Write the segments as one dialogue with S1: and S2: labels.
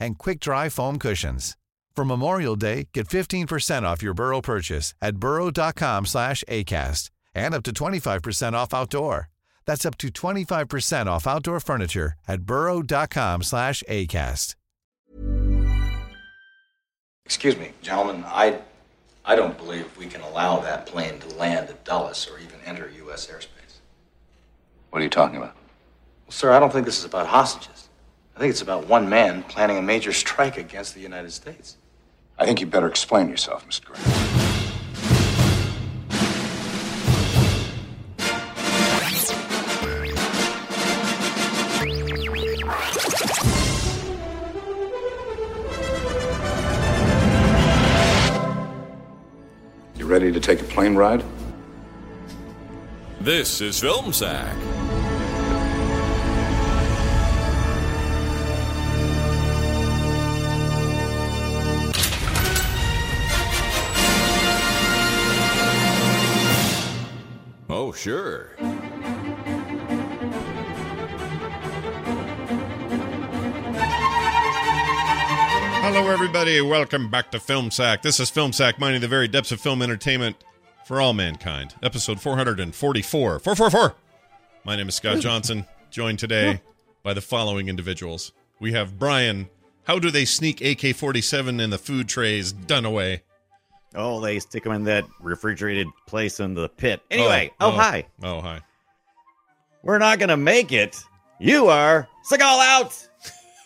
S1: and quick-dry foam cushions. For Memorial Day, get 15% off your Burrow purchase at burrow.com/acast and up to 25% off outdoor. That's up to 25% off outdoor furniture at burrow.com/acast.
S2: Excuse me, gentlemen, I, I don't believe we can allow that plane to land at Dulles or even enter U.S. airspace.
S3: What are you talking about?
S2: Well, sir, I don't think this is about hostages. I think it's about one man planning a major strike against the United States.
S3: I think you better explain yourself, Mr. Gray. You ready to take a plane ride?
S4: This is Film Sack. Oh, sure.
S5: Hello, everybody. Welcome back to Film Sack. This is Film Sack, mining the very depths of film entertainment for all mankind. Episode 444. 444. My name is Scott Johnson, joined today by the following individuals. We have Brian. How do they sneak AK 47 in the food trays? Dunaway.
S6: Oh, they stick them in that refrigerated place in the pit. Anyway, oh, hi.
S5: Oh, hi.
S6: We're not going to make it. You are. Seagal out.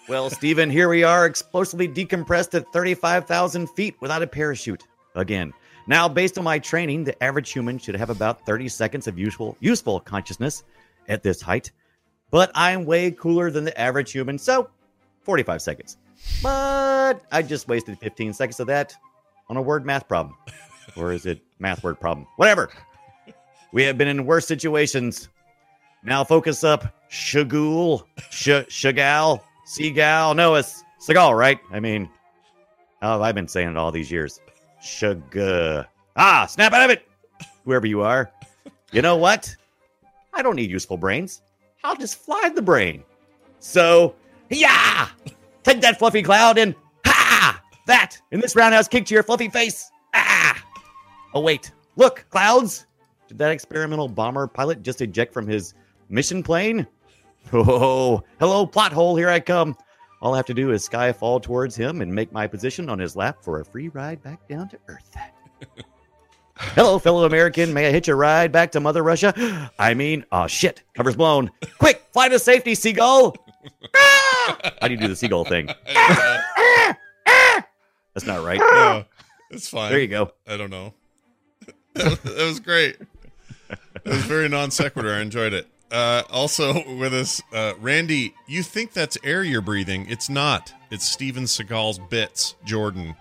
S6: Well, Steven, here we are, explosively decompressed at 35,000 feet without a parachute. Again. Now, based on my training, the average human should have about 30 seconds of useful, useful consciousness at this height. But I'm way cooler than the average human, so 45 seconds. But I just wasted 15 seconds of that on a word math problem. Or is it math word problem? Whatever. We have been in worse situations. Now focus up, Shagul, Sh- Shagal, Seagal. No, it's Seagal, right? I mean, how have I been saying it all these years? Shug. Ah, snap out of it, whoever you are. You know what? I don't need useful brains. I'll just fly the brain. So, yeah, take that fluffy cloud and ha that in this roundhouse kick to your fluffy face. Ah. Oh wait, look, clouds. Did that experimental bomber pilot just eject from his mission plane? Oh, hello, plot hole. Here I come. All I have to do is skyfall towards him and make my position on his lap for a free ride back down to Earth. hello, fellow American. May I hitch a ride back to Mother Russia? I mean, oh shit, cover's blown. Quick, fly to safety, seagull. Ah! How do you do the seagull thing? That's not right.
S5: No, Uh, it's fine.
S6: There you go.
S5: I don't know. that was great. It was very non sequitur. I enjoyed it. Uh, also with us, uh, Randy, you think that's air you're breathing. It's not. It's Steven Seagal's bits, Jordan.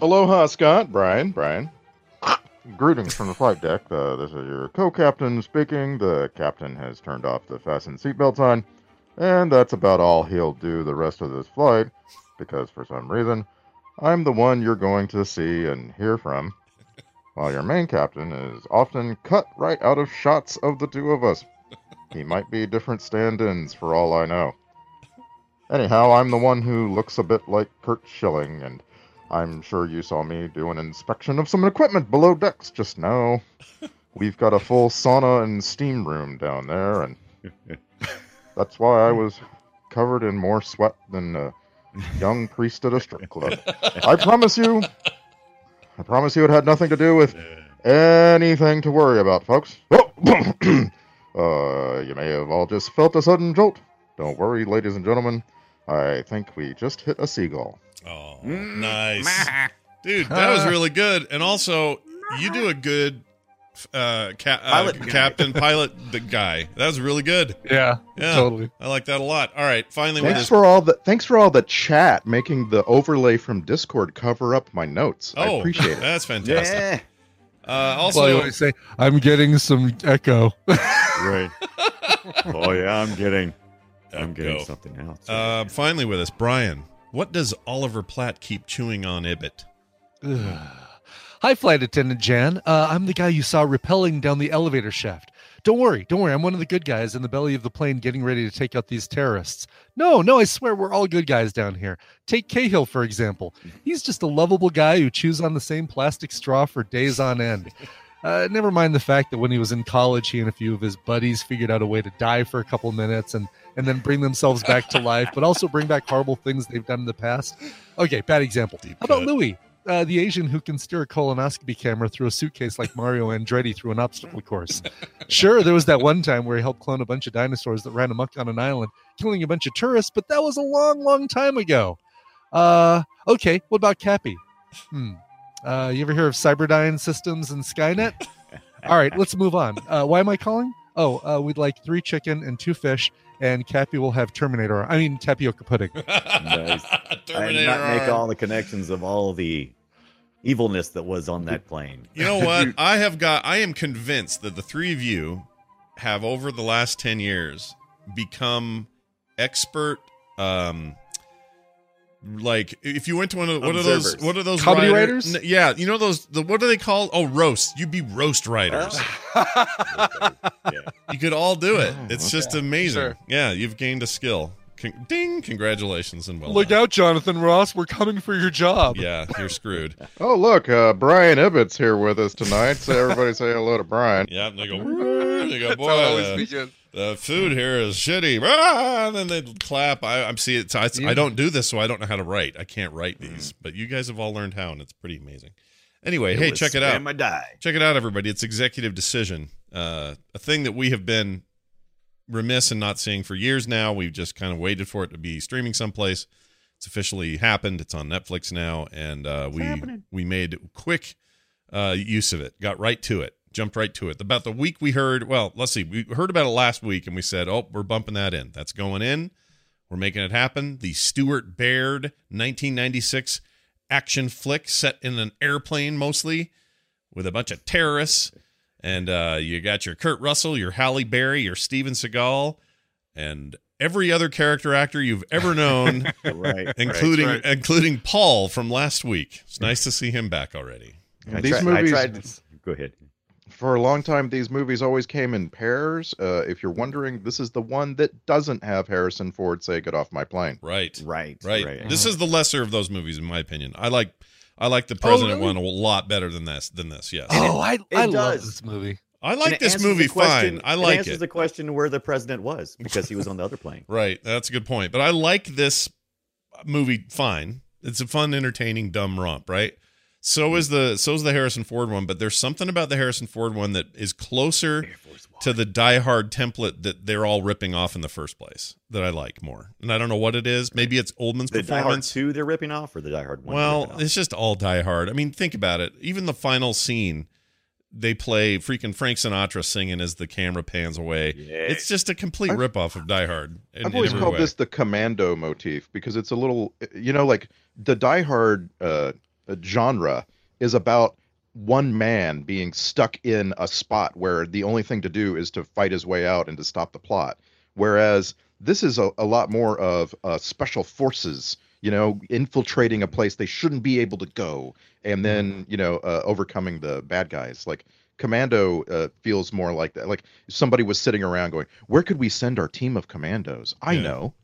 S7: Aloha, Scott. Brian. Brian. Greetings from the flight deck. Uh, this is your co-captain speaking. The captain has turned off the fasten seatbelt sign, and that's about all he'll do the rest of this flight, because for some reason, I'm the one you're going to see and hear from, while your main captain is often cut right out of shots of the two of us. He might be different stand-ins for all I know. Anyhow, I'm the one who looks a bit like Kurt Schilling, and I'm sure you saw me do an inspection of some equipment below decks just now. We've got a full sauna and steam room down there, and that's why I was covered in more sweat than a young priest at a strip club. I promise you, I promise you it had nothing to do with anything to worry about, folks. Oh, uh, you may have all just felt a sudden jolt. Don't worry, ladies and gentlemen. I think we just hit a seagull.
S5: Oh, nice. Dude, that was really good. And also, you do a good uh, ca- uh,
S6: Pilot guy.
S5: captain pilot the guy. That was really good.
S8: Yeah,
S5: Yeah.
S8: totally.
S5: I like that a lot. All right, finally with
S7: Thanks
S5: this.
S7: for all the thanks for all the chat making the overlay from Discord cover up my notes. I
S5: Oh,
S7: appreciate it.
S5: that's fantastic.
S6: Yeah.
S5: Uh,
S8: Also, I
S5: also,
S8: always say I'm getting some echo.
S6: Right. oh yeah, I'm getting. I'm getting
S5: Go.
S6: something else.
S5: uh, finally with us, Brian. What does Oliver Platt keep chewing on Ibbot?
S8: Ugh. Hi, flight attendant Jan. Uh, I'm the guy you saw rappelling down the elevator shaft. Don't worry, don't worry. I'm one of the good guys in the belly of the plane getting ready to take out these terrorists. No, no, I swear we're all good guys down here. Take Cahill, for example. He's just a lovable guy who chews on the same plastic straw for days on end. Uh, never mind the fact that when he was in college, he and a few of his buddies figured out a way to die for a couple minutes and, and then bring themselves back to life, but also bring back horrible things they've done in the past. Okay, bad example. How about
S5: cut.
S8: Louis? uh, the Asian who can steer a colonoscopy camera through a suitcase like Mario Andretti through an obstacle course. Sure, there was that one time where he helped clone a bunch of dinosaurs that ran amok on an island, killing a bunch of tourists, but that was a long, long time ago. Uh, okay, what about Cappy? Hmm. Uh, you ever hear of Cyberdyne Systems and Skynet? All right, let's move on. Uh, why am I calling? Oh, uh, we'd like three chicken and two fish, and Cappy will have Terminator. I mean, tapioca pudding.
S6: Nice. I did
S5: Terminator
S6: not make
S5: arm.
S6: all the connections of all the evilness that was on that plane.
S5: You know what? I have got. I am convinced that the three of you have over the last ten years become expert. Um, like if you went to one of what are
S6: Observers.
S5: those? What are those
S8: Comedy
S5: writer-
S8: writers?
S5: N- yeah, you know those. The, what are they called? Oh, roast. You'd be roast writers. You could all do it. It's just amazing.
S8: Oh, Sure.
S5: Yeah, you've gained a skill. Con- ding! Congratulations and well
S8: Look
S5: done.
S8: out, Jonathan Ross. We're coming for your job.
S5: Yeah, you're screwed.
S7: Oh look, uh, Brian Ibbett's here with us tonight. So everybody say hello to Brian.
S5: Yeah, they go. "Woo," They go.
S8: That's
S5: Boy,
S8: how I always
S5: uh,
S8: begin.
S5: the food here is shitty. Ah, and then they clap. I, I'm see it's, I, I don't do this, so I don't know how to write. I can't write
S8: Mm.
S5: these, but you guys have all learned how, and it's pretty amazing. Anyway, hey,
S6: was
S5: check it out.
S6: spam or die.
S5: check it out, everybody. It's executive decision, uh, a thing that we have been remiss in not seeing for years now. We've just kind of waited for it to be streaming someplace. It's officially happened. It's on Netflix now, and uh, we we made quick uh, use of it. Got right to it. Jumped right to it. About the week we heard. Well, let's see. We heard about it last week, and we said, "Oh, we're bumping that in. That's going in. We're making it happen." The Stuart Baird 1996 action flick set in an airplane, mostly with a bunch of terrorists. And uh, you got your Kurt Russell, your Halle Berry, your Steven Seagal, and every other character actor you've ever known,
S6: Right.
S5: including including Paul from last week. It's nice to see him back already.
S6: I
S7: These
S6: tried-
S7: movies-
S6: I tried to- go ahead.
S7: For a long time, these movies always came in pairs. Uh, if you're wondering, this is the one that doesn't have Harrison Ford say "Get off my plane."
S5: Right,
S6: Right.
S5: right. This is the lesser of those movies, in my opinion. I like I like the
S8: Oh,
S5: president
S8: really?
S5: one a lot better than this. Than this, yes.
S8: Oh, I, I love
S6: does.
S8: this movie.
S5: I
S6: And
S5: like
S6: it
S5: this
S6: answers the
S5: movie fine.
S6: question-
S5: I like
S6: answers
S5: it.
S6: the question where the president was because he was on the other plane.
S5: Right. That's a good point. But I like this movie fine. It's a fun, entertaining, dumb romp, right? So is the so is the Harrison Ford one, but there's something about the Harrison Ford one that is closer to the Die Hard template that they're all ripping off in the first place that I like more. And I don't know what it is. Maybe it's Oldman's
S6: The Die Hard
S5: performance.
S6: two they're ripping off, or the Die Hard one. they're
S5: Well,
S6: ripping off?
S5: it's just all Die Hard. I mean, think about it. Even the final scene, they play freaking Frank Sinatra singing as the camera pans away. It's just a complete
S7: I've-
S5: ripoff of Die Hard. in-
S7: I've
S5: in
S7: always
S5: every
S7: called
S5: way.
S7: this the commando motif because it's a little, you know, like the Die Hard uh, genre is about one man being stuck in a spot where the only thing to do is to fight his way out and to stop the plot. Whereas this is a, a lot more of uh, special forces, you know, infiltrating a place they shouldn't be able to go and then, you know, uh, overcoming the bad guys. Like, Commando uh, feels more like that. Like somebody was sitting around going, "Where could we send our team of commandos?" I
S5: Yeah.
S7: know.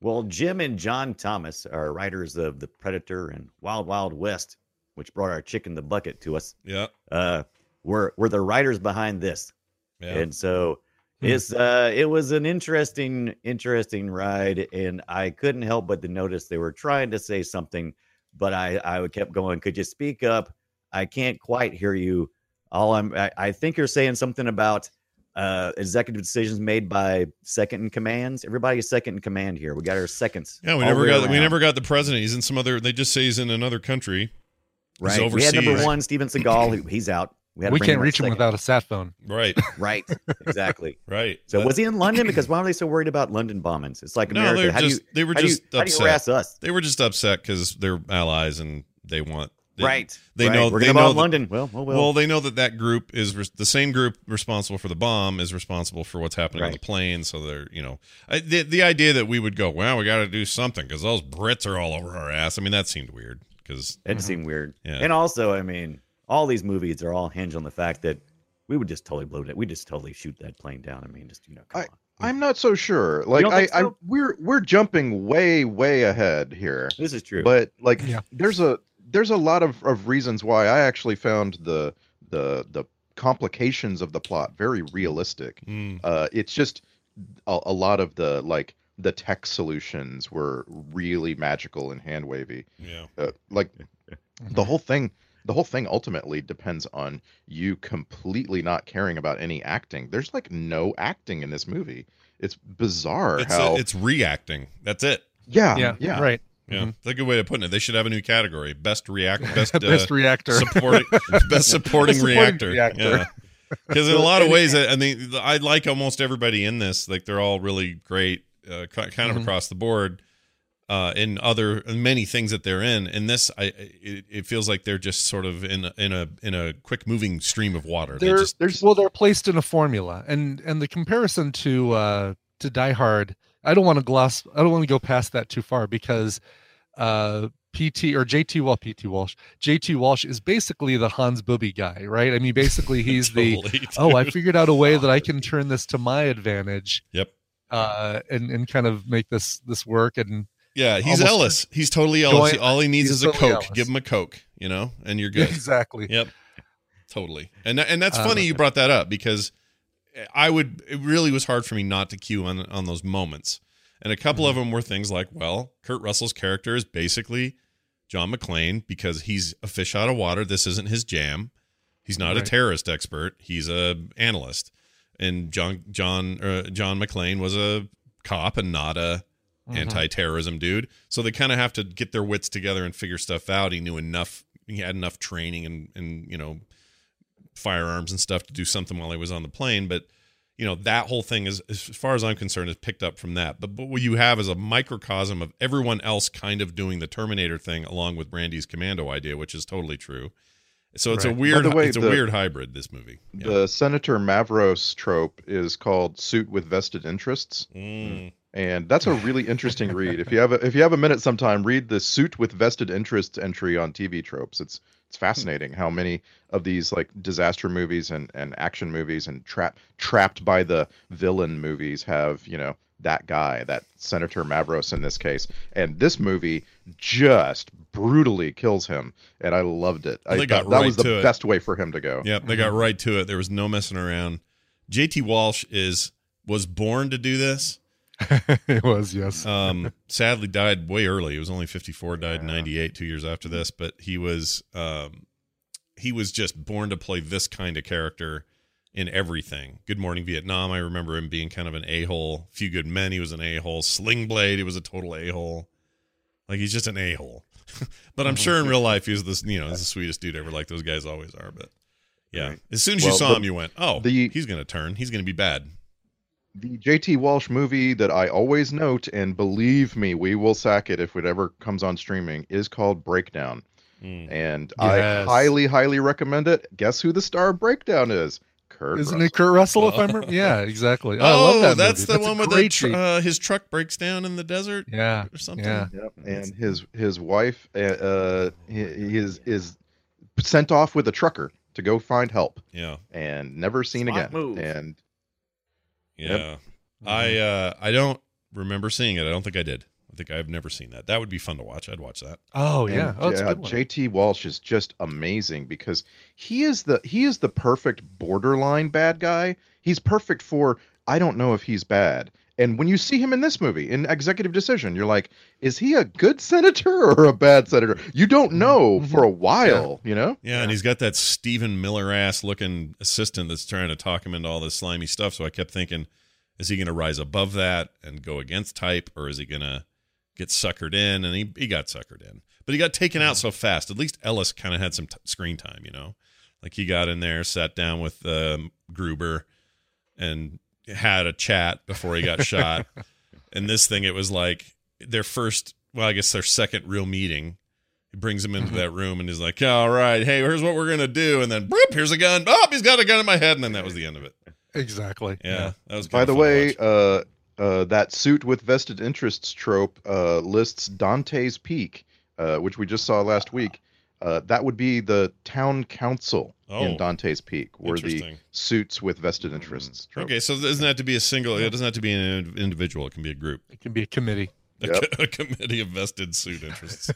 S6: Well, Jim and John Thomas are writers of The Predator and Wild Wild West, which brought our chick in the bucket to us.
S5: Yeah.
S6: Uh, were were the writers behind this,
S5: Yeah.
S6: and so
S8: Hmm.
S6: it's uh, it was an interesting interesting ride, and I couldn't help but to notice they were trying to say something, but I I kept going. Could you speak up? I can't quite hear you. All I'm I, I think you're saying something about uh, executive decisions made by second in commands. Everybody is second in command here. We got our seconds.
S5: Yeah, we
S6: all
S5: never
S6: the way
S5: got we
S6: around.
S5: never got the president. He's in some other. They just say he's in another country. He's
S6: right. We had number
S5: overseas.
S6: one, Steven Seagal. who- He's out. had to
S8: we
S6: bring
S8: can't
S6: in
S8: reach him
S6: second.
S8: without a sat phone.
S5: Right,
S6: Right. Exactly.
S5: right.
S6: So
S5: That-
S6: was he in London? Because why are they so worried about London bombings? It's like
S5: No,
S6: America.
S5: they're
S6: how
S5: just-
S6: do you,
S5: they were
S6: how do you-
S5: just
S6: how do you
S5: upset.
S6: harass us?
S5: They were just upset because they're allies and they want they,
S6: right.
S5: They
S6: right.
S5: know
S6: we're
S5: they
S6: gonna bomb
S5: know that-
S6: London. Well, oh, well,
S5: Well, they know that that group is res- the same group responsible for the bomb is responsible for what's happening on the
S6: Right.
S5: plane. So they're, you know, I, the, the idea that we would go, well, we got to do something because those Brits are all over our ass. I mean, that seemed weird because,
S6: it seemed weird.
S5: Yeah.
S6: And also, I mean, all these movies are all hinged on the fact that we would just totally blow it. We just totally shoot that plane down. I mean, just you know, come on.
S7: I'm not so sure. Like
S6: don't
S7: I,
S6: think
S7: I
S6: so?
S7: we're we're jumping way way ahead here.
S6: This is true.
S7: But like
S8: Yeah.
S7: there's a there's a lot of, of reasons why I actually found the the the complications of the plot very realistic.
S5: Mm,
S7: Uh it's just a, a lot of the like the tech solutions were really magical and hand wavy.
S5: yeah.
S7: Uh, like
S8: Mm-hmm.
S7: the whole thing the whole thing ultimately depends on you completely not caring about any acting. There's like no acting in this movie. It's bizarre
S5: It's, uh,
S7: how
S5: it's reacting. That's it.
S7: yeah,
S8: yeah,
S7: yeah, yeah.
S8: right.
S5: Yeah.
S8: Mhm.
S5: That's a good way of putting it. They should have a new category best react, best, uh,
S8: Best reactor.
S5: supporting best supporting
S8: Supporting
S5: reactor.
S8: reactor.
S5: Because in a lot of ways, I I mean, I like almost everybody in this. Like they're all really great, uh, ki- kind of
S8: Mhm.
S5: across the board. Uh, in other in many things that they're in, in this, I it, it feels like they're just sort of in a, in a in a quick moving stream of water. They
S8: They're-
S5: just
S7: There's
S8: well they're placed in a formula and and the comparison to uh to die hard i don't want to gloss i don't want to go past that too far because uh pt or jt well pt walsh jt walsh is basically the hans booby guy right i mean basically he's the
S5: totally-
S8: oh i figured out a way that i can turn this to my advantage
S5: Yep.
S8: uh and and kind of make this this work and
S5: yeah, he's
S8: almost-
S5: Ellis. He's totally Ellis.
S8: Going-
S5: All he needs
S8: he's
S5: is a
S8: totally
S5: coke.
S8: Ellis.
S5: Give him a coke, you know, and you're good.
S8: exactly
S5: Yep. Totally. And tha- and that's
S8: Uh,
S5: funny you brought that up because I would it really was hard for me not to cue on on those moments. And a couple
S8: Mm-hmm.
S5: of them were things like, well, Kurt Russell's character is basically John McClane because he's a fish out of water. This isn't his jam. He's not a
S8: Right.
S5: terrorist expert. He's a analyst. And John John uh, John McClane was a cop and not a
S7: Mm-hmm.
S8: Mhm.
S5: anti-terrorism dude. So they kind of have to get their wits together and figure stuff out. He knew enough. He had enough training and and you know firearms and stuff to do something while he was on the plane. But you know that whole thing is, as far as I'm concerned, is picked up from that. But, but what you have is a microcosm of everyone else kind of doing the Terminator thing along with Brandy's commando idea, which is totally true. So it's a
S8: Right. By
S5: weird,
S7: the way,
S5: it's a
S7: the-
S5: weird hybrid. This movie. Yeah.
S7: The Senator Mavros trope is called suit with vested interests.
S5: Mm.
S7: And that's a really interesting read. If you have a, if you have a minute sometime, read the suit with vested interests entry on TV tropes. It's it's fascinating how many of these like disaster movies and, and action movies and trap trapped by the villain movies have, you know, that guy, that Senator Mavros in this case. And this movie just brutally kills him. And I loved it. I
S5: They got
S7: thought that
S5: right
S7: was the
S5: to it.
S7: best way for him to go.
S5: Yep, they
S8: Mm-hmm.
S5: got right to it. There was no messing around. JT Walsh is was born to do this.
S8: it was yes
S5: Um, sadly, died way early. He was only 54. Died in 98, two years after this. But he was um, he was just born to play this kind of character in everything. Good Morning Vietnam. I remember him being kind of an a hole. Few Good Men. He was an a hole. Sling Blade. He was a total a hole. Like he's just an a hole. but I'm sure in real life he's this you know he's the sweetest dude ever. Like those guys always are. But yeah,
S6: Right.
S5: as soon as you
S7: Well,
S5: saw
S7: the-
S5: him, you went, oh,
S7: the-
S5: he's gonna turn. He's gonna be bad.
S7: the JT Walsh movie that I always note, and believe me, we will sack it if it ever comes on streaming, is called Breakdown.
S5: Mm.
S7: And
S8: Yes.
S7: I highly, highly recommend it. Guess who the star of Breakdown is? Kurt.
S8: isn't
S7: Russell.
S8: it Kurt Russell? If I'm yeah, exactly. Oh, I
S5: Oh,
S8: love that
S5: that's
S8: movie.
S5: the
S8: a
S5: one where the
S8: great
S5: tr-
S8: movie.
S5: uh, his truck breaks down in the desert
S8: yeah,
S5: or something.
S8: yeah.
S7: Yep. And his his wife uh, uh, he- he is is sent off with a trucker to go find help
S5: Yeah.
S7: and never seen
S6: Smart
S7: again.
S6: move.
S7: And
S5: Yeah. I uh
S8: Mm-hmm.
S5: I don't remember seeing it. I don't think I did. I think I've never seen that. That would be fun to watch. I'd watch that.
S8: Oh yeah,
S7: And,
S8: oh, it's a
S7: uh,
S8: good one.
S7: JT Walsh is just amazing because he is the he is the perfect borderline bad guy. He's perfect for I don't know if he's bad And when you see him in this movie, in Executive Decision, you're like, is he a good senator or a bad senator? You don't
S8: Mm-hmm.
S7: know for a while, you know?
S5: Yeah, and he's got that Stephen Miller ass looking assistant that's trying to talk him into all this slimy stuff. So I kept thinking, is he going to rise above that and go against type, or is he going to get suckered in? And he, he got suckered in, but he got taken out so fast. At least Ellis kind of had some t- screen time, you know? Like he got in there, sat down with um, Gruber, and had a chat before he got shot. And this thing, it was like their first, well, I guess their second real meeting. He brings him into that room and he's like, "All right, hey, here's what we're gonna do." And then, "Boop, here's a gun. Oh, he's got a gun in my head. And then that was the end of it.
S8: Exactly.
S5: Yeah, that was.
S7: By
S5: kinda fun
S7: the
S5: to
S7: way,
S5: watch.
S7: uh, uh, that suit with vested interests trope uh, lists Dante's Peak, uh, which we just saw
S5: Ah.
S7: last week. Uh, that would be the town council
S5: Oh.
S7: in Dante's Peak, were the
S5: Interesting. Hmm.
S7: suits with vested interests. trope.
S5: okay, so it doesn't have to be a single. It doesn't have to be an ind- individual. It can be a group,
S8: It can be a committee.
S5: a,
S7: Yep.
S5: co- a committee of vested suit interests.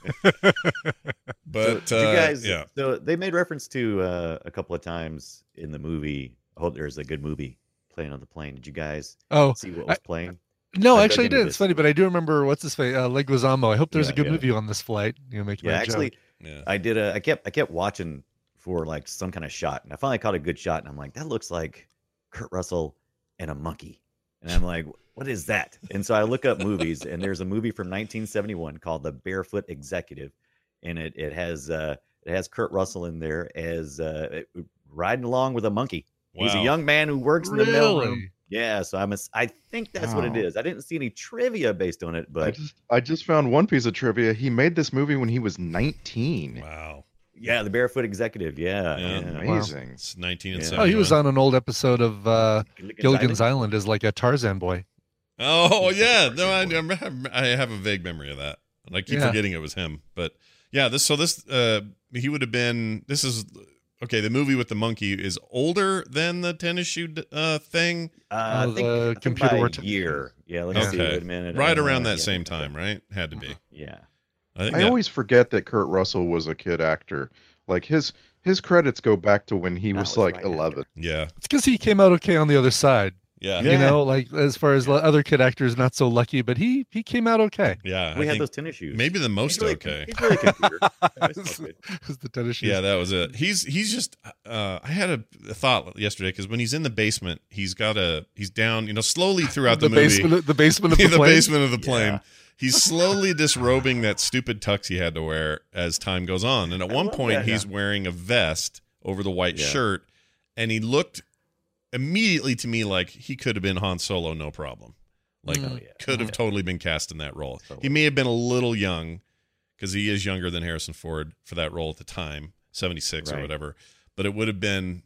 S5: but
S6: so,
S5: uh,
S6: did you guys,
S5: yeah,
S6: so they made reference to uh, a couple of times in the movie. Oh, there's a good movie playing on the plane. Did you guys
S8: Oh
S6: see what
S8: I-
S6: was playing?
S8: no,
S6: I dug
S8: actually I
S6: into
S8: did.
S6: this.
S8: It's funny, but I do remember what's his face, uh, Leguizamo. I hope there's a
S6: Yeah,
S8: good
S6: yeah.
S8: movie on this flight. You know, make
S6: Yeah,
S8: my
S6: actually,
S8: joke.
S5: yeah.
S6: I did a. I kept I kept watching for like some kind of shot, and I finally caught a good shot, and I'm like, that looks like Kurt Russell and a monkey, and I'm like, what is that? And so I look up movies, and there's a movie from 1971 called The Barefoot Executive, and it it has uh it has Kurt Russell in there as uh riding along with a monkey. He's a
S5: Wow.
S6: young man who works in the mailroom.
S8: really.
S6: Yeah, so I'm a, I think that's what it
S7: Wow.
S6: is. I didn't see any trivia based on it,
S7: I
S6: but
S7: just, I just found one piece of trivia. He made this movie when he was 19.
S5: wow,
S6: yeah, the barefoot executive. Yeah,
S5: Yeah.
S7: Amazing.
S5: it's nineteen and
S6: Yeah.
S5: seven.
S8: Oh, he was on an old episode of uh,
S6: Gilligan's
S8: Gilligan's
S6: Island?
S8: Island as like a Tarzan boy.
S5: Oh
S7: He's
S5: yeah,
S7: the
S5: no, I,
S7: Tarzan
S5: I I have a vague memory of that, and I keep
S8: Yeah.
S5: forgetting it was him. But yeah, this so this uh he would have been this is okay. The movie with the monkey is older than the tennis shoe uh thing,
S6: Uh,
S8: Oh,
S6: I think,
S8: the
S6: I think
S8: computer
S6: by
S8: or t-
S6: year. Yeah, let me see.
S5: Okay.
S6: Wait a minute.
S5: right
S6: Uh,
S5: around that
S6: yeah,
S5: same time, right? Had to be.
S6: Yeah.
S5: I think.
S7: I
S5: that-
S7: always forget that Kurt Russell was a kid actor. Like his his credits go back to when he
S6: No,
S7: was
S6: it's
S7: like
S6: right after.
S7: 11.
S5: yeah,
S8: It's because he came out okay on the other side.
S5: yeah,
S8: You know, like as far as other kid actors, not so lucky, but he he came out okay.
S5: yeah. I
S6: we had
S5: think
S6: those tennis shoes.
S5: maybe the most
S6: He's really,
S5: okay.
S6: He's really computer.
S8: It's- it's the tennis shoes.
S5: Yeah, that was it. He's he's just. Uh, I had a, a thought yesterday because when he's in the basement, he's got a he's down. You know, slowly throughout the,
S8: the,
S5: movie,
S8: basement, of- the basement of the,
S5: the
S8: plane.
S5: basement of the plane.
S6: Yeah.
S5: He's slowly disrobing that stupid tux he had to wear as time goes on. And at
S6: I
S5: one
S6: love
S5: point,
S6: that.
S5: he's wearing a vest over the white
S6: Yeah.
S5: shirt, and he looked immediately to me like he could have been Han Solo, no problem. Like
S8: Mm. Oh,
S6: yeah.
S5: could have totally been cast in that role.
S6: Totally.
S5: He may have been a little young because he is younger than Harrison Ford for that role at the time, seventy six or
S6: Right.
S5: whatever. But it would have been,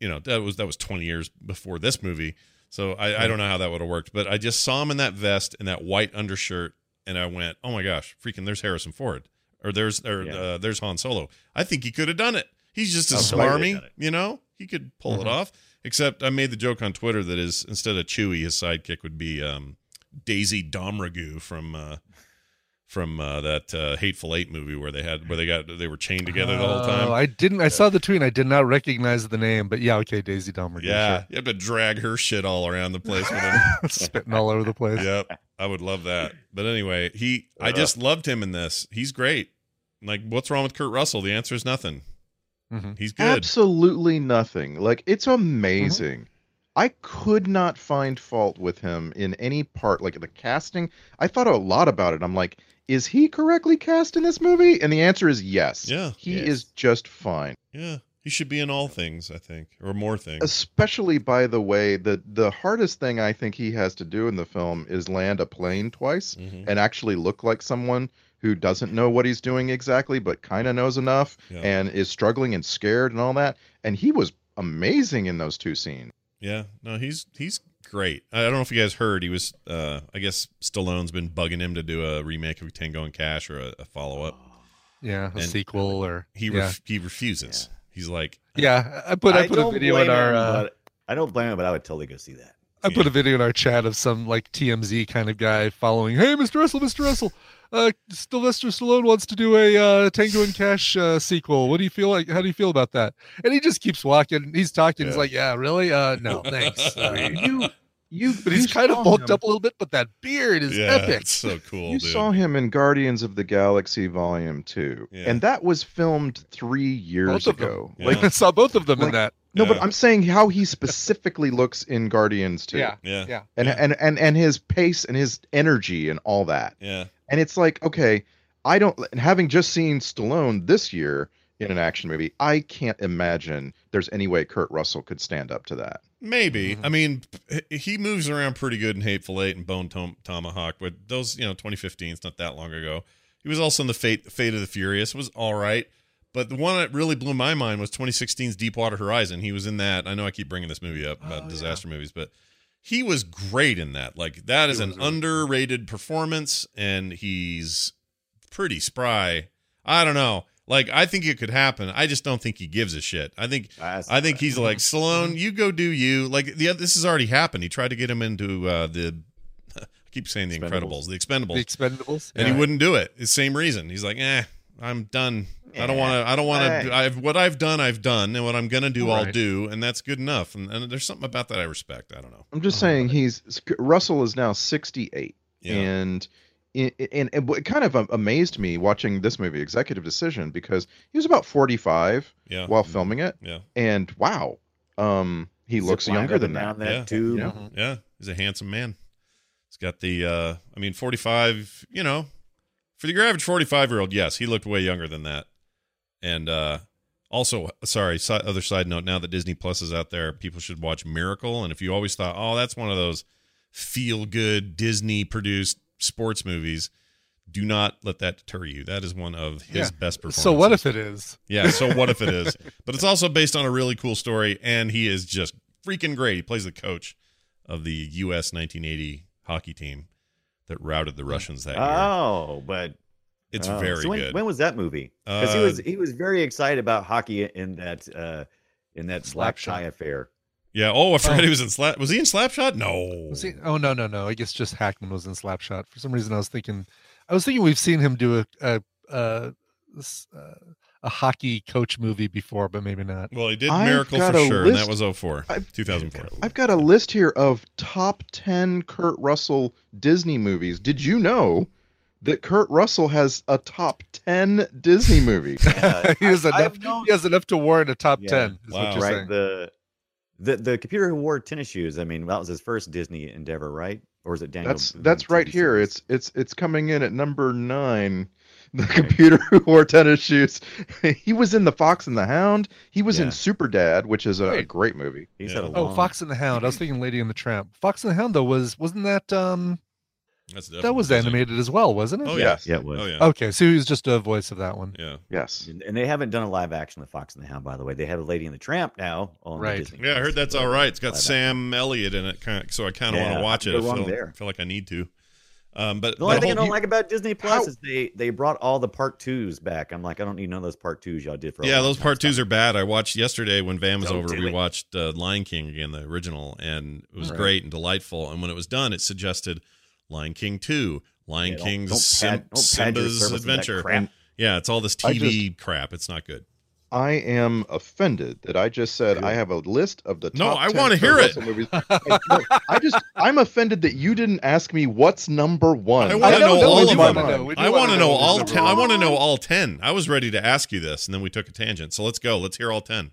S5: you know, that was that was twenty years before this movie. So I, I don't know how that would have worked, but I just saw him in that vest and that white undershirt, and I went, "Oh my gosh, freaking! There's Harrison Ford, or there's or
S6: Yeah.
S5: uh, there's Han Solo. I think he could have done it. He's just a
S6: Absolutely.
S5: smarmy, you know. He could pull it off. Except I made the joke on Twitter that is instead of Chewie, his sidekick would be um, Daisy Domragoo from uh, from uh, that uh, Hateful Eight movie where they had where they got they were chained together the whole time.
S8: Oh, I didn't. I saw the tweet. and I did not recognize the name, but yeah, okay, Daisy Dahmer.
S5: yeah, you have to drag her shit all around the place with him.
S8: sure. spitting all over the place.
S5: yep i would love that but anyway he i
S6: Uh.
S5: just loved him in this he's great like what's wrong with kurt russell the answer is nothing
S8: Mhm.
S5: he's good Mm-hmm.
S7: Absolutely nothing. Like it's amazing. I could not find fault with him in any part. Like the casting, I thought a lot about it. I'm like, is he correctly cast in this movie? And the answer is yes.
S5: Yeah.
S7: He
S6: Yes.
S7: is just fine.
S5: yeah he should be in all things i think or more things
S7: Especially by the way, the the hardest thing I think he has to do in the film is land a plane twice
S5: Mhm.
S7: and actually look like someone who doesn't know what he's doing exactly, but kind of knows enough
S5: Yeah.
S7: and is struggling and scared and all that. And he was amazing in those two scenes.
S5: yeah no he's he's great i don't know if you guys heard he was uh i guess stallone's been bugging him to do a remake of tango and cash or a, a follow-up
S8: Yeah, a
S5: And
S8: sequel or
S5: he
S8: yeah.
S5: ref- he refuses he's like
S8: yeah, I put I, put a
S6: don't
S8: video in
S6: blame
S8: our
S6: him,
S8: uh,
S6: but- I don't blame him, but I would totally go see that.
S8: I put a video in our chat of some like TMZ kind of guy following. Hey, Mr. Russell, Mr. Russell, uh, Sylvester Stallone wants to do a uh, Tango and Cash uh, sequel. What do you feel like? How do you feel about that? And he just keeps walking. He's talking. He's like, Yeah, really? Uh, no, thanks. Uh,
S7: you
S8: You,
S7: But
S8: but
S7: he's
S8: he's kind
S7: strong,
S8: of bulked
S7: though.
S8: up a little bit, but that beard is
S5: yeah,
S8: epic.
S5: it's so cool,
S7: you
S5: dude.
S7: saw him in Guardians of the Galaxy Volume Two,
S5: Yeah.
S7: and that was filmed three years
S8: Both of them.
S7: ago.
S5: Yeah.
S8: Like I saw both of them
S7: Like-
S8: in that.
S7: No, but
S5: Yeah.
S7: I'm saying how he specifically looks in Guardians Two.
S8: Yeah,
S5: Yeah.
S8: yeah.
S7: and
S5: Yeah.
S7: and and and his pace and his energy and all that.
S5: Yeah.
S7: And it's like, okay, I don't. And having just seen Stallone this year in an action movie, I can't imagine there's any way Kurt Russell could stand up to that.
S5: Maybe. I mean, h- he moves around pretty good in Hateful Eight and Bone Tom- Tomahawk, but those, you know, 2015, it's not that long ago. He was also in the Fate Fate of the Furious, was all right. But the one that really blew my mind was 2016's Deepwater Horizon. He was in that. I know I keep bringing this movie up
S6: Oh,
S5: about disaster movies, but he was great in that. Like that is an underrated performance, and he's pretty spry. I don't know. Like I think it could happen. I just don't think he gives a shit. I think
S6: That's- Mm-hmm.
S5: I think he's like Stallone. You go do you. Like the oth- this has already happened. He tried to get him into uh, the. I keep saying the Incredibles,
S6: Expendables.
S5: the Expendables,
S8: The Expendables.
S5: and he wouldn't do it. It's same reason. He's like, eh, I'm done. I don't want to. I don't want
S6: Right.
S5: to. I've what I've done. I've done, and what I'm gonna do, I'll
S8: Right.
S5: do, and that's good enough. And, and there's something about that I respect. I don't know.
S7: I'm just saying
S5: Uh-huh.
S7: he's Russell is now 68,
S5: Yeah.
S7: and and and and what kind of um, amazed me watching this movie, Executive Decision, because he was about 45
S5: Yeah. Mm-hmm.
S7: while filming it,
S5: Yeah.
S7: and wow, um, he looks
S6: Zip-lined
S7: younger
S6: up and
S7: than that.
S6: down that
S5: Yeah.
S6: tube.
S7: Yeah.
S5: Mm-hmm. Yeah, he's a handsome man. He's got the uh I mean 45, you know, for your average 45-year-old, yes, he looked way younger than that. And uh also, sorry, si- other side note, now that Disney Plus is out there, people should watch Miracle and if you always thought, "Oh, that's one of those feel good Disney produced sports movies," do not let that deter you. That is one of his
S8: Yeah.
S5: best performances.
S8: So what if it is?
S5: Yeah, so what if it is? But it's also based on a really cool story, and he is just freaking great. He plays the coach of the U.S. 1980 hockey team that routed the Russians that year.
S6: Oh, but
S5: it's
S6: oh.
S5: very
S6: So when,
S5: good.
S6: When was that movie? Because
S5: Uh,
S6: he was he was very excited about hockey in that uh in that black
S8: Slapshot.
S6: tie affair.
S5: yeah. Oh, I forgot
S8: Oh.
S5: he was in Slap. Was he in Slapshot? No.
S8: Was he- oh no, no, no. I guess just Hackman was in Slapshot. For some reason, I was thinking, I was thinking we've seen him do a a a, s- uh, a hockey coach movie before, but maybe not.
S5: well, he did
S7: I've
S5: Miracle
S7: got
S5: for
S7: a
S5: sure, and that
S7: list-
S5: was 04,
S7: I've-
S5: 2004.
S7: I've got a list here of top 10 Kurt Russell Disney movies. Did you know that Kurt Russell has a top 10 Disney movie?
S8: he has
S6: I- I've
S8: enough.
S6: known-
S8: He has enough to warrant a top
S6: Yeah.
S8: ten. Is
S5: Wow.
S8: what you're
S6: right
S8: saying.
S6: the the the computer who wore tennis shoes. I mean, that was his first Disney endeavor, right? Or is it Daniel?
S7: that's that's right
S6: TV
S7: here.
S6: series?
S7: It's it's it's coming in at number 9. The computer who wore tennis shoes. he was in The Fox and the Hound. He was in
S6: Yeah.
S7: Super Dad, which is a, a
S8: Right.
S7: great movie.
S6: he's
S5: Yeah.
S6: had a
S8: Oh,
S6: long,
S8: Fox and the Hound. I was thinking Lady and the Tramp. Fox and the Hound though was wasn't that um
S5: That's
S8: that
S5: definitely
S8: was
S5: Disney.
S8: animated as well, wasn't it?
S5: Oh yeah.
S7: Yes.
S6: Yeah, it was.
S5: Oh yeah.
S8: Okay, so he was just a voice of that one.
S5: Yeah.
S7: Yes.
S6: And- And they haven't done a live action of Fox and the Hound, by the way. They have a Lady and the Tramp now on the
S8: Right.
S6: Disney.
S5: Yeah, I
S6: Plus,
S5: heard that's
S6: so
S5: all right. It's got
S6: live
S5: Sam Elliott in it, kind of, so I kind of want
S6: Yeah,
S5: to watch it.
S6: you're
S5: I
S6: wrong
S5: feel,
S6: there.
S5: feel like I need to. Um, but
S6: The only
S5: the
S6: thing I
S5: whole-
S6: don't like about Disney Plus
S7: How-
S6: is they they brought all the part twos back. I'm like, I don't need none of those part twos y'all did for. a
S5: yeah
S6: long
S5: those
S6: time.
S5: part twos are bad i watched yesterday when van was
S6: Don't
S5: over
S6: do
S5: we
S6: it.
S5: watched uh, lion king again the original and it was
S8: Right.
S5: great and delightful and when it was done it suggested lion king 2 lion
S6: Yeah, don't-
S5: king's
S6: don't
S5: Sim-
S6: pad- don't pad your
S5: simba's
S6: service with that
S5: adventure
S6: crap.
S5: yeah it's all this
S7: I
S5: tv crap it's not good
S7: I am offended that I just said I have a list of the top.
S5: No, I
S7: 10
S5: wanna
S7: Kurt
S5: hear it.
S7: Russell Movies. I, no, I just I'm offended that you didn't ask me what's number one.
S5: I wanna
S7: That's
S5: know
S7: blowing
S5: all
S8: we
S5: of
S8: do
S7: my
S8: wanna
S7: mind.
S8: know. We do
S5: i want to know
S8: what
S5: all
S8: his
S5: 10
S8: number
S5: i
S8: one-
S5: want to know all 10 i was ready to ask you this and then we took a tangent so let's go let's hear all 10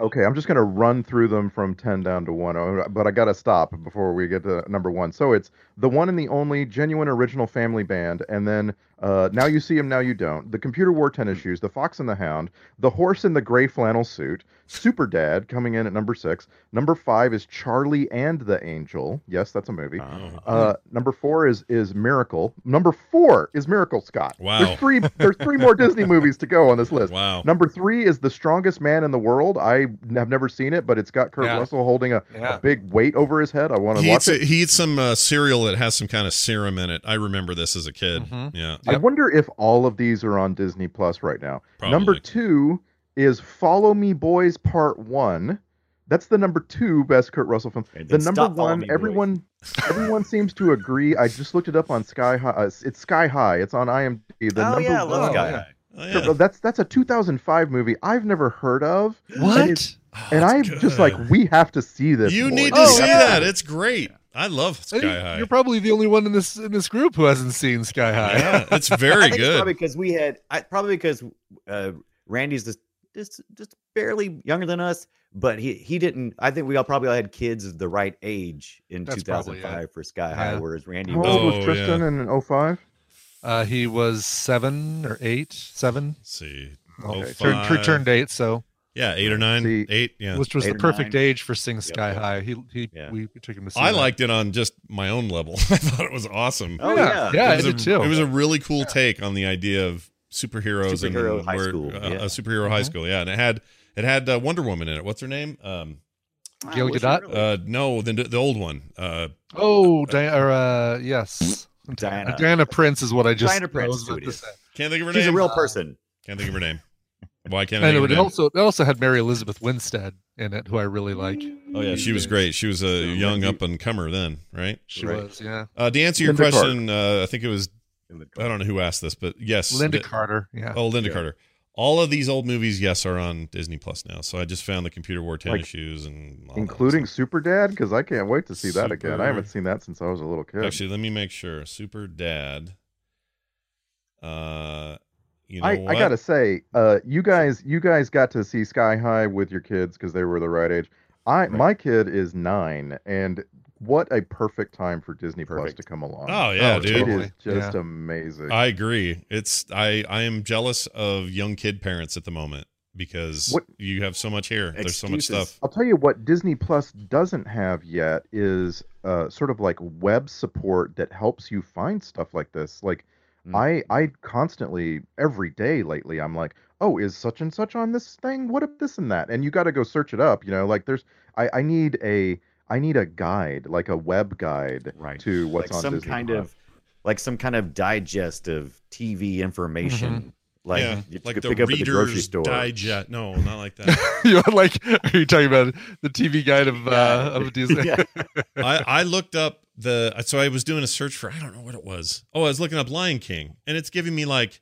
S7: Okay, I'm just gonna run through them from ten down to one, uh, but I gotta stop before we get to number one. So it's the one and the only genuine original family band, and then uh, now you see him, now you don't. The computer wore tennis shoes, the fox and the hound, the horse in the gray flannel suit, Super Dad coming in at number six. Number five is Charlie and the Angel. Yes, that's a movie. Uh, number four is is Miracle. Number four is Miracle Scott.
S5: Wow.
S7: There's three. There's three more Disney movies to go on this list.
S5: Wow.
S7: Number three is The Strongest Man in the World. I have never seen it, but it's got Kurt
S8: Yeah.
S7: Russell holding a,
S8: Yeah.
S7: a big weight over his head. I want to
S5: he eats,
S7: watch
S5: a,
S7: it.
S5: he eats some uh, cereal that has some kind of serum in it i remember this as a kid
S8: Mhm.
S5: yeah Oh,
S7: I
S8: Yep.
S7: wonder if all of these are on Disney Plus right now. Number
S5: Probably.
S7: two is Follow Me Boys Part One. That's the number two best Kurt Russell film.
S6: Okay,
S7: the
S6: then
S7: number
S6: stop Follow
S7: one,
S6: Me Boys.
S7: everyone, everyone seems to agree. I just looked it up on Sky High. Uh, it's Sky High. It's on IMDb. The
S6: oh
S7: number
S6: yeah, I
S7: one-
S6: love
S8: one-
S6: Sky High.
S5: Oh, yeah.
S7: That's that's a 2005 movie I've never heard of. and
S8: What?
S7: it's- And, I'm just like, we have to see this.
S5: You
S7: more.
S5: need to
S8: Oh,
S5: see
S8: yeah.
S5: that. It's great. I love
S8: I
S5: Sky
S8: think
S5: High.
S8: You're probably the only one in this in this group who hasn't seen Sky High.
S5: yeah, it's
S6: I
S5: very
S6: think it's
S5: good.
S6: probably because we had I, probably because uh, Randy's just, just just barely younger than us, but he he didn't. I think we all probably all had kids of the right age in
S8: That's probably it.
S6: 2005 for Sky High,
S8: Yeah.
S6: whereas Randy
S7: How
S6: was
S7: old
S5: Oh,
S7: was Tristan in 05?
S8: Uh, he was seven or eight, seven.
S5: Let's see.
S8: Okay.
S5: 05.
S8: Turned, tur- turned eight, so
S5: Yeah, eight or nine.
S7: See.
S5: Eight. Yeah.
S8: which was
S6: Eight
S8: the
S6: or
S8: perfect
S6: nine.
S8: age for Sing Sky
S6: yeah.
S8: High. He he,
S6: Yeah.
S8: we took him to. See
S5: I
S8: that.
S5: liked it on just my own level. I thought it was awesome.
S6: Oh,
S8: yeah,
S6: yeah.
S8: yeah,
S5: it was
S8: I
S5: a,
S8: did too.
S5: It was a really cool take on the idea of superheroes and-
S6: Superhero
S5: and
S6: high
S5: where-
S6: school,
S5: uh,
S6: yeah.
S5: a superhero
S8: Mm-hmm.
S5: high school. Yeah, and it had it had uh, Wonder Woman in it. What's her name? Um,
S6: Ah,
S8: Gail
S6: wasn't
S8: Gadot?
S6: really-
S5: uh, no, the the old one. Uh,
S8: oh, Diana. Or, uh, yes, Uh,
S6: Diana.
S8: Diana Prince is what I just.
S6: Diana
S8: I
S6: Prince
S8: was
S6: is who
S8: about
S6: it
S8: to
S6: is.
S8: say.
S5: can't think of her
S6: She's a
S5: name.
S6: real person.
S5: Can't think of her name. Why can't I?
S8: I
S5: Think
S8: know.
S5: of
S8: It
S5: her name?
S8: also it also had Mary Elizabeth Winstead in it, who I really like.
S5: oh yeah, she was great. She was a young up and comer then, right?
S8: She was, yeah.
S5: Uh, to answer your
S7: Linda Carter.
S5: question, uh, I think it was I don't know who asked this, but yes,
S8: Linda
S5: the-
S8: Carter, yeah.
S5: Oh, Linda Carter. All of these old movies, yes, are on Disney Plus now. So I just found the computer wore tennis
S7: Like,
S5: shoes and all that
S7: Including
S5: stuff.
S7: Super Dad? Because I can't wait to see that again.
S5: Super-
S7: I haven't seen that since I was a little kid.
S5: Actually, let me make sure. Super Dad. Uh, you know
S7: I,
S5: what?
S7: I gotta say, uh, you guys, you guys got to see Sky High with your kids because they were the right age. I, my kid is nine, and what a perfect time for Disney Plus
S6: Perfect.
S7: to come along.
S5: Oh yeah,
S8: Oh,
S5: dude.
S7: it
S8: totally.
S7: is just
S8: Yeah.
S7: amazing.
S5: I agree. It's I I am jealous of young kid parents at the moment because
S7: What-
S5: you have so much here. There's so much
S6: Excuses.
S5: stuff.
S8: Oh,
S7: I'll tell you what Disney Plus doesn't have yet is uh, sort of like web support that helps you find stuff like this. Like
S6: Mm.
S7: I I constantly every day lately I'm like, oh, is such and such on this thing? What if this and that? And you got to go search it up. You know, like there's I I need a I need a guide like a web guide
S6: Right.
S7: to what's
S6: like
S7: on
S6: some
S7: Disney
S6: kind
S7: Plus.
S6: of like some kind of digest of TV information.
S8: Mm-hmm.
S6: Like
S5: yeah,
S6: you
S5: like
S6: could
S5: the
S6: pick up at the grocery
S5: readers
S6: store.
S5: digest. No, not like that.
S8: You're like, are you talking about the TV guide of uh, of Disney?
S6: Yeah.
S5: I, I looked up the so I was doing a search for I don't know what it was. Oh, I was looking up Lion King, and it's giving me like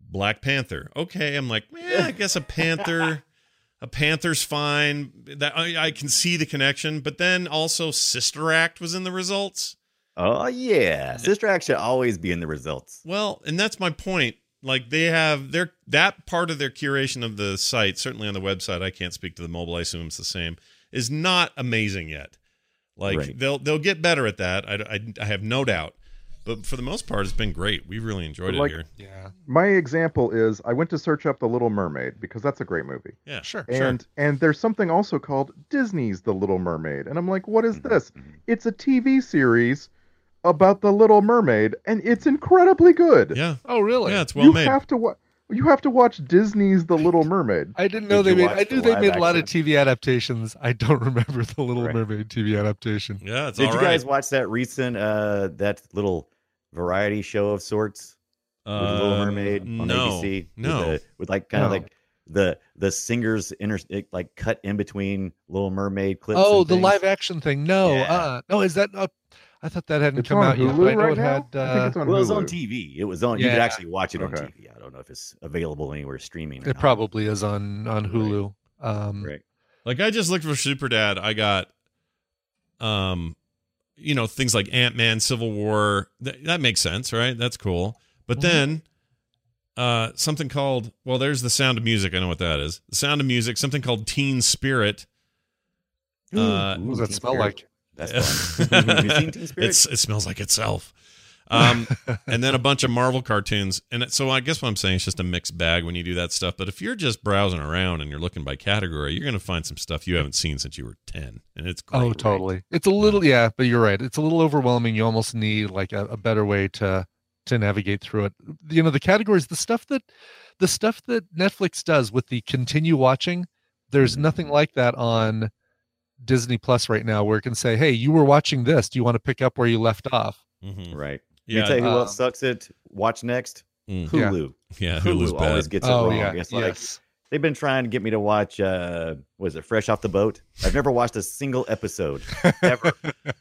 S5: Black Panther. Okay, I'm like, yeah, I guess a panther, a panther's fine. That I, I can see the connection, but then also Sister Act was in the results.
S6: Oh yeah, Sister Act should always be in the results.
S5: Well, and that's my point. Like they have their that part of their curation of the site, certainly on the website. I can't speak to the mobile. I assume it's the same. Is not amazing yet. Like
S6: Right.
S5: they'll they'll get better at that. I, I, I have no doubt. But for the most part, it's been great. We really enjoyed
S7: But like-
S5: it here.
S8: yeah.
S7: My example is I went to search up The Little Mermaid because that's a great movie.
S5: Yeah,
S8: Sure.
S7: and and there's something also called Disney's The Little Mermaid, and I'm like, what
S8: Mm-hmm,
S7: is this? It's a TV series about the Little Mermaid, and it's incredibly good.
S5: yeah,
S8: Oh, really?
S5: yeah. It's well
S7: you
S5: made.
S7: have to watch. You have to watch Disney's The Little Mermaid.
S8: I didn't know
S6: Did
S8: they
S6: you
S8: made. I
S6: watch
S8: knew
S6: the
S8: they
S6: live
S8: made a lot of
S6: action?
S8: TV adaptations. I don't remember the Little
S6: Right.
S8: Mermaid TV adaptation.
S5: yeah, it's
S6: Did
S5: all
S6: you
S5: right.
S6: guys watch that recent uh that little variety show of sorts with the Little
S5: Um,
S6: Mermaid on
S5: no,
S6: ABC?
S5: no.
S6: with, the- with like kind of
S8: No.
S6: like the the singers inter it, like cut in between Little Mermaid clips.
S8: Oh,
S6: and
S8: the
S6: things.
S8: live action thing. No,
S6: Yeah.
S8: uh, no. Is that? Uh, I thought that hadn't
S7: It's
S8: come
S7: on
S8: out yet.
S7: Hulu
S8: But I know
S7: right
S8: it
S7: now.
S8: had.
S7: I think
S8: Uh,
S7: it's on
S6: Well, it was
S7: Hulu.
S6: on TV. It was on. You
S8: Yeah.
S6: could actually watch it
S7: Okay.
S6: on TV. I don't know if it's available anywhere streaming. Or
S8: it
S6: not.
S8: probably is on on Hulu. Um,
S6: Right.
S5: Like I just looked for Super Dad. I got, um, you know things like Ant Man, Civil War. That, that makes sense, right? That's cool. But
S8: Mhm.
S5: then, uh, something called well, there's the Sound of Music. I know what that is. The Sound of Music. Something called Teen Spirit. Uh,
S8: What does
S6: Ooh,
S8: that
S6: Teen
S8: smell
S6: Spirit.
S8: like?
S6: That's fun. Have you seen Teen Spirit?
S5: It's it smells like itself. Um, and then a bunch of Marvel cartoons. And it, so I guess what I'm saying is just a mixed bag when you do that stuff. But if you're just browsing around and you're looking by category, you're gonna find some stuff you haven't seen since you were ten, and it's great.
S8: Oh, totally. It's a little, yeah, but you're right. It's a little overwhelming. You almost need like a, a better way to to navigate through it. You know, the categories, the stuff that the stuff that Netflix does with the continue watching. There's
S7: Mm-hmm.
S8: nothing like that on Disney Plus right now, where it can say, "Hey, you were watching this. Do you want to pick up where you left off?"
S5: Mhm.
S6: right.
S5: Yeah,
S6: You tell you who
S8: Um,
S6: else sucks it. Watch next.
S5: Mm.
S8: Yeah.
S6: Hulu.
S5: Yeah, Hulu's
S6: Hulu always
S5: bad.
S6: gets it
S8: oh,
S6: wrong.
S8: yeah,
S6: It's like
S8: yes.
S6: they've been trying to get me to watch. uh Was it Fresh Off the Boat? I've never watched a single episode ever,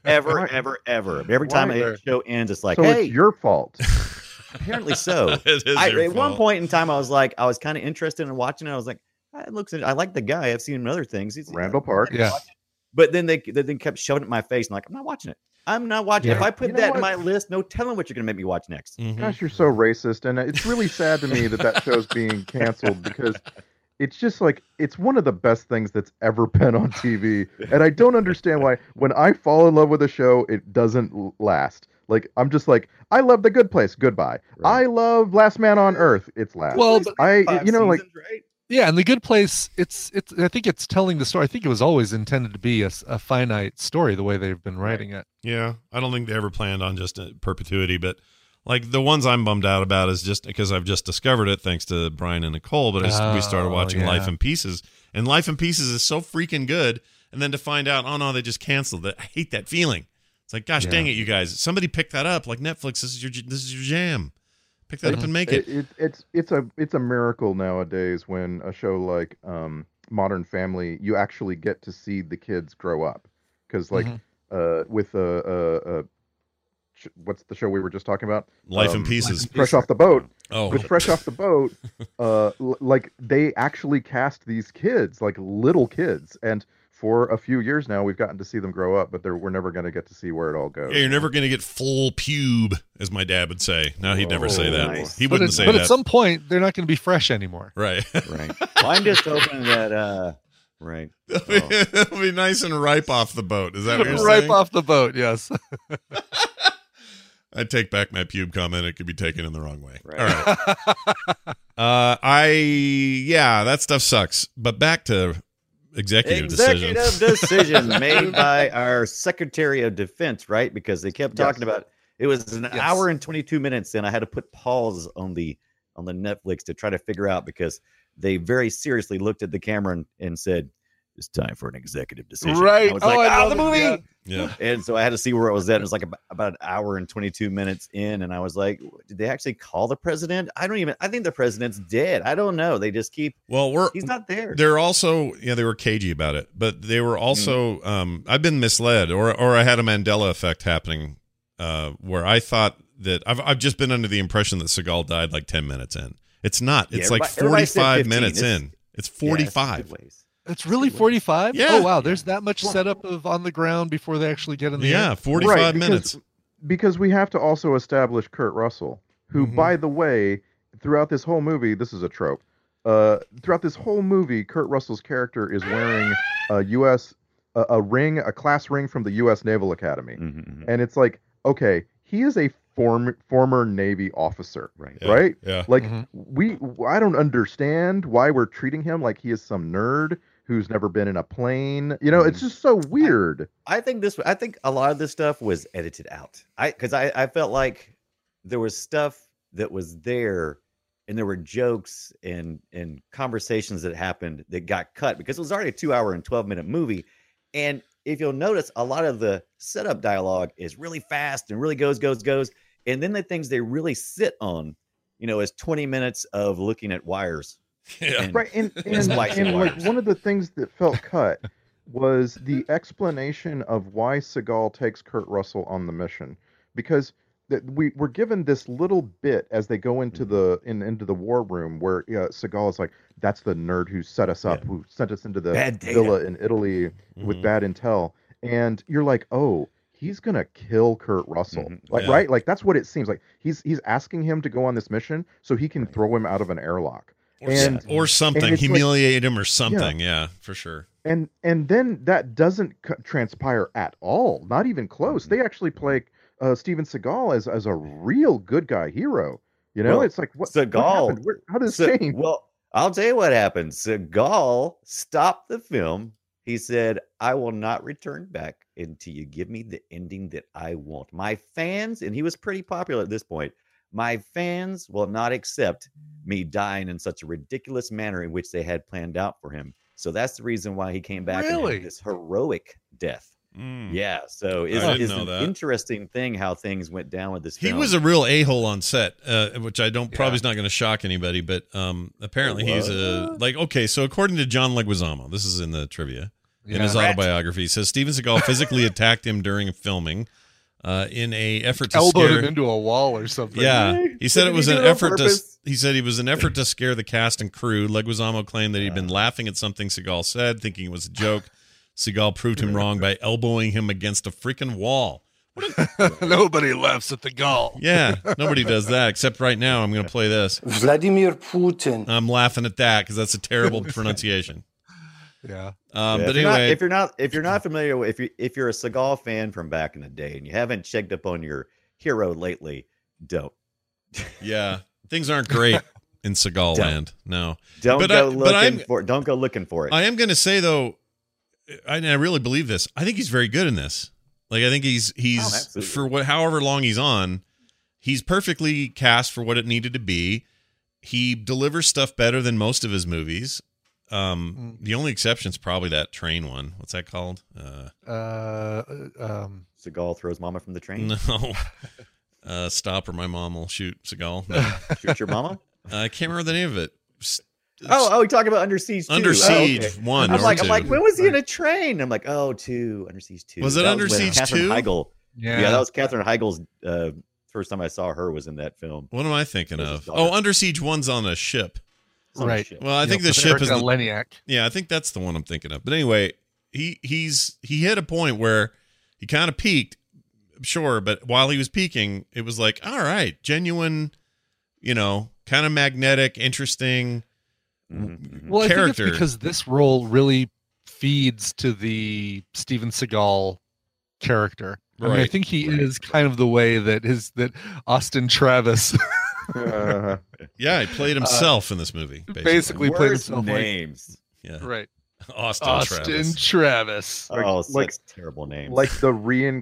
S6: ever,
S7: Why-
S6: ever, ever. Every time
S7: why-
S6: a show ends, it's like,
S7: so
S6: hey,
S7: it's your fault.
S6: Apparently so.
S5: It is
S6: I,
S5: your
S6: at one
S5: fault.
S6: point in time, I was like, I was kind of interested in watching it. I was like, "Ah, it looks. I like the guy. I've seen him in other things. He's,
S7: Randall Park.
S8: Yeah.
S6: But then they they then kept shoving it in my face, and like, I'm not watching it. I'm not watching. it.
S7: Yeah.
S6: If I put
S7: You know
S6: that in
S7: what?
S6: my list, no telling what you're going to make me watch next.
S5: Mhm.
S7: Gosh, you're so racist, and it's really sad to me that that show's being canceled because it's just like it's one of the best things that's ever been on TV, and I don't understand why. When I fall in love with a show, it doesn't l- last. Like I'm just like I love The Good Place, goodbye. I love Last Man on Earth, it's last.
S8: Well,
S6: There's
S8: but-
S6: like
S7: I-
S6: five
S7: you know, like-
S6: seasons, right?
S8: Yeah, and the good place. It's it's. I think it's telling the story. I think it was always intended to be a, s- a finite story. The way they've been writing it.
S5: Yeah, I don't think they ever planned on just uh, perpetuity, but like the ones I'm bummed out about is just because I've just discovered it thanks to Brian and Nicole. But as we started
S8: Oh,
S5: watching
S8: yeah.
S5: Life in Pieces, and Life in Pieces is so freaking good, and then to find out, oh no, they just canceled it. I hate that feeling. It's like, gosh
S8: Yeah.
S5: dang it, you guys! Somebody pick that up. Like Netflix, this is your this is your jam. Pick that up
S8: Mm-hmm.
S5: and make
S7: it,
S5: it.
S7: it, it's it's a it's a miracle nowadays when a show like um, Modern Family you actually get to see the kids grow up because like
S8: Mhm.
S7: uh, with a, uh uh ch- what's the show we were just talking about
S5: Life in
S7: Um,
S5: Pieces.
S7: Fresh off the boat
S5: Oh,
S7: with Fresh off the boat uh, l- like they actually cast these kids like little kids and for a few years now we've gotten to see them grow up but they're, we're never going to get to see where it all goes.
S5: yeah, you're never gonna get full pube, as my dad would say. No, he'd never say
S6: Oh,
S5: that.
S6: nice.
S5: He
S8: But,
S5: wouldn't
S8: at,
S5: say
S8: but
S5: that.
S8: at some point, they're not going to be fresh anymore.
S5: right.
S6: Right. Well, I'm just hoping that. uh Right. Oh.
S5: It'll be nice and ripe off the boat. Is that what you're
S8: Ripe
S5: saying?
S8: off the boat. Yes.
S5: I take back my pube comment. It could be taken in the wrong way.
S6: Right.
S5: All right. Uh, I yeah, that stuff sucks. But back to executive,
S6: Executive
S5: decisions.
S6: decision made by our Secretary of Defense, right? Because they kept talking
S7: Yes.
S6: about it was an
S8: Yes.
S6: hour and twenty two minutes, and I had to put pause on the on the Netflix to try to figure out because they very seriously looked at the camera and, and said, "It's time for an executive decision." I was like, "Ah, the movie.
S5: yeah.
S6: And so I had to see where it was at. It was like ab- about an hour and 22 minutes in. And I was like, did they actually call the president? I don't even, I think the president's dead. I don't know. They just keep,
S5: Well, we're
S6: he's not there.
S5: They're also yeah, they were cagey about it, but they were also um I've been misled or or I had a Mandela effect happening uh where I thought that I've I've just been under the impression that Seagal died like 10 minutes in. It's not.
S6: Yeah,
S5: It's like
S6: everybody- everybody said
S5: 45
S6: 15.
S5: minutes
S6: It's-
S5: in. It's
S6: Yeah, it's
S5: 45.
S6: sideways.
S8: It's really 45?
S5: Yeah.
S8: Oh, wow. There's that much setup of on the ground before they actually get in the
S5: yeah,
S8: air.
S5: 45
S7: Right, because-
S5: minutes.
S7: because we have to also establish Kurt Russell, who,
S5: Mhm.
S7: by the way, throughout this whole movie, this is a trope. Uh, throughout this whole movie, Kurt Russell's character is wearing a U.S. A, a ring, a class ring from the U.S. Naval Academy,
S6: Mhm, mhm.
S7: and it's like, okay, he is a form, former Navy officer,
S6: Right.
S5: Yeah,
S7: right?
S5: Yeah.
S7: Like
S8: Mhm.
S7: we, I don't understand why we're treating him like he is some nerd who's never been in a plane. You know, it's just so weird.
S6: I think this. I think a lot of this stuff was edited out. I because I I felt like there was stuff that was there, and there were jokes and and conversations that happened that got cut because it was already a two hour and twelve minute movie, and if you'll notice, a lot of the setup dialogue is really fast and really goes goes goes, and then the things they really sit on, you know, is twenty minutes of looking at wires.
S5: Yeah.
S6: and-
S7: right and, and,
S6: splicing
S7: and, like
S6: wires.
S7: one of the things that felt cut was the explanation of why Seagal takes Kurt Russell on the mission because that we were given this little bit as they go
S6: Mm-hmm.
S7: into the in into the war room where uh, Seagal is like that's the nerd who set us up who sent us into the
S6: Bad data. Mm-hmm.
S7: villa in Italy with
S5: Mhm.
S7: bad intel and you're like oh he's gonna kill Kurt Russell
S6: Mhm.
S7: like
S5: Yeah.
S7: right like that's what it seems like he's he's asking him to go on this mission so he can throw him out of an airlock
S5: Or, s-
S7: and-
S5: or something.
S7: and it's like-
S5: Humiliate him or something. Yeah. for sure.
S7: and and then that doesn't c- transpire at all not even close they actually play uh, steven seagal as as a real good guy hero you know
S6: Well,
S7: it's like what what
S6: Seagal-
S7: happened? Where- how does
S6: So-
S7: this change
S6: Well, I'll tell you what happened. Seagal stopped the film. He said, I will not return back until you give me the ending that I want. My fans, and he was pretty popular at this point, my fans will not accept me dying in such a ridiculous manner in which they had planned out for him. So that's the reason why he came back and
S8: Really?
S6: had this heroic death.
S5: Mm.
S6: Yeah. So it's,
S5: didn't
S6: it's
S5: know
S6: an
S5: that.
S6: interesting thing how things went down with this
S5: He
S6: film.
S5: was a real a hole on set, uh, which I don't
S8: Yeah.
S5: probably is not going to shock anybody. But um, apparently he's a
S8: What?
S5: like okay. So according to John Leguizamo, this is in the trivia in
S8: Yeah.
S5: his autobiography, he says Steven Seagal physically attacked him during filming. uh, in a effort to
S8: elbowed
S5: scare
S8: him into a wall or something.
S5: Yeah, he said it
S6: Didn't
S5: was
S6: he do
S5: an
S6: it on
S5: effort to.
S6: purpose?
S5: He said he was an effort to scare the cast and crew. Leguizamo claimed that he'd been laughing at something Seagal said, thinking it was a joke. Seagal proved him wrong by elbowing him against a freaking wall.
S8: Nobody laughs at the gall.
S5: Yeah, nobody does that except right now. I'm going to play this.
S9: Vladimir Putin.
S5: I'm laughing at that because that's a terrible pronunciation.
S8: Yeah.
S5: Um,
S6: Yeah,
S5: but
S6: if you're not-
S5: anyway,
S6: if you're not if you're not familiar with- if you if you're a Seagal fan from back in the day and you haven't checked up on your hero lately, don't
S5: yeah, things aren't great in Seagal land. No,
S6: don't
S5: But I-
S6: go
S5: but
S6: looking
S5: I'm-
S6: for don't go looking for it.
S5: I am going to say though, I, and I really believe this. I think he's very good in this. Like I think he's he's
S6: Oh, absolutely.
S5: for what however long he's on, he's perfectly cast for what it needed to be. He delivers stuff better than most of his movies.
S6: Mm.
S5: Um, The only exception's probably that train one. What's that called? Uh,
S8: Uh, um,
S6: Seagal throws mama from the train.
S5: no, uh, stop or my mom will shoot Seagal. No. Uh,
S6: Shoot your mama.
S5: I can't remember the name of it. S-
S6: Oh, oh, you're talking about Under Siege. Two.
S5: Under
S6: Oh,
S5: Siege
S6: okay.
S5: one.
S6: I'm
S5: or
S6: like,
S5: two.
S6: I'm like, when was he in a train? I'm like, oh, two Under Siege two.
S5: Was it Under
S6: when
S5: Siege
S6: Katherine
S5: two?
S6: Heigl.
S8: yeah.
S6: Yeah. that was Catherine Heigl's uh, first time I saw her was in that film.
S5: what am I thinking
S6: It was
S5: of?
S6: his
S5: Oh,
S6: daughter.
S5: Under Siege one's on a ship.
S6: Some
S8: Right.
S6: shit.
S5: Well, I
S8: Yeah,
S5: think the
S8: with
S5: ship is
S8: Erica
S5: the-
S8: Leniak.
S5: Yeah, I think that's the one I'm thinking of. But anyway, he he's he hit a point where he kind of peaked, sure, but while he was peaking, it was like, all right, genuine, you know, kind of magnetic, interesting.
S6: Mhm, mhm.
S8: Well, I think
S5: character.
S8: it's because this role really feeds to the Steven Seagal character. I mean, I
S5: Right,
S8: think he is kind of the way that his that Austin Travis
S7: Uh,
S5: Yeah, he played himself in this movie. Basically,
S8: basically played
S6: Worst
S8: himself like
S6: names.
S5: yeah,
S8: right
S5: Austin,
S8: Austin
S5: Travis.
S8: Travis.
S7: Like-
S6: oh, such
S7: like-
S6: terrible names.
S7: like the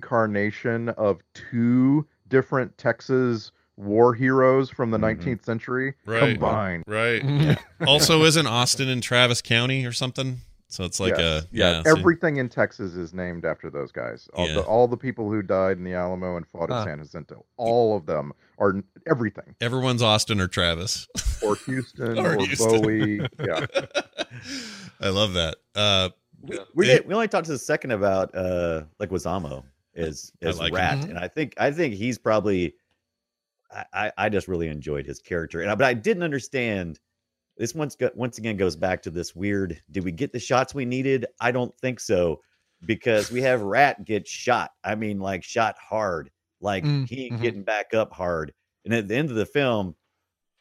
S7: reincarnation of two different Texas war heroes from the
S6: Mhm.
S7: 19th century
S5: Mm-hmm. Right.
S7: combined.
S5: Right. also, isn't Austin in Travis County or something? So it's like a yeah. so-
S7: Everything in Texas is named after those guys. All,
S5: Yeah.
S7: the, all the people who died in the Alamo and fought at
S8: Huh.
S7: San Jacinto, all of them are everything.
S5: everyone's Austin or Travis.
S7: Or Houston,
S5: Or
S7: or,
S5: Houston.
S7: Bowie. Yeah.
S5: I love that. Uh,
S6: we, we,
S5: It-
S6: did, we only talked to the second about uh Leguizamo as
S5: I
S6: as
S5: like him. Mm-hmm.
S6: Rat,
S8: Mhm.
S6: and I think I think he's probably I, I I just really enjoyed his character, and I, but I didn't understand this once go, once again goes back to this weird. Did we get the shots we needed? I don't think so because we have Rat get shot. I mean, like shot hard, like
S8: Mm,
S6: he
S5: mm-hmm.
S6: ain't
S8: mhm.
S6: getting back up hard, and at the end of the film,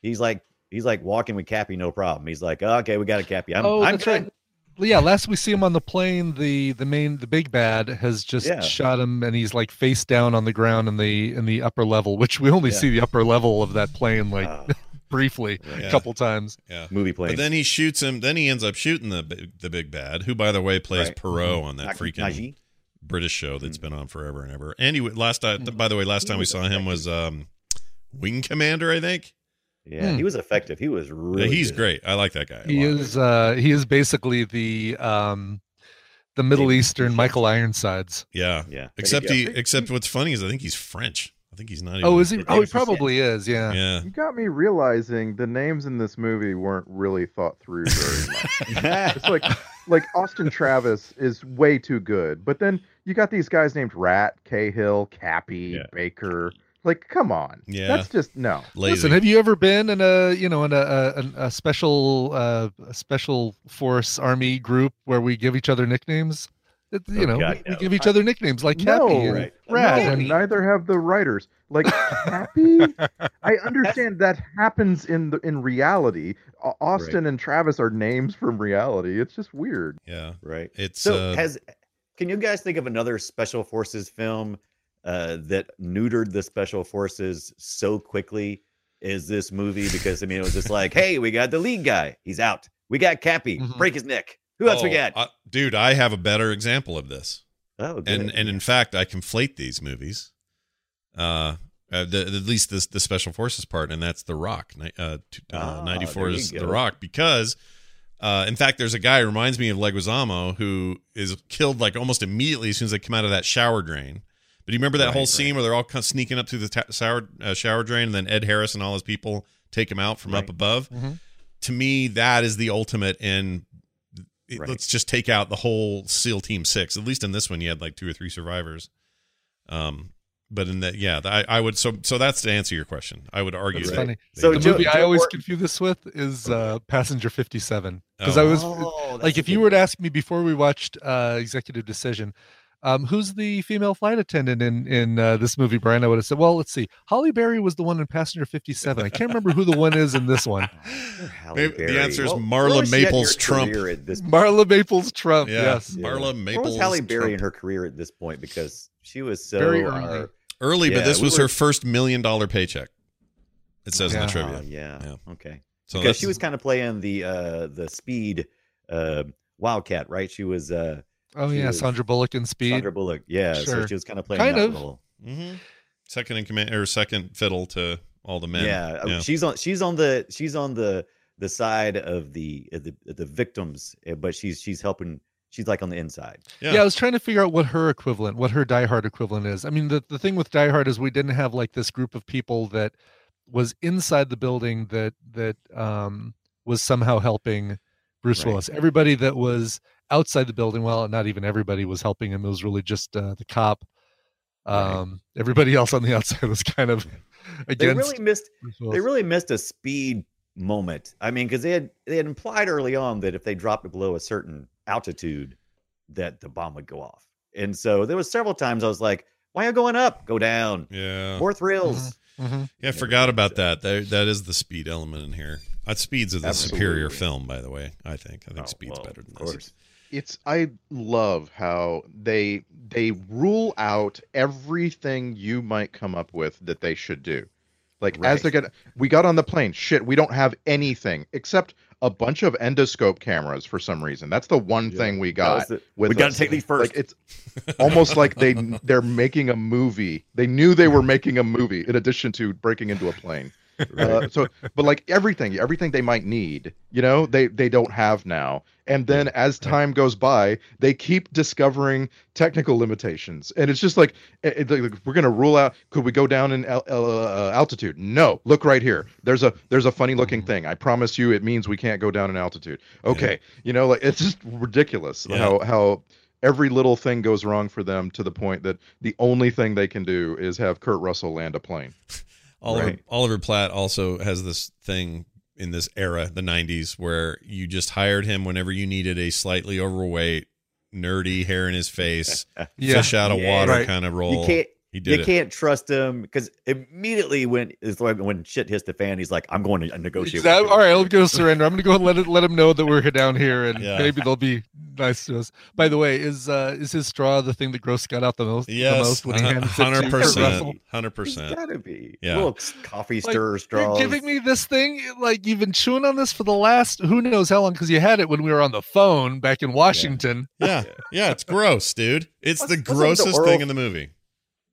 S6: he's like. He's like walking with Cappy, no problem. He's like, okay, we got a Cappy. I'm,
S8: oh,
S6: I'm
S8: that's
S6: good.
S8: right. Well, Yeah, last we see him on the plane, the the main the big bad has just
S6: Yeah.
S8: shot him, and he's like face down on the ground in the in the upper level, which we only
S6: Yeah.
S8: see the upper level of that plane like
S5: Uh.
S6: Ah,
S8: briefly
S5: Yeah.
S8: a couple times.
S5: yeah.
S6: movie plane.
S5: But then he shoots him. Then he ends up shooting the big, the big bad, who by the way plays
S6: Right. Mm-hmm.
S5: Perot on that
S6: Nagi-
S5: freaking
S6: Najee?
S5: British show that's been on forever and ever. And he last time,
S8: Mm.
S5: by the way, last time we saw him was um, Wing Commander, I think.
S6: Yeah,
S8: Hmm.
S6: he was effective. He was
S5: Yeah,
S6: really.
S5: He's
S6: good.
S5: great. I like that guy. a
S8: he
S5: lot.
S8: is uh he is basically the um the middle
S6: Maybe.
S8: eastern michael ironsides
S5: Yeah.
S6: Yeah.
S5: Except
S7: go.
S5: he. Except what's funny is I think he's French. I think he's not. Even,
S8: oh is he
S6: It
S8: oh he
S6: is, yeah.
S8: probably is yeah,
S5: Yeah.
S7: You got me realizing the names in this movie weren't really thought through very much. It's like like Austin Travis is way too good, but then you got these guys named Rat, Cahill, Cappy,
S6: Yeah.
S7: Baker. Like, come on,
S5: Yeah.
S7: that's just no.
S5: Lazy.
S8: Listen, have you ever been in a you know in a a, an- a special uh, a special force army group where we give each other nicknames? It, you
S6: Oh,
S8: know,
S6: God,
S8: we, we
S6: no.
S8: give each other nicknames like Cappy
S7: No,
S8: and
S6: right.
S8: Rad
S7: No,
S8: and
S7: and neither have the writers. Like Cappy, I understand that happens in the in reality. Au- Austin and Travis are names from reality. It's just weird.
S5: yeah.
S6: right.
S5: It's
S6: so
S5: uh,
S6: has can you guys think of another special forces film uh, that neutered the special forces so quickly? Is this movie because I mean it was just like, hey, we got the lead guy, he's out. We got Cappy,
S8: Mhm.
S6: break his neck. Who else we
S5: oh,
S6: got?
S5: I- dude, I have a better example of this.
S6: oh, good.
S5: and and in fact, I conflate these movies. Uh, uh the, at least this the special forces part, and that's The Rock. Ni- Uh, t- uh,
S6: Ah,
S5: ninety
S6: there
S5: four
S6: you
S5: is The
S6: go.
S5: Rock because, uh, in fact, there's a guy who reminds me of Leguizamo who is killed like almost immediately as soon as they come out of that shower drain. But do you remember that
S6: Right,
S5: whole
S6: right.
S5: scene where they're all kind of sneaking up through the ta- sour, uh, shower drain, and then Ed Harris and all his people take him out from up
S6: Right. Mm-hmm.
S5: above?
S8: Mhm.
S5: To me, that is the ultimate in it-
S6: Right.
S5: let's just take out the whole SEAL Team Six. At least in this one, you had like two or three survivors. Um, but in that, yeah, I, I would. So, so that's to answer your question. I would argue.
S8: That's
S5: that,
S8: funny.
S5: that
S8: So
S5: you-
S8: the movie I always confuse this with is uh, Passenger 57 because
S5: Oh.
S8: I was
S6: Oh, that's
S8: like,
S6: a
S8: if you
S6: good
S8: were to ask me before we watched uh, Executive Decision, um, who's the female flight attendant in in uh, this movie, Brian? I would have said, well, let's see, Holly Berry was the one in Passenger 57. I can't remember who the one is in this one.
S5: Maybe the answer is
S6: Well, where
S5: Marla
S6: was she at in her
S5: Maples Trump.
S6: career at this point?
S8: Marla Maples Trump.
S5: Yeah,
S8: Yes.
S5: Marla
S6: Where was
S5: Maples
S6: Halle Berry
S5: Trump.
S6: in her career at this point? Because she was so
S8: Very
S6: uh,
S8: early.
S5: early, but
S6: Yeah,
S5: this
S6: we
S5: was
S6: were-
S5: her first million dollar paycheck. It says in
S8: Yeah.
S5: the
S6: Ah,
S5: trivia.
S6: yeah.
S5: Oh, Yeah.
S6: Okay.
S5: So
S6: because
S5: that's-
S6: she was kind of playing the uh the speed uh wildcat, right? She was uh
S8: Oh
S6: She
S8: yeah,
S6: was-
S8: Sandra Bullock in Speed.
S6: Sandra Bullock. Yeah. So
S8: Sure.
S6: she was kind of playing
S8: Kind
S6: that
S8: of.
S6: role.
S5: Mhm. second in command or second fiddle to all the men.
S6: Yeah, uh, She's on she's on the she's on the the side of the uh, the, uh, the victims, uh, but she's she's helping she's like on the inside.
S8: Yeah. I was trying to figure out what her equivalent, what her Die Hard equivalent is. I mean, the, the thing with Die Hard is we didn't have like this group of people that was inside the building that that um, was somehow helping Bruce
S6: Right.
S8: Willis. Everybody that was outside the building, well, not even everybody was helping him. It was really just uh, the cop.
S6: Right.
S8: Um, Everybody else on the outside was kind of
S6: They
S8: against.
S6: really missed
S8: Bruce
S6: they
S8: Willis.
S6: really missed a speed moment. I mean, because they had they had implied early on that if they dropped below a certain altitude, that the bomb would go off. And so there was several times I was like, "Why are you going up? Go down.
S5: Yeah.
S6: More thrills."
S8: Mhm.
S5: Yeah, I forgot about that. That that is the speed element in here. Uh, speeds of the superior
S6: Absolutely.
S5: film, by the way. I think. I think
S6: Oh,
S5: speed's
S6: well,
S5: better than
S6: Of
S5: this.
S6: course.
S7: it's i love how they they rule out everything you might come up with that they should do like as
S6: Right.
S7: they're gonna we got on the plane shit we don't have anything except a bunch of endoscope cameras for some reason that's the one thing we
S6: That
S7: got
S6: was the-
S7: with
S6: we got
S7: us.
S6: to take these first.
S7: like it's almost like they they're making a movie they knew they were making a movie in addition to breaking into a plane uh, so but like everything everything they might need you know they they don't have now and then as time goes by they keep discovering technical limitations and it's just like, it- it- like, we're gonna rule out could we go down in al- al- uh, altitude no look right here there's a there's a funny looking thing i promise you it means we can't go down in altitude okay you know like it's just ridiculous
S5: Yeah.
S7: how how every little thing goes wrong for them to the point that the only thing they can do is have kurt russell land a plane
S5: Oliver,
S6: Right.
S5: Oliver Platt also has this thing in this era, the 90s, where you just hired him whenever you needed a slightly overweight, nerdy, hair in his face,
S8: Yeah.
S5: fish out of
S6: Yeah.
S5: water
S8: Right.
S5: kind of role.
S6: you can't
S5: he did
S6: you
S5: it.
S6: can't trust him because immediately when it's like when shit hits the fan, he's like, "I'm going to negotiate." with
S8: Exactly.
S6: you."
S8: All right, I'm going to surrender. I'm going to go and let it, let him know that we're down here, and
S5: Yeah.
S8: maybe they'll be nice to us. By the way, is uh, is his straw the thing that grossed Scott out the most? the
S5: Yes,
S8: most when he hands it to Kurt
S5: 100%.
S8: Russell?
S5: 100%.
S6: It's gotta be.
S5: Yeah.
S6: Little coffee
S8: Like,
S6: stir
S8: You're
S6: straws.
S8: giving me this thing like you've been chewing on this for the last who knows how long because you had it when we were on the phone back in Washington.
S5: Yeah. Yeah. It's gross, dude. It's
S6: What's-
S5: the
S6: what's up with the
S5: grossest
S6: oral-
S5: thing in the movie.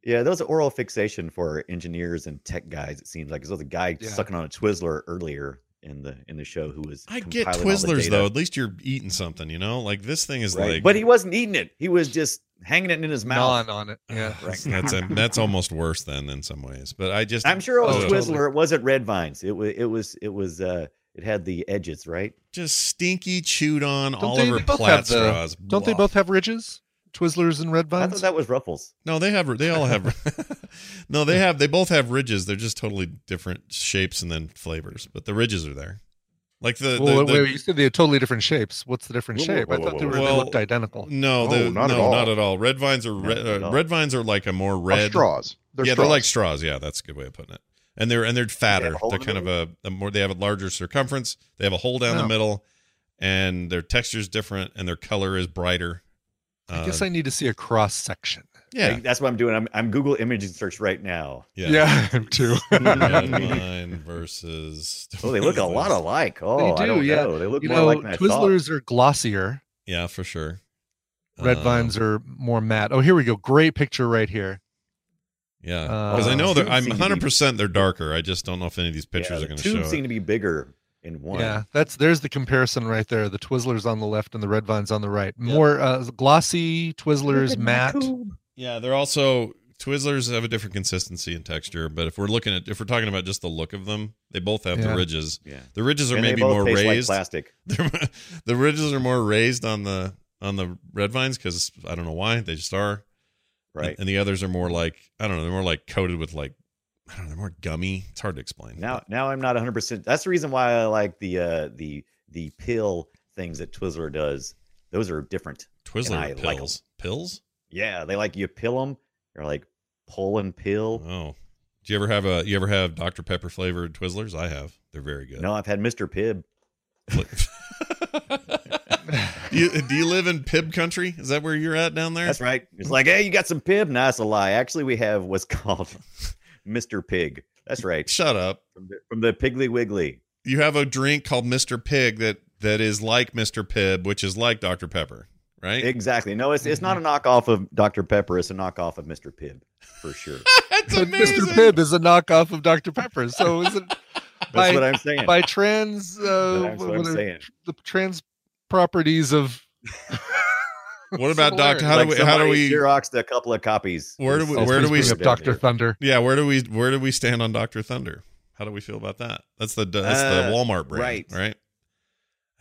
S6: Yeah, that was an oral fixation for engineers and tech guys. It seems like 'Cause there was a guy
S8: Yeah.
S6: sucking on a Twizzler earlier in the in the show who was.
S5: I get
S6: compiling all the
S5: Twizzlers,
S6: data,
S5: though. At least you're eating something, you know? Like this thing is
S6: right?
S5: like.
S6: but he wasn't eating it. He was just hanging it in his mouth.
S8: Gnawing on it. Yeah.
S6: Right.
S5: that's that's almost worse than in some ways. But I just
S6: I'm sure it was
S8: Oh,
S6: Twizzler.
S8: totally.
S6: It wasn't Red Vines. It was. It was. It was. uh It had the edges, right?
S5: just stinky chewed on
S8: Don't they-
S5: Oliver
S8: they both
S5: Platt
S8: have the-
S5: straws.
S8: Don't they
S5: Blah.
S8: both have ridges? Twizzlers and red
S6: I
S8: vines.
S6: thought that was Ruffles.
S5: No, they have. They all have. no, they have. They both have ridges. They're just totally different shapes and then flavors. But the ridges are there. Like the, the-
S8: well, wait,
S5: the-
S8: wait, you said they had totally different shapes. What's the different
S7: Whoa, whoa,
S8: shape?
S7: whoa,
S8: I thought they,
S7: whoa,
S8: were, they
S5: whoa. Well,
S8: looked identical.
S5: no,
S6: Oh,
S7: No,
S5: the,
S7: not at
S5: no,
S7: all.
S5: not at all. Red vines are red.
S6: Not at
S5: Uh,
S6: all.
S5: red vines are like a more
S7: Or
S5: red.
S7: straws they're
S5: yeah,
S7: straws.
S5: they're like straws. Yeah, that's a good way of putting it. And they're and they're fatter.
S6: have a hole
S5: They're
S6: in the
S5: kind of a, a more. They have a larger circumference. They have a hole down the
S8: No.
S5: middle, and their texture's different, and their color is brighter.
S8: I guess
S5: Uh,
S8: I need to see a cross section.
S5: yeah,
S6: Like, that's what I'm doing. I'm, I'm Google image search right now.
S5: yeah.
S8: I am too.
S5: Red vine versus.
S6: Oh, they look a lot alike. Oh, I
S8: do,
S6: don't
S8: yeah.
S6: know. They look
S8: you
S6: more
S8: know,
S6: like than I thought.
S8: Twizzlers are glossier.
S5: Yeah, for sure.
S8: Red
S5: Um,
S8: vines are more matte. Oh, here we go. Great picture right here.
S5: Yeah, because I
S8: Uh,
S5: know they're.
S6: Tubes
S5: I'm
S6: seem to be-
S5: 100 percent they're darker. I just don't know if any of these
S6: Oh, Yeah,
S5: pictures
S6: the
S5: are going to show.
S6: tubes
S5: it.
S6: seem to be bigger in one.
S8: Yeah, that's there's the comparison right there. The Twizzlers on the left and the red vines on the right. More uh, glossy Twizzlers, matte.
S5: yeah, they're also Twizzlers have a different consistency and texture. But if we're looking at, if we're talking about just the look of them, they both have the
S8: Yeah.
S5: ridges.
S6: Yeah.
S5: The ridges are
S6: And they
S5: maybe
S6: both
S5: more
S6: taste like
S5: raised.
S6: plastic.
S5: the ridges are more raised on the on the red vines because I don't know why they just are.
S10: right?
S5: And, and the others are more like I don't know, they're more like coated with like I don't know, they're more gummy. It's hard to explain.
S6: Now, now I'm not 100. percent That's the reason why I like the uh, the the pill things that Twizzler does. Those are different.
S5: Twizzler
S6: and I
S5: pills.
S6: like 'em.
S5: pills?
S6: yeah, they like you pill them. They're like pull and pill.
S5: Oh. Do you ever have a you ever have Dr. Pepper flavored Twizzlers? I have. They're very good.
S6: No, I've had Mr. Pibb.
S5: do, you, do you live in Pib country? Is that where you're at down there?
S6: That's right. It's like, hey, you got some Pibb? Nah, that's a lie. Actually, we have what's called Mr. Pig. That's right.
S5: Shut up.
S6: From the, from the Piggly Wiggly.
S5: You have a drink called Mr. Pig that that is like Mr. Pibb, which is like Dr. Pepper, right?
S6: Exactly. No, it's it's not a knockoff of Dr. Pepper. It's a knockoff of Mr. Pibb for sure.
S5: That's
S8: But Mr. Pibb is a knockoff of Dr. Pepper. So is it
S6: That's what I'm saying.
S8: by trans uh,
S6: That's what I'm
S8: what are
S6: saying.
S8: the trans properties of
S5: What about
S8: Hilarious.
S5: Dr. How do we how do we
S6: Xeroxed a couple of copies?
S5: Where do we-
S6: It's-
S5: where do we-
S6: it's
S8: of
S6: pretty down
S8: Dr.
S6: here.
S8: Thunder?
S5: Yeah, where do we where do we stand on Dr. Thunder? How do we feel about that? That's the that's the
S6: Uh,
S5: Walmart brand, right?
S6: right.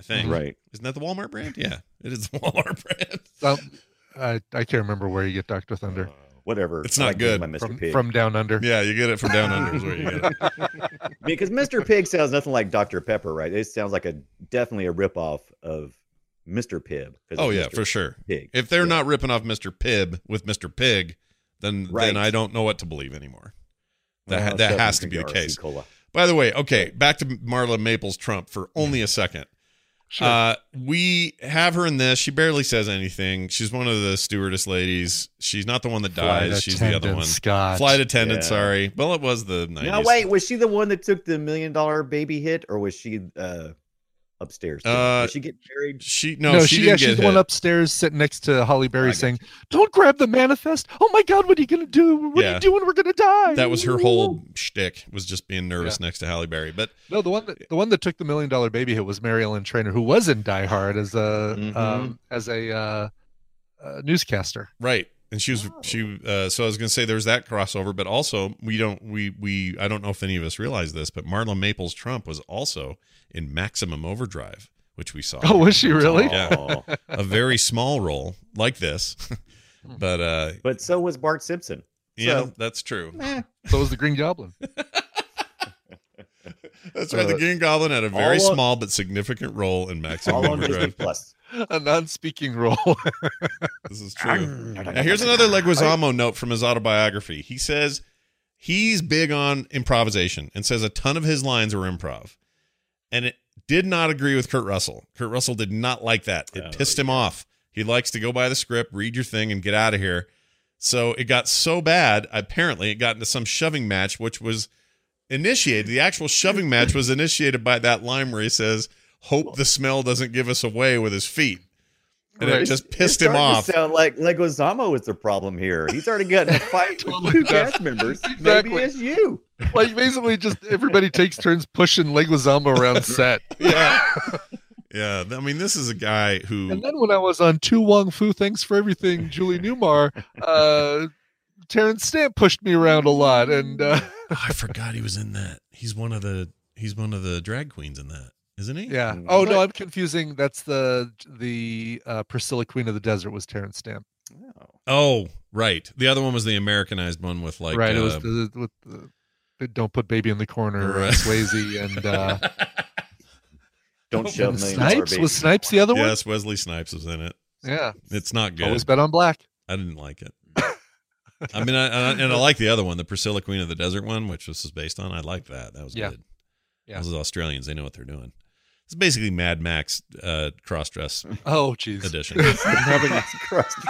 S5: I think.
S6: Right.
S5: Isn't that the Walmart brand? Yeah, it is the Walmart brand.
S8: Um, I, I can't remember where you get Dr.
S7: Uh,
S8: Thunder
S6: Whatever.
S5: It's
S6: I
S5: not
S6: like doing
S5: good.
S6: My Mr.
S8: from
S6: Pig.
S8: from down under.
S5: Yeah, you get it from down under is where you get it.
S6: because Mr. Pig sounds nothing like Dr. Pepper, right? It sounds like a definitely a ripoff of Mr. Pibb. 'cause it's
S5: Oh yeah,
S6: Mr.
S5: for sure.
S6: Pig.
S5: If they're
S6: Yeah.
S5: not ripping off Mr. Pibb with Mr. Pig, then
S6: Right.
S5: then I don't know what to believe anymore. That
S6: Well,
S5: ha- that
S6: seven
S5: has to be the
S6: cigars,
S5: case.
S6: Nicola.
S5: By the way, okay, back to Marla Maples Trump for only a second. Uh, we have her in this. She barely says anything. She's one of the stewardess ladies. She's not the one that
S8: Flight
S5: dies. She's the other
S8: attendant,
S5: one.
S8: Scott.
S5: Flight attendant.
S6: Yeah.
S5: Sorry. Well, it was the 90s.
S6: Now wait, was she the one that took the million dollar baby hit, or was she uh, upstairs? too?
S5: Uh,
S6: Did she get married?
S5: She
S8: No,
S5: no.
S8: she,
S5: she, didn't
S8: yeah,
S5: get
S8: she's the
S5: hit.
S8: one upstairs sitting next to Holly Berry
S5: got
S8: saying, Don't grab the manifest. Oh my God, what are you going to do? What are
S5: Yeah.
S8: you doing? We're going to die.
S5: That was her whole shtick was just being nervous next to Halle Berry. But
S8: No, the one that the one that took the million dollar baby hit was Mary Ellen Trainer, who was in Die Hard as a
S5: Mm-hmm.
S8: um, as a uh, uh, newscaster.
S5: Right. And she was
S8: Oh.
S5: she uh so I was gonna say there's that crossover, but also we don't we we I don't know if any of us realize this, but Marla Maples Trump was also in Maximum Overdrive, which we saw.
S8: Oh, was she really?
S5: Yeah. A very small role like this.
S8: Hmm.
S5: but uh
S6: But so was Bart Simpson.
S5: yeah,
S6: So-
S5: that's true.
S8: So was the Green Goblin.
S5: That's right. The
S8: uh,
S5: Green Goblin had a very
S6: all on-
S5: small but significant role in Maximum
S6: All on Disney
S5: Overdrive.
S6: Plus.
S8: A non-speaking role.
S5: This is true. Now, here's another Leguizamo note from his autobiography. He says he's big on improvisation and says a ton of his lines were improv. And it did not agree with Kurt Russell. Kurt Russell did not like that. It
S6: Oh,
S5: pissed him off. He likes to go by the script, read your thing, and get out of here. So it got so bad, apparently, it got into some shoving match, which was initiated. The actual shoving match was initiated by that line where he says, Hope the smell doesn't give us away with his feet. And it
S8: Right.
S5: just
S6: It's
S5: pissed him
S6: starting to
S5: off.
S6: Sound like Leguizamo is the problem here. He's already gotten a fight
S8: Totally
S6: with two
S8: does.
S6: cast members.
S8: Exactly.
S6: Maybe it's you.
S8: like basically, just everybody takes turns pushing Leguizamo around set.
S5: yeah. Yeah. I mean, this is a guy who
S8: And then when I was on Two Wong Fu, thanks for everything, Julie Newmar, uh, Terrence Stamp pushed me around a lot, and uh,
S5: I forgot he was in that. He's one of the he's one of the drag queens in that, isn't he?
S8: yeah. Oh no, I'm confusing. That's the the uh, Priscilla Queen of the Desert was Terrence Stamp.
S5: Oh, right. The other one was the Americanized one with like
S8: right, it was
S5: uh,
S8: the, with the, the don't put baby in the corner,
S5: Right.
S8: and Swayze, and uh,
S6: Don't shove
S8: and
S6: million dollar
S8: Snipes
S6: baby.
S8: was Snipes the other one.
S5: Yes, Wesley Snipes was in it.
S8: Yeah,
S5: It's not good.
S8: always bet on black.
S5: I didn't like it. I mean, I, and I- and I like the other one, the Priscilla Queen of the Desert one, which this is based on. I like that. That was
S8: Yeah.
S5: good.
S8: Yeah.
S5: Those Australians, they know what they're doing. It's basically Mad Max uh, cross dress
S8: Oh jeez,
S5: edition.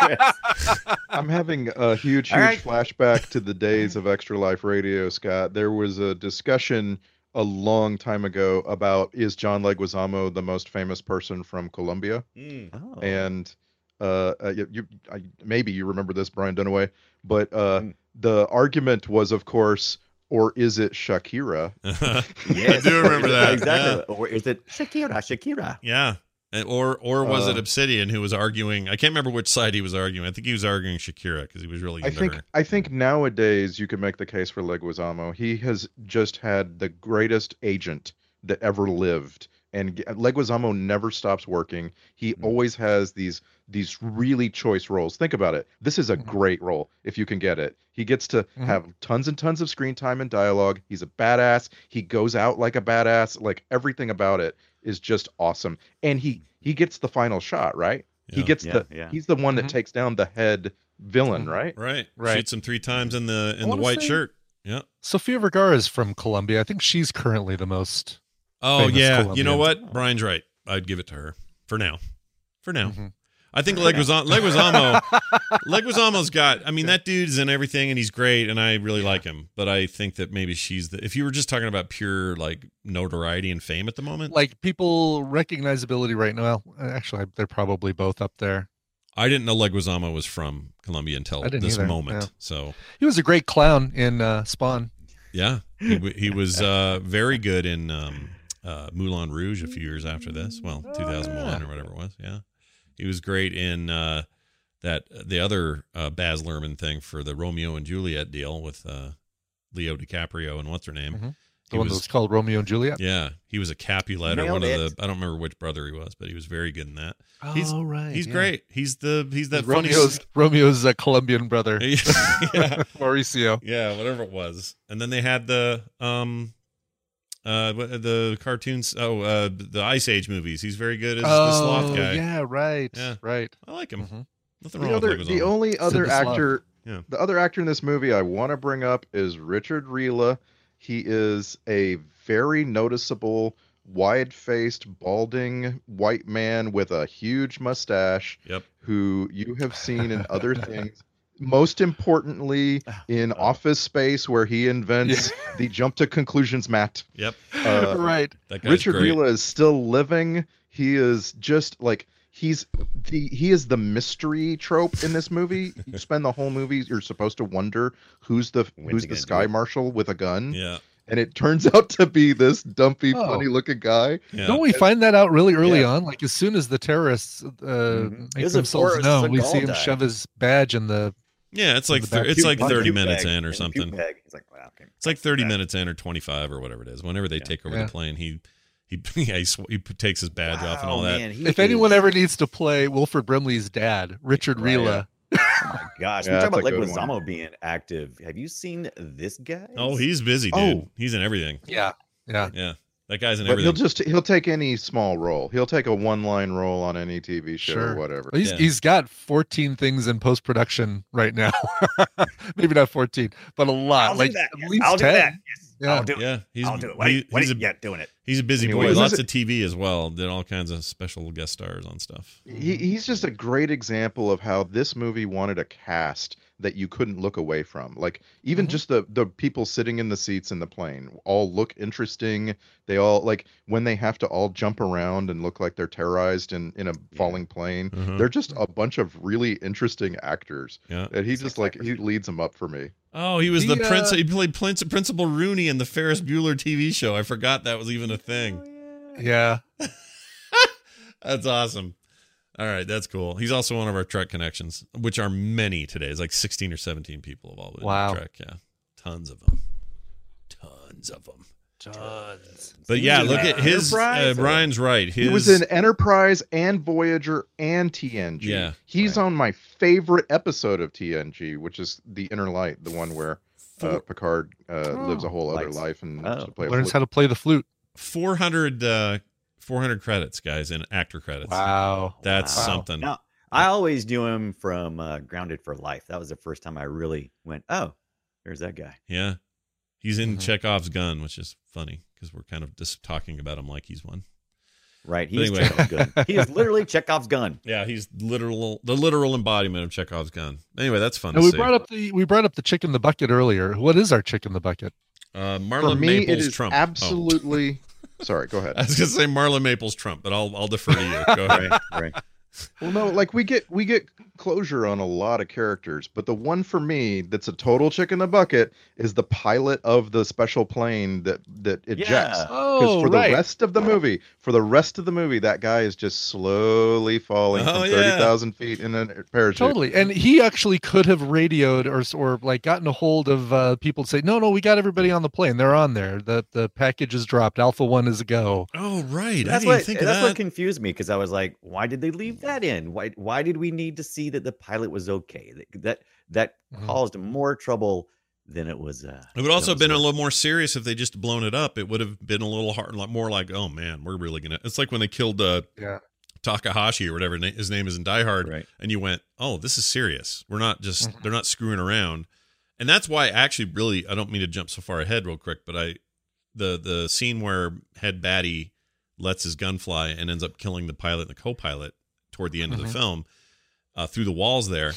S10: I'm having a huge, huge
S6: All right.
S10: flashback to the days of Extra Life Radio, Scott. There was a discussion a long time ago about is John Leguizamo the most famous person from Colombia?
S6: Oh.
S10: and uh, uh, you, you I, maybe you remember this, Brian Dunaway, but uh, the argument was, of course, or is it Shakira?
S5: I do remember that. Yeah.
S6: Exactly. Or is it Shakira? Shakira.
S5: Yeah. And- Or or was it
S10: Uh,
S5: Obsidian who was arguing? I can't remember which side he was arguing. I think he was arguing Shakira because he was really
S10: I
S5: into
S10: think
S5: her.
S10: I think nowadays you can make the case for Leguizamo. He has just had the greatest agent that ever lived
S7: and g- Leguizamo never stops working. He
S5: Hmm.
S7: always has these these really choice roles. Think about it. This is a
S5: Hmm.
S7: great role if you can get it. He gets to
S5: Mm-hmm.
S11: Mhm.
S7: have tons and tons of screen time and dialogue. He's a badass. He goes out like a badass. Like everything about it is just awesome. And he he gets the final shot, right? He
S5: Yeah. Mm-hmm.
S7: gets
S5: Yeah,
S7: the
S5: yeah.
S7: he's the one that takes down the head villain,
S5: Mm-hmm.
S7: right?
S5: Right.
S7: Right.
S5: Shoots him three times in the in
S7: I
S5: the
S7: wanna
S5: white
S7: say-
S5: shirt. Yeah.
S8: Sofia Vergara is from Colombia. I think she's currently the most.
S5: Oh
S8: famous
S5: yeah. You
S8: Colombian.
S5: know
S7: Oh.
S5: what? Brian's right. I'd give it to her for now. For now.
S8: Mhm.
S5: I think
S8: For
S5: Leguizamo,
S8: now.
S5: Leguizamo, Leguizamo's got. I mean, that dude's in everything, and he's great, and I really like him. But I think that maybe she's the. If you were just talking about pure like notoriety and fame at the moment,
S8: Like people recognizability right now. Well, actually, they're probably both up there.
S5: I didn't know Leguizamo was from Colombia until
S8: I didn't
S5: this
S8: either,
S5: moment.
S8: yeah.
S5: So
S8: He was a great clown in uh, Spawn.
S5: yeah, he, w- he was uh, very good in um, uh, Moulin Rouge a few years after this. Well,
S8: Oh,
S5: 2001 or whatever it was. Yeah, he was great in uh, that the other uh, Baz Luhrmann thing for the Romeo and Juliet deal with uh, Leo DiCaprio and what's her name.
S8: Mhm. The
S5: He
S8: one that was called Romeo and Juliet.
S5: Yeah, he was a Capulet or
S8: Nailed
S5: one of
S8: it.
S5: the. I don't remember which brother he was, but he was very good in that.
S8: Oh,
S5: he's,
S8: right,
S5: He's
S8: yeah.
S5: great. He's the he's that funny
S8: Romeo's Romeo's uh, Colombian brother.
S5: yeah.
S8: Mauricio.
S5: Yeah, whatever it was. And then they had the um uh what- the cartoons oh uh the Ice Age movies. He's very good as the sloth
S8: Oh,
S5: guy.
S8: Yeah, right.
S5: Yeah.
S8: Right.
S5: I like him.
S8: Mm-hmm.
S5: Nothing
S7: the
S5: wrong
S7: other,
S5: with
S7: the
S5: Leguizamo.
S7: only other
S8: the Slav.
S7: actor,
S5: Yeah.
S7: the other actor in this movie I want to bring up is Richard Rila. He is a very noticeable, wide-faced, balding white man with a huge mustache.
S5: Yep.
S7: Who you have seen in other things. Most importantly,
S8: Ah,
S7: in Office Space, where he invents the jump to conclusions mat.
S5: Yep.
S7: Uh,
S8: right.
S5: That guy's
S7: Richard
S5: great.
S7: Vila is still living. He is just like he's the he is the mystery trope in this movie. You spend the whole movie you're supposed to wonder who's the who's the sky marshal with a gun.
S5: Yeah.
S7: And it turns out to be this dumpy,
S8: Oh.
S7: funny looking guy.
S8: Don't we find that out really early
S7: Yeah.
S8: on? Like as soon as the terrorists uh,
S7: Mm-hmm. It
S8: make
S7: was a
S8: themselves
S7: Boris
S8: known, we
S7: Segal
S8: see him
S7: guy.
S8: shove his badge in the.
S5: Yeah, it's like
S8: in the back
S5: thir- it's like
S8: seat.
S5: 30 minutes in or something.
S6: He's like, wow, okay.
S5: It's like 30 minutes in or 25 or whatever it is. Whenever they take over
S8: Yeah.
S5: the plane, he he yeah, he, sw- he p- takes his badge off and all that.
S8: if
S6: Oh
S8: anyone ever needs to play Wilfred Brimley's dad, Richard
S6: Right.
S8: Rila.
S6: Gosh,
S8: Yeah,
S6: we're talking
S8: that's
S6: about
S8: a good
S6: Leguizamo being active. Have you seen this guy?
S5: Oh, he's busy, dude.
S6: Oh.
S5: He's in everything.
S8: Yeah. Yeah.
S5: Yeah. That guy's in
S7: But he'll
S5: everything.
S7: just he'll take any small role. He'll take a one line role on any TV show or whatever.
S8: He's he's got 14 things in post production right now. Maybe not 14, but a lot.
S6: I'll do
S8: like
S6: that.
S8: at least
S6: I'll do
S8: 10.
S6: that. Yes.
S8: Yeah.
S6: I'll do it.
S5: Yeah,
S6: I'll do it. What,
S5: he-
S6: what
S5: he's
S6: he's
S5: a-
S6: yeah, doing it.
S5: He's a busy
S7: And he
S5: boy.
S7: was-
S5: Lots of TV as well. Did all kinds of special guest stars on stuff.
S7: he, he's just a great example of how this movie wanted a cast that you couldn't look away from like even just the the people sitting in the seats in the plane all look interesting they all like when they have to all jump around and look like they're terrorized in in a falling plane they're just a bunch of really interesting actors
S5: Yeah.
S7: and he just like he leads them up for me
S5: Oh, he was the,
S8: The, uh,
S5: prince. He played Prince, Principal Rooney in the Ferris Bueller TV show. I forgot that was even a thing.
S8: Yeah.
S5: That's awesome. All right, that's cool. He's also one of our Trek connections, which are many today. It's like sixteen or seventeen people have all been
S8: Wow.
S5: on Trek. Yeah, tons of them, tons of them.
S8: Tons.
S5: But yeah, look at his. Uh,
S7: Enterprise.
S5: Brian's right. His
S7: he was in enterprise and voyager and tng
S5: Yeah.
S7: he's on my favorite episode of tng which is the inner light the one where uh, Picard uh, lives a whole other
S8: Lights.
S7: life and learns to play a
S8: Learns
S7: flute.
S8: how to play the flute.
S5: 400, uh, 400 credits, guys, in actor credits.
S8: Wow.
S5: that's
S6: Wow.
S5: something.
S6: Now, I always knew him from uh, Grounded for Life. That was the first time I really went, oh, there's that guy.
S5: Yeah. He's in Chekhov's gun, which is funny because we're kind of just talking about him like he's one.
S6: Right.
S5: But
S6: He's
S5: anyway.
S6: Chekhov's gun. He is literally Chekhov's gun.
S5: Yeah, he's literal, the literal embodiment of Chekhov's gun. Anyway, that's fun.
S8: Now,
S5: to
S8: we
S5: see.
S8: brought up the we brought up the chick in the bucket earlier. What is our chick in the bucket?
S5: uh,
S7: For
S5: Marla
S7: me, it
S5: Maples
S7: is
S5: Trump. Oh.
S7: absolutely. Sorry, go ahead.
S5: I was gonna say Marla Maples Trump, but I'll I'll defer to you. Go ahead.
S6: Right.
S7: Well, no, like we get we get closure on a lot of characters, but the one for me that's a total chick in the bucket is the pilot of the special plane that that ejects.
S8: Yeah. Oh,
S7: for
S8: right.
S7: the rest of the movie, for the rest of the movie, that guy is just slowly falling
S8: Oh,
S7: from
S8: yeah.
S7: thirty thousand feet in a parachute.
S8: Totally. And he actually could have radioed or or like gotten a hold of uh, people to say, no, no, we got everybody on the plane. They're on there. The the package is dropped. Alpha one is a go.
S5: Oh right.
S8: I
S6: That's
S8: didn't
S6: what
S8: even think of
S6: that's
S8: that.
S6: what confused me because I was like, why did they leave that in? Why why did we need to see that the pilot was okay? That that, that caused more trouble than it was. Uh,
S5: It would also have been a little more serious if they just blown it up. It would have been a little hard, like more like, oh man, we're really gonna. It's like when they killed uh,
S8: Yeah.
S5: Takahashi or whatever na- his name is in Die Hard, and you went, oh, this is serious. We're not just
S8: Mm-hmm.
S5: they're not screwing around, and that's why I actually really I don't mean to jump so far ahead real quick, but I the the scene where Head Batty lets his gun fly and ends up killing the pilot and the co-pilot toward the end of
S8: Mm-hmm.
S12: Mhm.
S5: the film uh, through the walls there,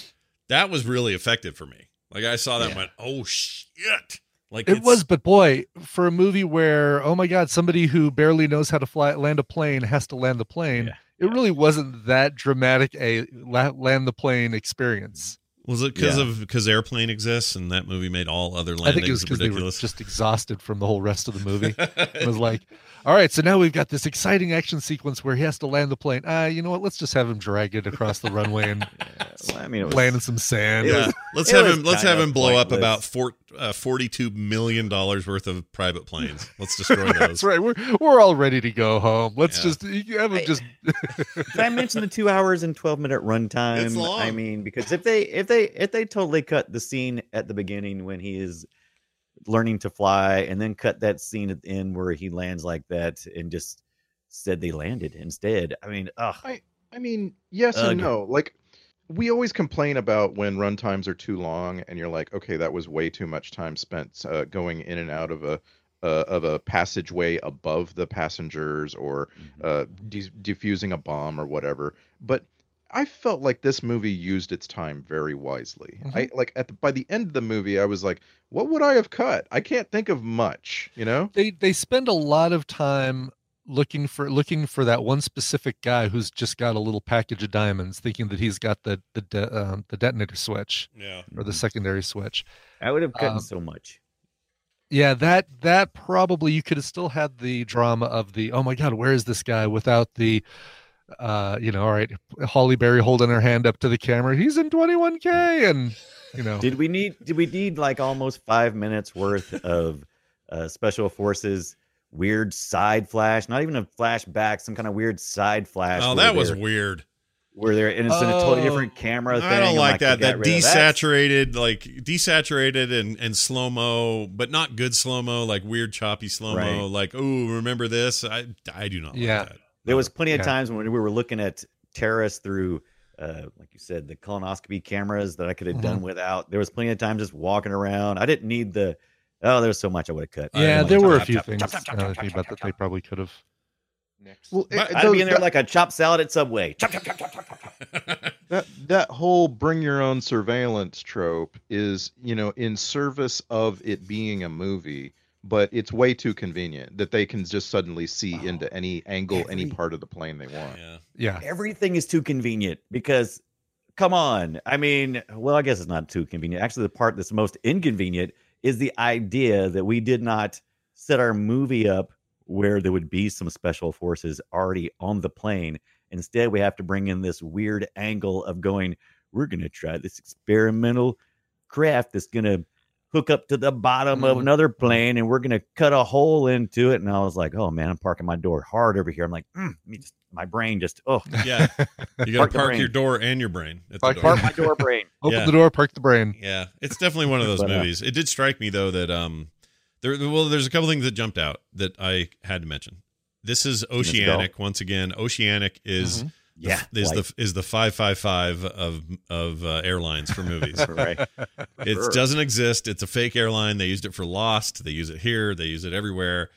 S5: that was really effective for me. Like I saw that and went, oh shit. Like
S8: it was, but boy, for a movie where oh my god, somebody who barely knows how to fly land a plane has to land the plane. It really wasn't that dramatic a la- land the plane experience.
S5: Was it because
S8: Yeah.
S5: of because airplane exists and that movie made all other
S8: I think it was
S5: landings
S8: because they were
S5: ridiculous?
S8: just exhausted from the whole rest of the movie. it was like, all right, so now we've got this exciting action sequence where he has to land the plane. Uh, you know what? Let's just have him drag it across the runway and
S6: I mean,
S8: land in some sand.
S5: Yeah. let's have him. Let's have him blow up about four, uh, forty-two million dollars worth of private planes. Let's destroy those.
S8: That's right. We're we're all ready to go home. Let's just you have him just
S6: did I mention the two hours and twelve minute runtime?
S8: It's long.
S6: I mean, because if they if they if they totally cut the scene at the beginning when he is learning to fly, and then cut that scene at the end where he lands like that, and just said they landed instead. I mean, ugh.
S7: I, I mean, yes
S6: Ugh.
S7: and no. Like we always complain about when runtimes are too long, and you're like, okay, that was way too much time spent uh, going in and out of a uh, of a passageway above the passengers, or
S6: Mm-hmm.
S7: uh, de- defusing a bomb or whatever. But I felt like this movie used its time very wisely. I
S6: Mm-hmm.
S7: like at the, by the end of the movie, I was like, what would I have cut? I can't think of much, you know.
S8: they they spend a lot of time looking for looking for that one specific guy who's just got a little package of diamonds, thinking that he's got the the de- um, the detonator switch,
S5: Yeah.
S8: or the secondary switch.
S6: I would have cut
S8: Um,
S6: so much.
S8: Yeah, that that probably you could have still had the drama of the oh my god, where is this guy without the uh you know, all right, Holly Berry holding her hand up to the camera. He's in
S6: Hmm.
S8: 21K and you know.
S6: Did we need did we need like almost five minutes worth of uh, special forces weird side flash? Not even a flashback, some kind of weird side flash.
S5: Oh,
S6: where
S5: that was
S6: they're-
S5: weird.
S6: Where they're and it's in a totally different camera thing.
S5: Oh, I don't
S6: I'm
S5: like
S6: they
S5: that.
S6: got
S5: That
S6: rid of that.
S5: desaturated, like desaturated and and slow mo, but not good slow mo, like weird choppy slow mo.
S6: Right.
S5: Like, oh, remember this? I I do not. Like that.
S6: There was plenty of
S5: Yeah.
S6: times when we were looking at terrorists through, uh, like you said, the colonoscopy cameras that I could have done
S8: Mhm.
S6: without. There was plenty of time just walking around. I didn't need the. Oh, there was so much I would have cut.
S8: Yeah,
S6: Like,
S8: there were a
S6: chop,
S8: few
S6: chop,
S8: things
S6: chop,
S8: now
S6: chop, chop,
S8: that I
S6: chop,
S8: think about that they probably could have.
S7: Well, it-
S6: I'd
S7: those-
S6: be in there
S7: that-
S6: like a chopped salad at Subway. Chop, chop, chop, chop, chop, chop.
S7: that that whole bring your own surveillance trope is you know in service of it being a movie but it's way too convenient that they can just suddenly see into any angle any
S6: Every-
S7: part of the plane they want
S5: yeah
S8: Yeah.
S6: Everything is too convenient because come on. I mean, well, I guess it's not too convenient. Actually, the part that's most inconvenient is the idea that we did not set our movie up where there would be some special forces already on the plane. Instead, we have to bring in this weird angle of going, we're going to try this experimental craft that's going to hook up to the bottom of
S8: Mhm.
S6: another plane and we're going to cut a hole into it. And I was like, oh man, I'm parking my door hard over here. I'm like, mm, let me just, my brain just, oh,
S5: Yeah, you got
S6: Park
S5: to
S6: the
S5: park
S6: brain.
S5: your door and your brain. At
S6: Park-
S5: the
S6: park my door brain.
S8: Open
S5: Yeah.
S8: the door, park the brain.
S5: Yeah, it's definitely one of those
S8: But, uh,
S5: movies. It did strike me though that um, there well, there's a couple things that jumped out that I had to mention. This is Oceanic once again. Oceanic is
S12: Mhm.
S5: the-
S12: Yeah,
S5: is
S12: like-
S5: the is the five five five of of uh, airlines for movies.
S12: Right.
S5: It
S12: Sure.
S5: doesn't exist. It's a fake airline. They used it for Lost. They use it here. They use it everywhere.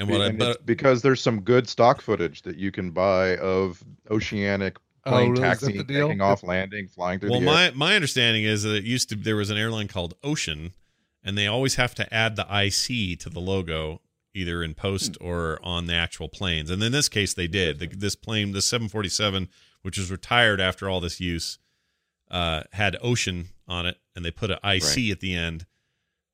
S5: And what I
S7: And it's
S5: but
S7: because there's some good stock footage that you can buy of oceanic
S5: Oh,
S7: plane
S5: really? Is that
S7: taxiing
S5: the deal?
S7: taking off landing flying through
S5: well,
S7: the
S5: my
S7: air
S5: my understanding is that it used to there was an airline called Ocean, and they always have to add the IC to the logo either in post or on the actual planes. And in this case, they did. The, this plane, the 747, which was retired after all this use, uh, had ocean on it, and they put an IC at the end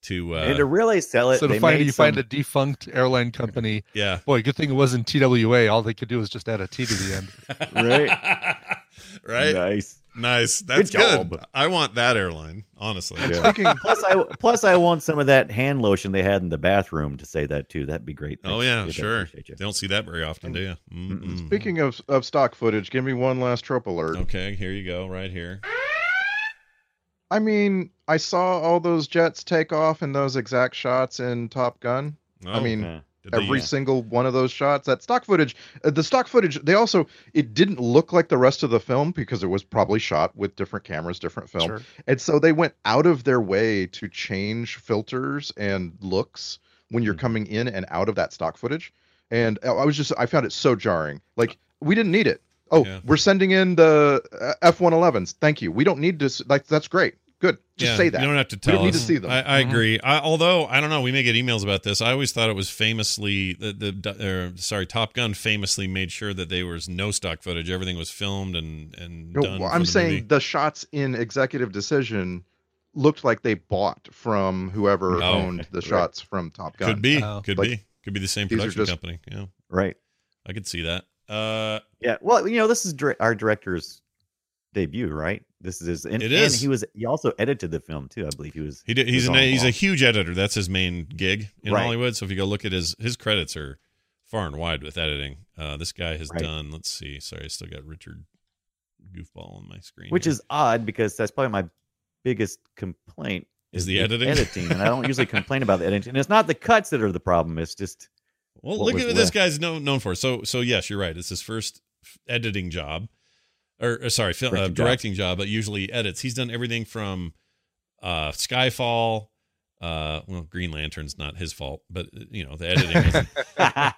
S5: to uh,
S6: and to really sell it,
S8: so to
S6: they
S8: find
S6: made
S8: you
S6: some-
S8: find a defunct airline company.
S5: Yeah.
S8: Boy, good thing it wasn't TWA. All they could do was just add a T to the end.
S5: right, right,
S6: nice,
S5: nice. That's good.
S6: job.
S5: I want that airline, honestly.
S6: plus, I plus I want some of that hand lotion they had in the bathroom to say that too. That'd be great.
S5: Oh
S6: Thanks.
S5: yeah,
S6: I'd
S5: sure.
S6: appreciate you.
S5: Don't see that very often, do you? Mm-mm.
S7: Speaking of of stock footage, give me one last trope alert.
S5: Hmm. Okay, here you go, right here.
S7: I mean, I saw all those jets take off in those exact shots in Top Gun. I
S5: Oh,
S7: mean,
S5: yeah. Did they,
S7: every
S5: uh,
S7: single one of those shots. That stock footage, uh, the stock footage, they also it didn't look like the rest of the film because it was probably shot with different cameras, different film,
S8: Sure.
S7: and so they went out of their way to change filters and looks when
S5: Hmm.
S7: you're coming in and out of that stock footage. And uh, I I was just, I found it so jarring. Like we didn't need it. Oh,
S5: Yeah.
S7: we're sending in the uh, F one elevens. Thank you. We don't need to. s- Like that's great. Good. Just
S5: Yeah,
S7: say that.
S5: You don't have to
S7: We
S5: tell
S7: don't need
S5: us.
S7: to see them.
S5: I, I agree. I, although I don't know, we may get emails about this. I always thought it was famously the the or, sorry Top Gun famously made sure that there was no stock footage. Everything was filmed and and
S7: No,
S5: done.
S7: well,
S5: for
S7: I'm
S5: the
S7: saying
S5: movie.
S7: the shots in Executive Decision looked like they bought from whoever
S5: Oh.
S7: owned the
S6: Right.
S7: shots from Top Gun.
S5: could be,
S8: Oh.
S5: could
S7: Like,
S5: be, could be the same
S7: these are
S5: production
S7: just-
S5: company. Yeah,
S6: Right.
S5: I could see that. Uh,
S6: Yeah. Well, you know, this is dir- our director's debut, right? This is his, and,
S5: It
S6: and
S5: is.
S6: he was he also edited the film too. I believe he was.
S5: he did,
S6: was
S5: he's an,
S6: all
S5: he's a
S6: involved.
S5: huge editor. That's his main gig in
S6: Right.
S5: Hollywood. So if you go look at his his credits are far and wide with editing. Uh, this guy has
S6: Right.
S5: done. Let's see. Sorry, I still got Richard Goofball on my screen,
S6: which
S5: here.
S6: is odd because that's probably my biggest complaint
S5: Is the editing?
S6: editing, and I don't usually complain about the editing. And it's not the cuts that are the problem; it's just
S5: Well,
S6: what
S5: look
S6: was
S5: at what this
S6: left.
S5: guy's known known for. So, so yes, you're right. It's his first f- editing job, or, or sorry, film, uh,
S6: Directing job.
S5: directing job. But usually edits. He's done everything from uh, Skyfall. Uh, well, Green Lantern's not his fault, but uh, you know the editing. wasn't.
S6: you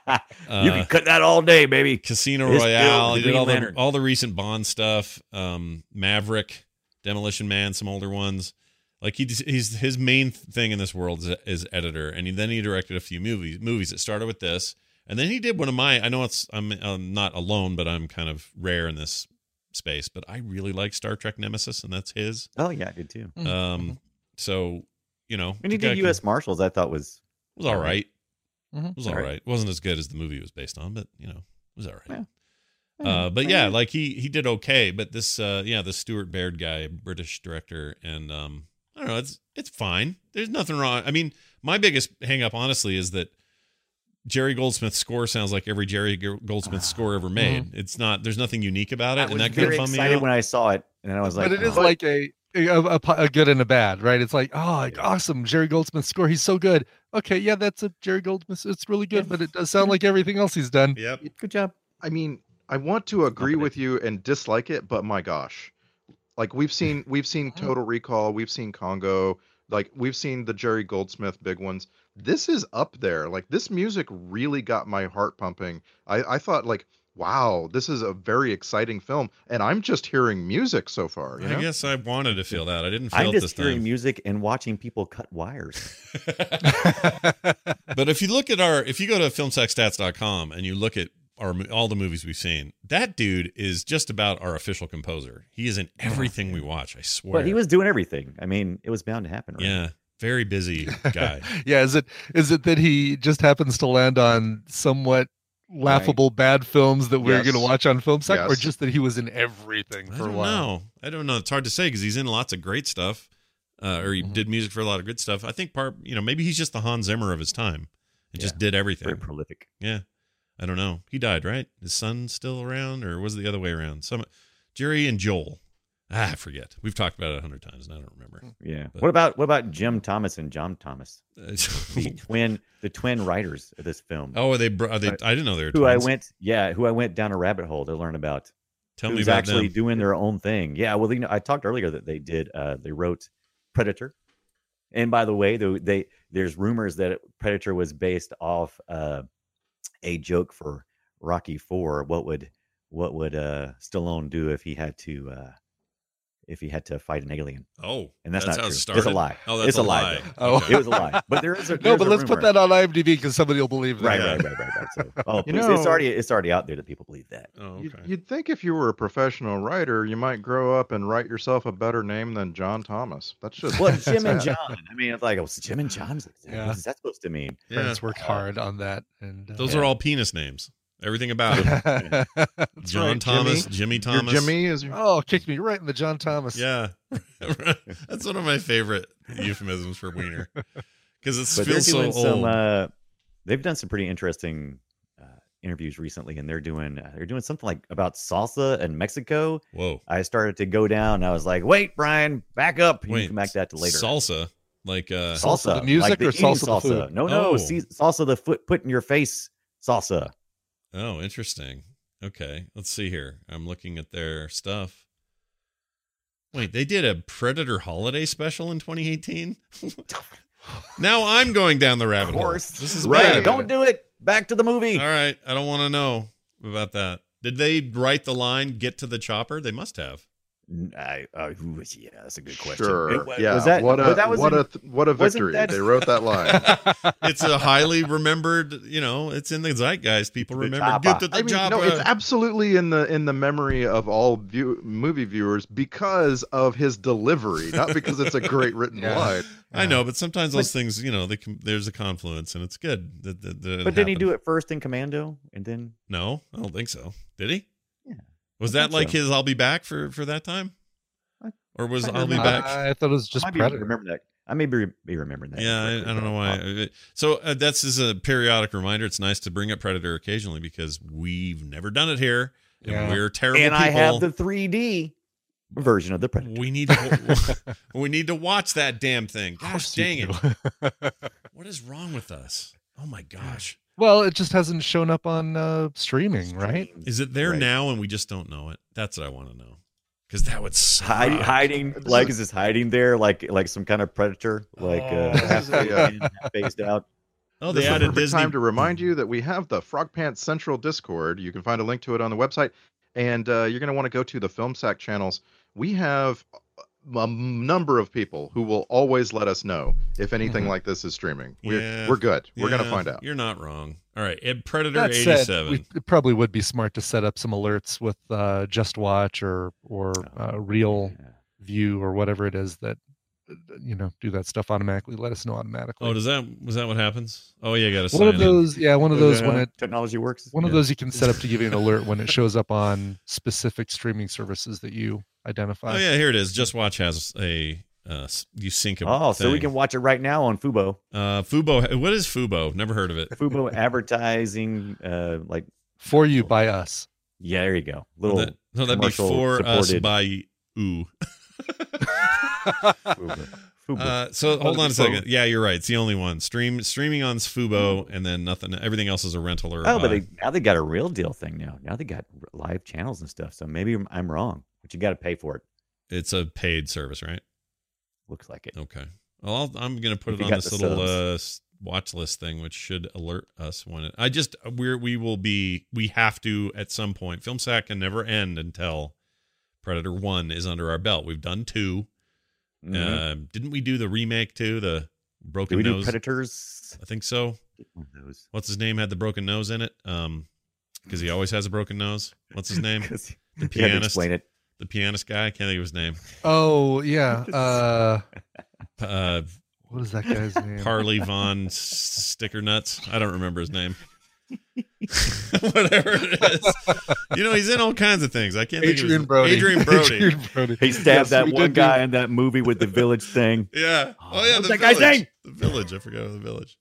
S5: Uh,
S6: can cut that all day, baby.
S5: Casino
S6: It's still
S5: Royale.
S6: the
S5: He did
S6: Green
S5: all the,
S6: Lantern.
S5: all the recent Bond stuff. Um, Maverick, Demolition Man, some older ones. Like he just- he's his main thing in this world is, is editor, and he, then he directed a few movies. Movies that started with this, and then he did one of my. I know it's I'm, I'm not alone, but I'm kind of rare in this space. But I really like Star Trek Nemesis, and that's his.
S6: Oh yeah, I did too.
S5: Um, so you know,
S6: Mm-hmm. And he
S5: the guy
S6: did
S5: can-
S6: U.S. Marshals. I thought was
S5: it was all right.
S8: Mhm.
S5: It was all
S6: Mm-hmm. All
S5: right.
S6: right.
S5: It wasn't as good as the movie it was based on, but you know, it was all right.
S6: Yeah. Hmm, eh,
S5: Uh, but yeah, like he he did okay. But this uh, yeah, the Stuart Baird guy, British director, and um, I don't know, it's it's fine. There's nothing wrong. I mean, my biggest hang up honestly is that Jerry Goldsmith's score sounds like every Jerry G- Goldsmith score ever made. It's not. There's nothing unique about it,
S6: I
S5: and
S6: Ah, mm-hmm. was
S5: that kind
S6: very
S5: of bummed me
S6: excited
S5: out.
S6: when I saw it, and I was like,
S8: but it is
S6: "Oh."
S8: like a, a, a, a good and a bad, right? It's like, oh, like,
S6: Yeah.
S8: awesome. Jerry Goldsmith score. He's so good. Okay. Yeah, that's a Jerry Goldsmith. It's really good, but it does sound like everything else he's done.
S5: yep.
S6: good job.
S7: I mean, I want to agree with you and dislike it, but my gosh, like we've seen we've seen Total Recall, we've seen Congo, like we've seen the Jerry Goldsmith big ones. This is up there. Like this music really got my heart pumping. I I thought like, wow, this is a very exciting film, and I'm just hearing music so far. You know?
S5: I guess I wanted to feel that. I didn't feel
S6: I'm
S5: it this
S6: just hearing
S5: time.
S6: music and watching people cut wires.
S5: but if you look at our if you go to filmsackstats.com and you look at our all the movies we've seen that dude is just about our official composer he is in everything we watch i swear
S6: But he was doing everything. I mean, it was bound to happen. Right?
S5: yeah very busy guy
S8: yeah. Is it is it that he just happens to land on somewhat laughable bad films that we're going
S7: Yes.
S8: to watch on film sec, or
S7: Yes.
S8: just that he was in everything
S5: i
S8: for a
S5: don't
S8: while?
S5: know i don't know it's hard to say because he's in lots of great stuff uh, or he did music for a lot of good stuff i think part you know maybe he's just the hans zimmer of his time and just
S6: Yeah.
S5: did everything
S6: Very prolific.
S5: Yeah. I don't know. He died, right? His son still around, or was it the other way around? Some Jerry and Joel. Ah, I forget. We've talked about it a hundred times, and I don't remember.
S6: Yeah.
S5: But-
S6: what about what about Jim Thomas and John Thomas, the
S5: Uh,
S6: twin the twin writers of this film?
S5: oh, are they? br- Are they? I didn't know they were.
S6: who I
S5: twins.
S6: went, yeah, who I went down a rabbit hole to learn about.
S5: Tell me
S6: who's
S5: about
S6: actually
S5: them.
S6: doing their own thing. Yeah, well, you know, I talked earlier that they did. Uh, they wrote Predator, and by the way, though they there's rumors that Predator was based off uh, a joke for Rocky Four. What would what would uh, Stallone do if he had to uh, if he had to fight an alien.
S5: Oh,
S6: and that's,
S5: that's
S6: not
S5: how it
S6: true. It's a
S5: started?
S6: lie.
S5: Oh, that's
S6: it's
S5: a
S6: a
S5: lie.
S6: lie. though.
S5: Okay.
S6: it was a lie. But there is a
S8: Oh. no.
S6: there's
S8: But
S6: a
S8: let's
S6: rumor.
S8: put that on IMDb because somebody will believe that.
S6: Right, right, right, right, right. So, oh,
S7: You
S6: please, it's
S7: know-
S6: already it's already out there that people believe that.
S5: Oh,
S7: You'd, you'd think if you were a professional writer, you might grow up and write yourself a better name than John Thomas. That's just
S6: Well, Jim and
S7: sad.
S6: John. I mean, it's like, oh, it's Jim and John's.
S8: Yeah.
S6: What is that supposed to mean?
S5: Yeah.
S8: Parents worked hard on that, and uh,
S5: Those
S6: Yeah.
S5: are all penis names. Everything about it.
S8: That's
S5: John
S8: right,
S5: Thomas,
S8: Jimmy.
S5: Jimmy,
S7: Your
S5: Thomas.
S7: Jimmy is your
S8: Oh, kicked me right in the John Thomas.
S5: Yeah. That's one of my favorite euphemisms for wiener. Because it
S6: they're
S5: feels so
S6: doing
S5: old.
S6: some. Uh, they've done some pretty interesting uh, interviews recently, and they're doing uh, they're doing something like about salsa and Mexico.
S5: Whoa.
S6: I started to go down. And I was like, wait, Brian, back up. You
S5: Wait.
S6: can back that to later.
S5: Salsa. Like uh
S8: Salsa the music or
S6: eating
S8: salsa the
S6: salsa?
S8: food?
S6: No, no,
S5: Oh.
S6: see, salsa the foot put in your face salsa.
S5: oh, interesting. Okay. Let's see here. I'm looking at their stuff. Wait, they did a Predator holiday special in 2018? now I'm going down the rabbit
S6: Of
S5: hole.
S6: course.
S5: This is
S6: Right.
S5: bad.
S6: Don't do it. Back to the movie.
S5: All right. I don't want to know about that. Did they write the line get to the chopper? They must have.
S6: I, uh, ooh, yeah, that's a good question.
S7: Sure.
S6: It wa-
S7: yeah.
S6: was that,
S7: what a
S6: but that was
S7: what
S6: in-
S7: a th- what a
S6: wasn't
S7: victory.
S6: that-
S7: They wrote that line.
S5: It's a highly remembered, you know, it's in the zeitgeist. People
S6: The
S5: remember
S6: chopper.
S5: get to the
S7: I mean,
S5: chopper.
S7: no,
S6: uh,
S7: it's absolutely in the in the memory of all view, movie viewers because of his delivery, not because it's a great written
S8: Yeah.
S7: line.
S5: I know, but sometimes those things, you know, they can, there's a confluence and it's good. That, that, that
S6: but didn't he do it first in Commando and then?
S5: No, I don't think so. Did he?
S6: Yeah,
S5: Was
S6: I
S5: that
S6: think
S5: like
S6: so.
S5: his I'll be back for for that time?
S6: I-
S5: Or was
S6: I
S5: I'll be
S6: remember-
S5: back?
S8: I, I thought it was just
S6: I might be
S8: Predator.
S6: remembering that. I may be, be remembering that.
S5: yeah, I, I
S6: incorrectly,
S5: don't
S6: but-
S5: know why. So uh, that's just a periodic reminder. It's nice to bring up Predator occasionally because we've never done it here, and
S8: Yeah.
S5: we're terrible.
S6: And I
S5: people.
S6: have the 3D version of the Predator.
S5: We need to, we need to watch that damn thing. Gosh dang it! What is wrong with us? Oh my gosh!
S8: well, it just hasn't shown up on uh, streaming, right?
S6: Streams.
S5: Is it there
S6: Right.
S5: now and we just don't know it? That's what I want to know. Because that would suck.
S6: Hi- hiding
S7: This
S6: like
S7: is-
S6: is this hiding there like like some kind of predator like
S8: Oh,
S6: uh,
S7: This is a,
S6: half phased out
S5: Oh, they
S7: This is the
S5: added
S7: perfect
S5: Disney.
S7: time to remind you that we have the Frog Pants Central Discord. You can find a link to it on the website, and uh, you're going to want to go to the FilmSack channels. We have a m- number of people who will always let us know if anything
S8: Mhm.
S7: like this is streaming. We're,
S5: Yeah.
S7: we're good. We're going to
S5: Yeah,
S7: find out.
S5: You're not wrong. All right, Ed Predator
S8: That
S5: eighty
S8: said,
S5: seven.
S8: we, it probably would be smart to set up some alerts with uh, Just Watch or or
S7: Oh,
S8: uh, Real
S6: Yeah.
S8: View or whatever it is that uh, you know do that stuff automatically. Let us know automatically.
S5: Oh, does that was that what happens? Oh yeah, you got to sign
S8: one of
S5: in.
S8: those, yeah, one of those when
S6: Uh,
S8: it
S6: technology works
S8: one of
S5: Yeah.
S8: those you can set up to give you an alert when it shows up on specific streaming services that you identify.
S5: Oh yeah, here it is. Just Watch has a uh, s- you sync it.
S6: oh so we can watch it right now on fubo
S5: Uh, Fubo. What is Fubo? Never heard of it.
S6: fubo advertising uh like
S8: For you by us.
S6: yeah there you go little
S5: That, no, that'd be
S6: commercial
S5: for us
S6: supported-
S5: by ooh.
S6: Fubo. Fubo.
S5: Uh, so hold
S8: Oh,
S5: on a
S8: Fubo.
S5: second. Yeah, you're right. It's the only one. Stream streaming on Fubo, and then nothing. Everything else is a rental or a
S6: oh
S5: buy.
S6: but they, now they got a real deal thing now now they got r- live channels and stuff so maybe i'm- i'm wrong but you got to pay for it
S5: it's a paid service, right?
S6: looks like it
S5: Okay. Well, I'll, I'm gonna put
S6: If
S5: it
S6: you
S5: on
S6: got
S5: this
S6: the
S5: little
S6: subs.
S5: uh, s- watch list thing, which should alert us when it. I just we're we will be we have to at some point. Film sack can never end until Predator One is under our belt. We've done 2
S6: Mhm.
S5: Uh, didn't we do the remake too? The
S6: do
S5: broken
S6: we do
S5: nose.
S6: predators
S5: I think so.
S6: One of those.
S5: What's his name had the broken nose in it? Um, because he always has a broken nose. What's his name?
S6: 'Cause
S5: The
S6: you had to
S5: pianist.
S6: explain it
S5: The pianist guy. I can't think of his name.
S8: Oh yeah. Uh,
S5: P- Uh,
S8: what is that guy's name?
S5: Parley Von S- Sticker Nuts. I don't remember his name. Whatever it is, you know he's in all kinds of things. I can't. think of
S8: Adrian
S5: his,
S8: Brody.
S5: Adrian Brody.
S8: Adrian Brody.
S6: He stabbed
S8: Yes,
S6: that
S8: we
S6: one
S8: did do-
S6: guy in that movie with the village thing.
S5: Yeah. Oh yeah.
S6: What's
S5: the
S6: that guy's
S5: Village.
S6: name?
S5: The village. I forgot the village.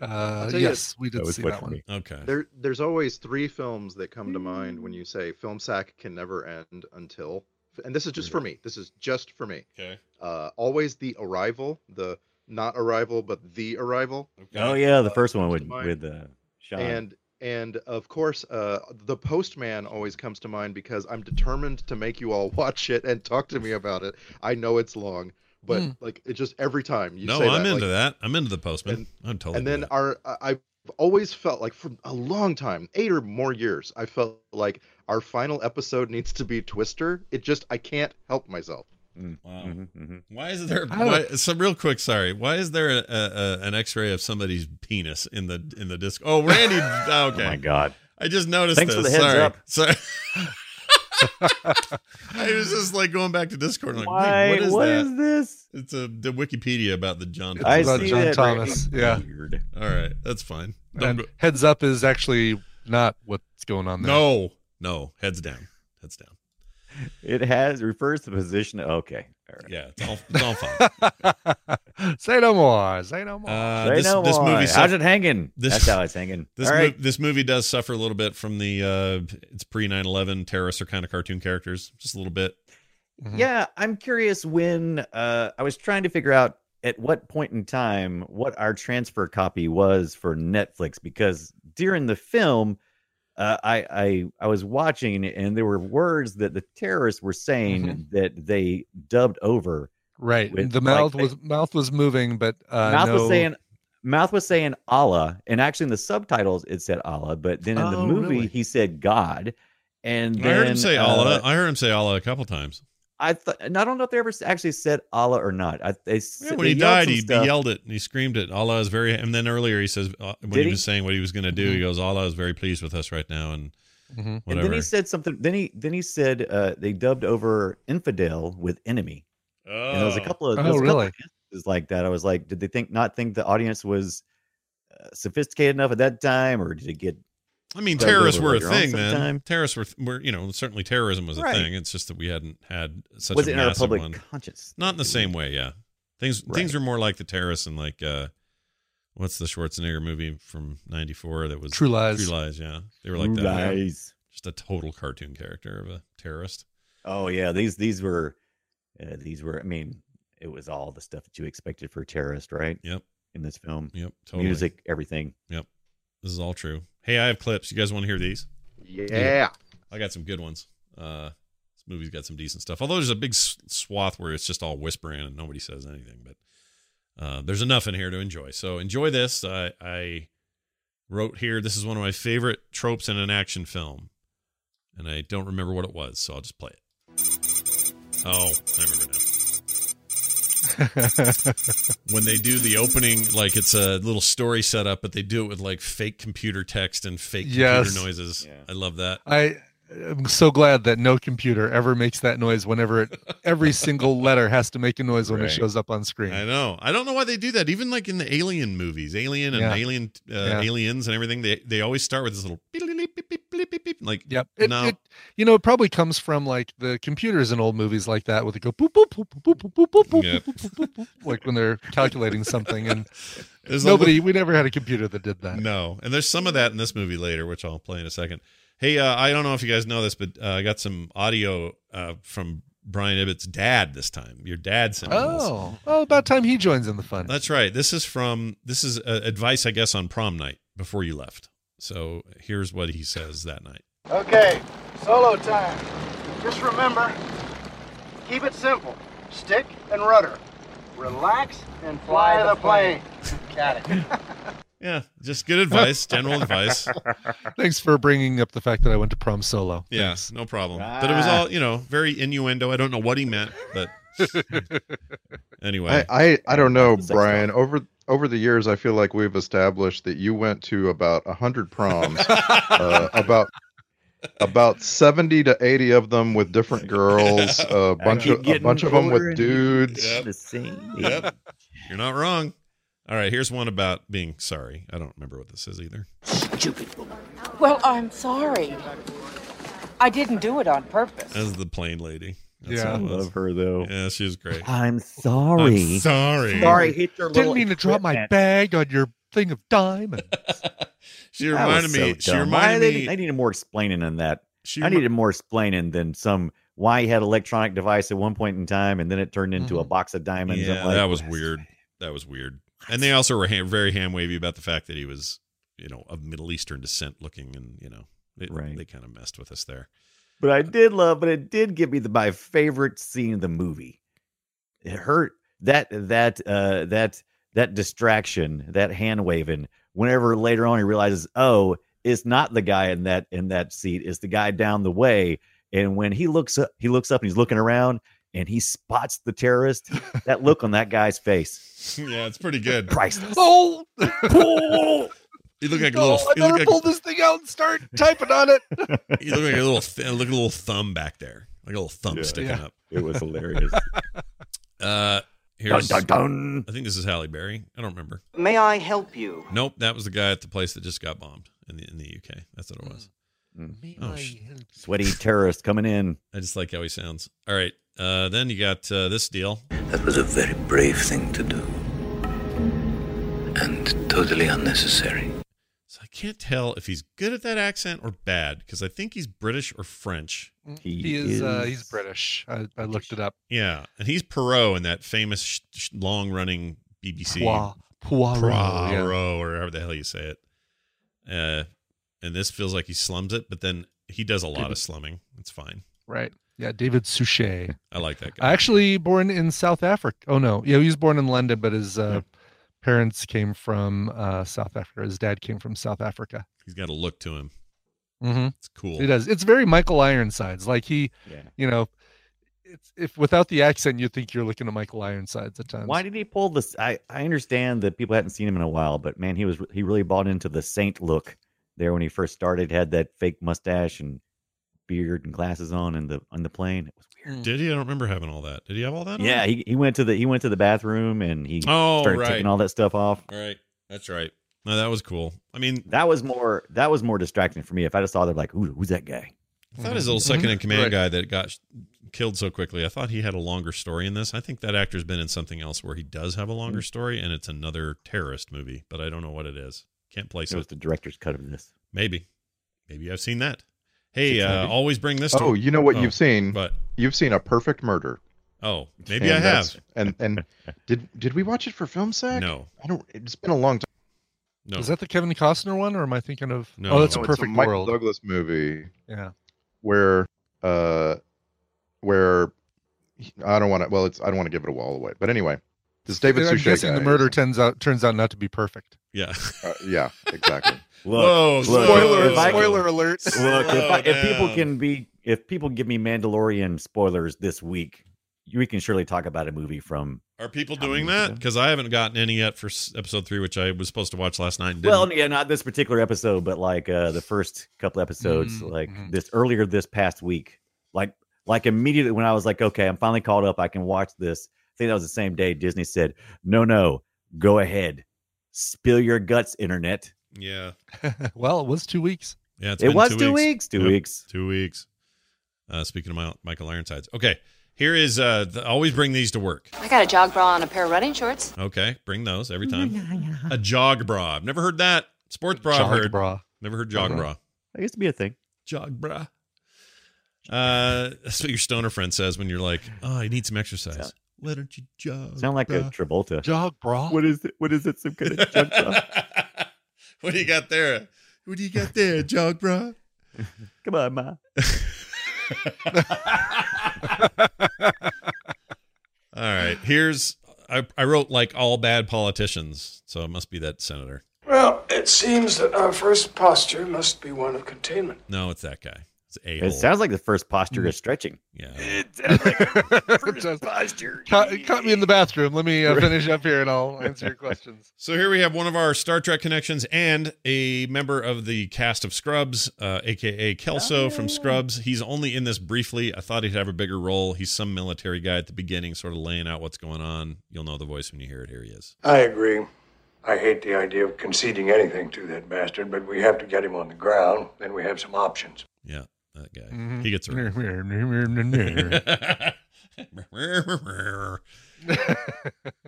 S8: Uh,
S7: tell you,
S8: yes, we did see that one.
S5: Okay.
S7: There, there's always three films that come to mind when you say film sack can never end until. And this is just for me. This is just for me.
S5: Okay.
S7: Uh, always the arrival, the not arrival, but the arrival.
S5: okay.
S6: Oh yeah, the first one
S7: Comes
S6: with
S7: to mind.
S6: with uh, Sean.
S7: and and of course uh the postman always comes to mind because i'm determined to make you all watch it and talk to me about it i know it's long but like it just every time you
S5: No,
S7: say
S5: I'm
S7: that,
S5: into
S7: like-
S5: that. I'm into the postman.
S7: and-
S5: I'm totally.
S7: and then
S5: into that.
S7: our I- i
S10: always felt like for a long time, eight or more years, I felt like our final episode needs to be Twister. It just I can't help myself.
S5: Wow.
S6: Mm-hmm. Oh
S5: Why is there why, so real quick? Sorry, why is there a, a, a, an X-ray of somebody's penis in the in the disc? Oh, Randy. okay.
S6: my God.
S5: I just noticed.
S6: Thanks for
S5: this.
S6: the heads
S5: sorry.
S6: up.
S5: Sorry. I was just like going back to Discord. Like,
S6: Why-
S5: wait, what is
S6: what
S5: that?
S6: is this?
S5: It's a the Wikipedia about the John.
S6: I
S5: Thomas.
S6: see John that,
S8: Thomas, Randy. yeah.
S6: Weird.
S5: All right, that's fine. Don't
S8: And
S5: go-
S8: heads up is actually not what's going on there.
S5: no, no, heads down, heads down.
S6: It has refers to the position. Okay. All right.
S5: Yeah, it's all, it's all fine.
S8: say no more. Say no more.
S5: Uh,
S6: Say
S5: this,
S6: no
S5: this
S6: more.
S5: movie
S6: How's
S5: suff-
S6: it hanging?
S5: This-
S6: That's how it's hanging.
S5: This,
S6: All right.
S5: mo- this movie does suffer a little bit from the uh it's pre 9/11 terrorists are kind of cartoon characters, just a little bit. hmm.
S6: Yeah, I'm curious when uh, I was trying to figure out at what point in time what our transfer copy was for Netflix because during the film, uh, I, I I was watching and there were words that the terrorists were saying
S5: Mm-hmm.
S6: that they dubbed over.
S8: Right.
S6: with,
S8: the
S6: like,
S8: mouth
S6: they-
S8: was mouth was moving, but uh,
S6: mouth
S8: no-
S6: was saying mouth was saying Allah, and actually in the subtitles it said Allah, but then in the
S8: Oh,
S6: movie
S8: really?
S6: he said God. And
S5: I heard
S6: then,
S5: him say
S6: uh,
S5: Allah. I heard him say Allah a couple times.
S6: I thought, and I don't know if they ever s- actually said Allah or not. I, they, s-
S5: Yeah, when
S6: they
S5: he
S6: yelled
S5: died,
S6: some
S5: he, he
S6: stuff.
S5: yelled it and he screamed it. Allah is very. And then earlier he says uh, when
S6: Did
S5: he
S6: he? Mm-hmm.
S5: was saying what he was going to do, he goes, "Allah is very pleased with us right now." And
S8: Mhm.
S5: whatever.
S6: And then he said something. Then he then he said uh, they dubbed over infidel with enemy.
S5: oh.
S6: And there was a couple of
S8: Oh,
S6: there was a couple
S8: really?
S6: of instances like that. I was like, did they think not think the audience was uh, sophisticated enough at that time, or did it get
S5: I mean,
S6: Well, they
S5: terrorists
S6: were
S5: were a
S6: later on
S5: thing, man.
S6: sometime.
S5: Terrorists were, were, you know, certainly terrorism was a
S6: Right.
S5: thing. It's just that we hadn't had such
S6: was
S5: a
S6: it in our
S5: massive
S6: public
S5: one.
S6: conscience?
S5: Not in the same way, yeah. Things things
S6: Right.
S5: are more like the terrorists and like uh, what's the Schwarzenegger movie from '94 that was
S8: True Lies.
S5: True Lies, yeah. They were like that.
S6: Nice.
S5: Just a total cartoon character of a terrorist.
S6: Oh yeah, these these were uh, these were. I mean, it was all the stuff that you expected for a terrorist, right?
S5: Yep.
S6: In this film,
S5: Yep. Totally.
S6: music, everything.
S5: Yep. This is all true. Hey, I have clips. You guys want to hear these?
S10: Yeah.
S5: I got some good ones. Uh, this movie's got some decent stuff. Although there's a big s- swath where it's just all whispering and nobody says anything, but uh, there's enough in here to enjoy. So enjoy this. I, I wrote here. This is one of my favorite tropes in an action film, and I don't remember what it was, so I'll just play it. Oh, I remember now. when they do the opening, like it's a little story setup, but they do it with like fake computer text and fake
S8: Yes.
S5: computer noises.
S6: Yeah.
S5: I love that.
S8: I am so glad that no computer ever makes that noise whenever it, every single letter has to make a noise when it
S6: Right.
S8: shows up on screen.
S5: I know. I don't know why they do that. Even like in the Alien movies, Alien and
S8: Yeah.
S5: Alien uh,
S8: Yeah.
S5: Aliens and everything, they they always start with this little beep, beep, beep, beep, beep, beep, beep, like
S8: Yep. It,
S5: No.
S8: it, you know, it probably comes from like the computers in old movies like that, where they go boop boop boop boop boop boop boop boop,
S5: Yep.
S8: boop, boop, boop, boop, like when they're calculating something. And
S5: there's a
S8: nobody, we never had a computer that did that.
S5: little- no, and there's some of that in this movie later, which I'll play in a second. Hey, uh, I don't know if you guys know this, but uh, I got some audio uh, from Brian Ibbett's dad this time. Your dad sent me this.
S8: Oh, oh, about time he joins in the fun.
S5: That's right. This is from this is uh, advice, I guess, on prom night before you left. So here's what he says that night.
S13: Okay, solo time. Just remember, keep it simple. Stick and rudder. Relax and fly, the, plane. Got it.
S5: Yeah, just good advice, general advice.
S8: Thanks for bringing up the fact that I went to prom solo.
S5: Yeah, no problem. But it was
S10: Ah.
S5: all, you know, very innuendo. I don't know what he meant, but anyway.
S10: I, I I don't know,
S6: Sex
S10: Brian. Over over the years, I feel like we've established that you went to about hundred proms, uh, about about seventy to eighty of them with different girls, a
S6: I
S10: bunch
S6: keep
S10: of a
S6: getting
S10: bunch of them
S6: older
S10: with
S6: and-
S10: dudes.
S5: Yep.
S6: The same.
S5: Yep. You're not wrong. All right, here's one about being sorry. I don't remember what this is either.
S14: Well, I'm sorry. I didn't do it on purpose.
S5: As the plain lady.
S8: Yeah.
S6: I
S5: what it was.
S6: love her though.
S5: Yeah, she was great.
S6: I'm
S5: I'm
S6: sorry.
S5: sorry.
S6: Sorry, hit your
S8: Didn't
S6: little
S8: mean to drop my
S6: equipment.
S8: bag on your thing of diamonds.
S5: She
S6: That was
S5: reminded me.
S6: so
S5: she
S6: dumb. Why
S5: reminded
S6: they-
S5: me.
S6: I needed more explaining than that.
S5: she
S6: I
S5: remi-
S6: needed more explaining than some why he had an electronic device at one point in time and then it turned into a
S8: Mhm.
S6: box of diamonds. I'm
S5: Mm-hmm. Yeah,
S6: like,
S5: that was
S6: "That's
S5: weird. That was weird. And they also were ham- very ham wavy about the fact that he was, you know, of Middle Eastern descent looking and, you know, it,
S6: Right.
S5: they kind of messed with us there.
S6: But I did love, but it did give me the, my favorite scene of the movie. It hurt that that uh that that distraction, that hand waving, whenever later on he realizes, oh, it's not the guy in that in that seat, it's the guy down the way. And when he looks up, he looks up and he's looking around and he spots the terrorist. that look on that guy's face.
S5: yeah, it's pretty good.
S6: Priceless.
S8: Oh,
S5: You look like a
S8: no,
S6: Oh,
S8: I
S5: little. You look
S8: better
S5: like,
S8: pull this thing out and start typing on it.
S5: you look like a little. Th- look at a little thumb back there, like a little thumb
S6: Yeah.
S5: sticking
S6: Yeah.
S5: up.
S6: It was hilarious.
S5: Uh, here's.
S6: Dun, dun, dun.
S5: I think this is Halle Berry. I don't remember.
S9: May I help you?
S5: Nope, that was the guy at the place that just got bombed in the in the UK. That's what it was.
S6: Mm.
S5: Oh, sh-
S6: Sweaty terrorist coming in.
S5: I just like how he sounds. All right, uh, then you got uh, this deal.
S15: That was a very brave thing to do. And totally unnecessary.
S5: So I can't tell if he's good at that accent or bad because I think he's British or French.
S8: He, is, Uh, he's British. I, I looked it up.
S5: Yeah, and he's Perot in that famous sh- sh- long-running BBC
S8: Poir- Poirot, yeah.
S5: Poirot, or however the hell you say it. Uh, and this feels like he slums it, but then he does a lot of slumming. It's fine.
S8: Right. Yeah, David Suchet.
S5: I like that guy.
S8: Actually born in South Africa. Oh no. Yeah, he was born in London, but his uh, parents came from uh, South Africa. His dad came from South Africa.
S5: He's got a look to him.
S8: Mm-hmm.
S5: It's cool.
S8: It does. It's very Michael Ironsides. Like he,
S6: Yeah.
S8: you know, it's if without the accent, you think you're looking at Michael Ironsides at times.
S6: Why did he pull this? I, I understand that people hadn't seen him in a while, but man, he was he really bought into the saint look there when he first started. Had that fake mustache and beard and glasses on in the on the plane. It was
S5: Did he? I don't remember having all that. Did he have all that? on?
S6: Yeah, he, he went to the he went to the bathroom and he
S5: Oh,
S6: started
S5: right.
S6: taking all that stuff off.
S5: All right. That's right. No, that was cool. I mean,
S6: that was more that was more distracting for me. If I just saw them like, Ooh, who's that guy?
S5: I
S8: Mm-hmm.
S5: thought his little second in command guy that got sh- killed so quickly, I thought he had a longer story in this. I think that actor's been in something else where he does have a
S8: Mm-hmm.
S5: longer story, and it's another terrorist movie, but I don't know what it is. Can't place
S6: It was
S5: it.
S6: the director's cut of this.
S5: Maybe. Maybe I've seen that. Hey, uh,
S6: Exciting.
S5: always bring this to
S10: Oh, you know what
S5: Oh,
S10: you've seen?
S5: But
S10: You've seen a perfect murder.
S5: Oh, maybe
S10: And
S5: I
S10: that's-
S5: have.
S10: And and did did we watch it for film sack?
S5: No.
S10: I don't. It's been a long time.
S5: No.
S8: Is that the Kevin Costner one, or am I thinking of?
S5: No.
S8: Oh, that's
S5: No,
S8: a
S5: it's a
S8: perfect
S10: Michael
S8: world.
S10: Douglas movie
S8: Yeah.
S10: where uh where I don't want to. Well, it's I don't want to give it all away. But anyway, this David
S8: I'm
S10: Suchet
S8: guessing
S10: guy.
S8: the murder turns out turns out not to be perfect.
S5: Yeah.
S10: uh, yeah. Exactly.
S6: Look,
S5: Whoa,
S6: look,
S5: spoiler-
S6: if I-
S5: spoiler
S8: alert.
S6: Look, if, I- if people
S5: down.
S6: can be, if people give me Mandalorian spoilers this week, we can surely talk about a movie from.
S5: Are people doing that? Because I haven't gotten any yet for s- episode three, which I was supposed to watch last night. And didn't.
S6: Well, yeah, not this particular episode, but like uh, the first couple episodes, like this earlier this past week, like like immediately when I was like, okay, I'm finally caught up, I can watch this. I think that was the same day Disney said, no, no, go ahead, spill your guts, internet.
S5: yeah.
S8: well, it was two weeks.
S5: Yeah, it's
S6: It
S5: been
S6: was two weeks, two
S5: Yep,
S6: weeks.
S5: two weeks. Uh, speaking of my, Michael Ironsides, okay, here is uh, the, always bring these to work.
S16: I got a jog bra on a pair of running shorts.
S5: Okay, bring those every time. a jog bra. I've never heard that. Sports bra. I've
S8: Jog
S5: heard.
S8: bra.
S5: Never heard jog
S6: Jog
S5: bra.
S6: bra. That used to be a thing.
S5: Jog bra. Uh, that's what your stoner friend says when you're like, "Oh, I need some exercise." Why don't you jog?
S6: Sound like
S5: bra?
S6: a Travolta.
S8: Jog bra.
S6: Uh, What is it? What is it? Some kind of junk bra?
S5: what do you got there? What do you got there, jog bra?
S6: Come on, ma.
S5: All right, here's I, I wrote like all bad politicians, so it must be that senator.
S9: Well, it seems that our first posture must be one of containment.
S5: No, it's that guy. It's a.
S6: It sounds like the first posture is stretching.
S5: Yeah.
S8: Caught, caught me in the bathroom. Let me uh, finish up here, and I'll answer your questions.
S5: So here we have one of our Star Trek connections and a member of the cast of Scrubs, uh, aka Kelso from Scrubs. He's only in this briefly. I thought he'd have a bigger role. He's some military guy at the beginning, sort of laying out what's going on. You'll know the voice when you hear it. Here he is.
S9: I agree. I hate the idea of conceding anything to that bastard, but we have to get him on the ground, then we have some options.
S5: Yeah, that guy.
S8: Mhm.
S5: He gets it.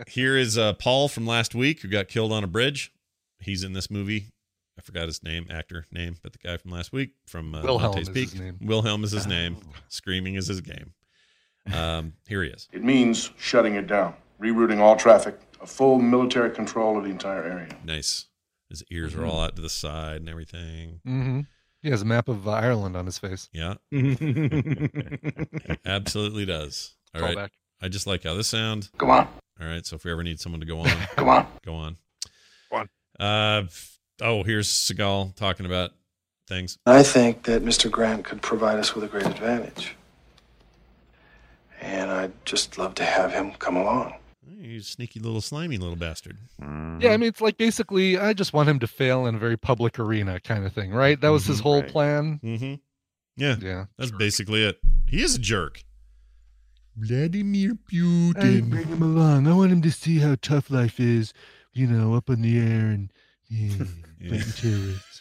S5: Here is uh, Paul from last week who got killed on a bridge. He's in this movie. I forgot his name, actor name, but the guy from last week from uh,
S8: Wilhelm
S5: Dante's
S8: is
S5: Peak.
S8: his name.
S5: Wilhelm is his name. Screaming is his game. Um, here he is.
S17: It means shutting it down, rerouting all traffic, a full military control of the entire area.
S5: Nice. His ears
S8: Mm-hmm.
S5: are all out to the side and everything.
S8: hmm He has a map of uh, Ireland on his face.
S5: Yeah,
S8: Callback.
S5: absolutely does. All right. I just like how this sound.
S17: Come on.
S5: All right. So if we ever need someone to go on,
S9: Come on.
S5: go on.
S9: Go
S5: on. Uh, f- oh, here's Seagal talking about things.
S18: I think that Mr. Grant could provide us with a great advantage. And I'd just love to have him come along.
S5: You sneaky little slimy little bastard.
S8: Yeah, I mean, it's like basically, I just want him to fail in a very public arena kind of thing, right? That was his
S5: Mhm,
S8: whole
S5: right.
S8: plan.
S5: Mm-hmm. Yeah.
S8: Yeah.
S5: That's basically it. He is a jerk.
S8: Vladimir Putin. bring him along. I want him to see how tough life is, you know, up in the air and yeah, fighting terrorists.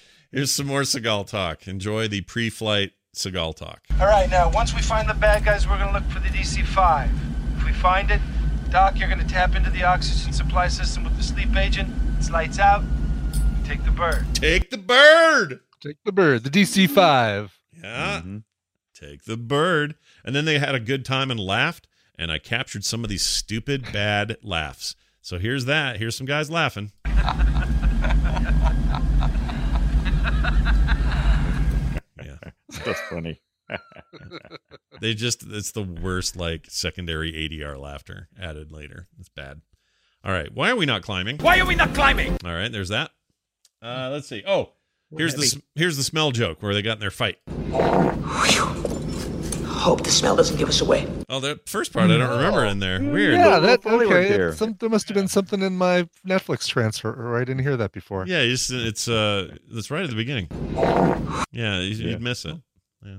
S5: Here's some more Seagal talk. Enjoy the pre-flight Seagal talk.
S13: All right, now, once we find the bad guys, we're gonna look for the DC 5. If we find it, Doc, you're gonna tap into the oxygen supply system with the sleep agent. It's lights out. We take the bird.
S5: Take the bird.
S8: Take the bird. The DC five.
S6: Uh.
S5: Yeah.
S6: Mm-hmm.
S5: Take the bird. And then they had a good time and laughed. And I captured some of these stupid bad laughs. So here's that. Here's some guys laughing. yeah.
S6: That's funny.
S5: They just it's the worst like secondary ADR laughter added later. It's bad. All right. Why are we not climbing?
S19: Why are we not climbing?
S5: All right, there's that. Uh, let's see. Oh, here's the sm- here's the smell joke where they got in their fight.
S19: Hope the smell doesn't give us away.
S5: Oh, the first part I don't remember in there. Weird.
S8: Yeah, that okay. There. Some, there must have been something in my Netflix transfer, or I didn't hear that before.
S5: Yeah, it's it's uh that's right at the beginning. Yeah, you, would miss it. Uh, Yeah.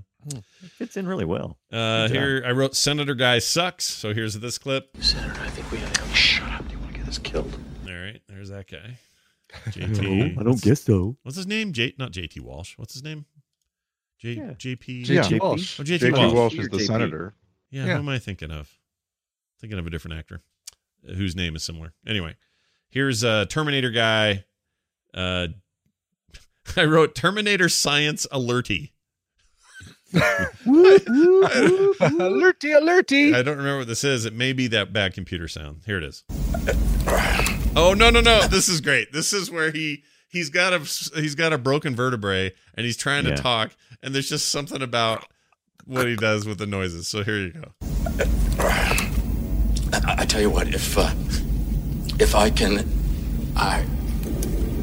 S6: Fits in really well.
S5: Uh,
S6: Good job.
S5: here I wrote Senator guy sucks. So here's this clip.
S15: Senator, I think we have to shut up. You want to get us killed?
S5: All right, there's that guy.
S6: No, I
S5: What's-
S6: don't guess so.
S5: What's his name? J not JT Walsh. What's his name? J
S6: Yeah.
S5: JP
S6: Yeah. JP. Walsh.
S5: Oh, JT,
S6: JP
S5: Walsh.
S6: Walsh is the JP. senator.
S5: Yeah,
S6: Yeah.
S5: Who am I thinking of? Thinking of a different actor uh, whose name is similar. Anyway, here's uh, Terminator guy. Uh, I wrote Terminator science alerty.
S8: alerty, alerty.
S5: I don't remember what this is. It may be that bad computer sound. Here it is. Oh no no no! This is great. This is where he he's got a he's got a broken vertebrae and he's trying
S6: Yeah.
S5: to talk and there's just something about what he does with the noises. So here you go.
S15: I, I tell you what, if uh, if I can, I,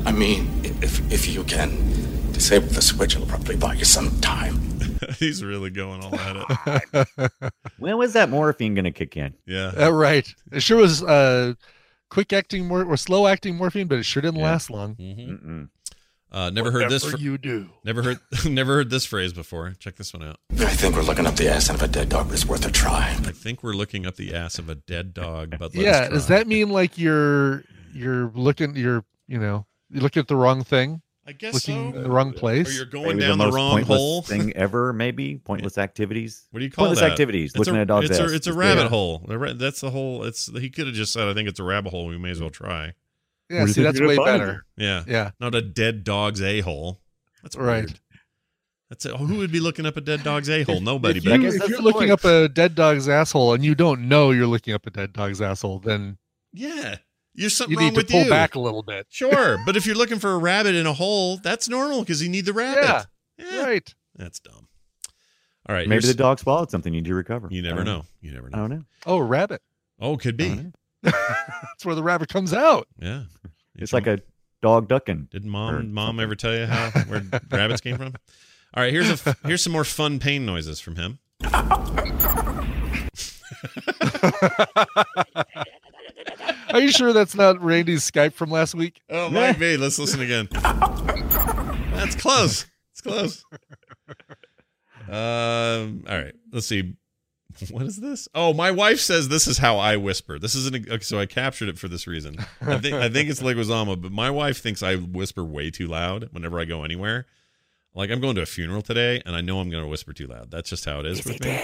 S15: I mean, if if you can disable the switch, it'll probably buy you some time.
S5: he's really going all at it.
S6: When was that morphine going to kick in?
S5: Yeah.
S8: Uh, right. It sure was uh, quick acting mor- or slow acting morphine, but it sure didn't last long.
S6: Mm-hmm.
S5: Mhm. Uh, never heard this.
S8: Whatever you do.
S5: Never heard. never heard this phrase before. Check this one out.
S15: I think we're looking up the ass of a dead dog, but it's worth a try.
S5: I think we're looking up the ass of a dead dog, but let
S8: yeah.
S5: us
S8: Does
S5: try.
S8: that mean like you're you're looking you're you know you're looking at the wrong thing?
S5: I guess
S8: looking
S5: so.
S8: in the wrong place.
S5: Or you're going
S6: Maybe
S5: down the,
S6: most
S5: wrong
S6: pointless
S5: hole.
S6: thing ever, maybe pointless activities.
S5: What do you call
S6: pointless
S5: that?
S6: activities?
S5: It's
S6: looking
S5: a,
S6: at a dog's
S5: it's
S6: ass.
S5: a, it's a
S6: Just-
S5: rabbit
S6: yeah.
S5: hole. A ra- That's the whole. It's he could have just said, "I think it's a rabbit hole. We may as well try."
S8: Yeah, see, that's way better.
S5: Yeah,
S8: Yeah.
S5: Not a dead dog's a hole. That's
S8: Right.
S5: weird. That's it. Who would be looking up a dead dog's a hole? Nobody.
S8: If,
S5: but I
S8: you,
S5: guess
S8: if
S5: that's
S8: you're
S5: the
S8: looking
S5: point.
S8: up a dead dog's asshole and you don't know you're looking up a dead dog's asshole, then
S5: yeah, you're something
S8: you
S5: wrong
S8: need to
S5: with
S8: pull
S5: you.
S8: back a little bit.
S5: Sure, but if you're looking for a rabbit in a hole, that's normal because you need the rabbit.
S8: Yeah. Right.
S5: That's dumb. All right.
S6: Maybe
S5: here's-
S6: the dog swallowed something. You need to recover.
S5: You never
S6: I don't
S5: know. You never
S6: I
S5: know.
S6: don't know.
S8: Oh, a rabbit.
S5: Oh, could be.
S8: That's where the rabbit comes out.
S5: Yeah.
S6: It's like a dog ducking.
S5: Did mom
S6: Or
S5: mom ever tell you how where rabbits came from? All right, here's a f- here's some more fun pain noises from him.
S8: Are you sure that's not Randy's Skype from last week?
S5: Oh, might be. Let's listen again. That's close. It's close. Um. All right. Let's see. What is this? Oh, my wife says this is how I whisper. This isn't okay, so I captured it for this reason. I think I think it's Leguizamo, but my wife thinks I whisper way too loud whenever I go anywhere. Like I'm going to a funeral today, and I know I'm going to whisper too loud. That's just how it is with me.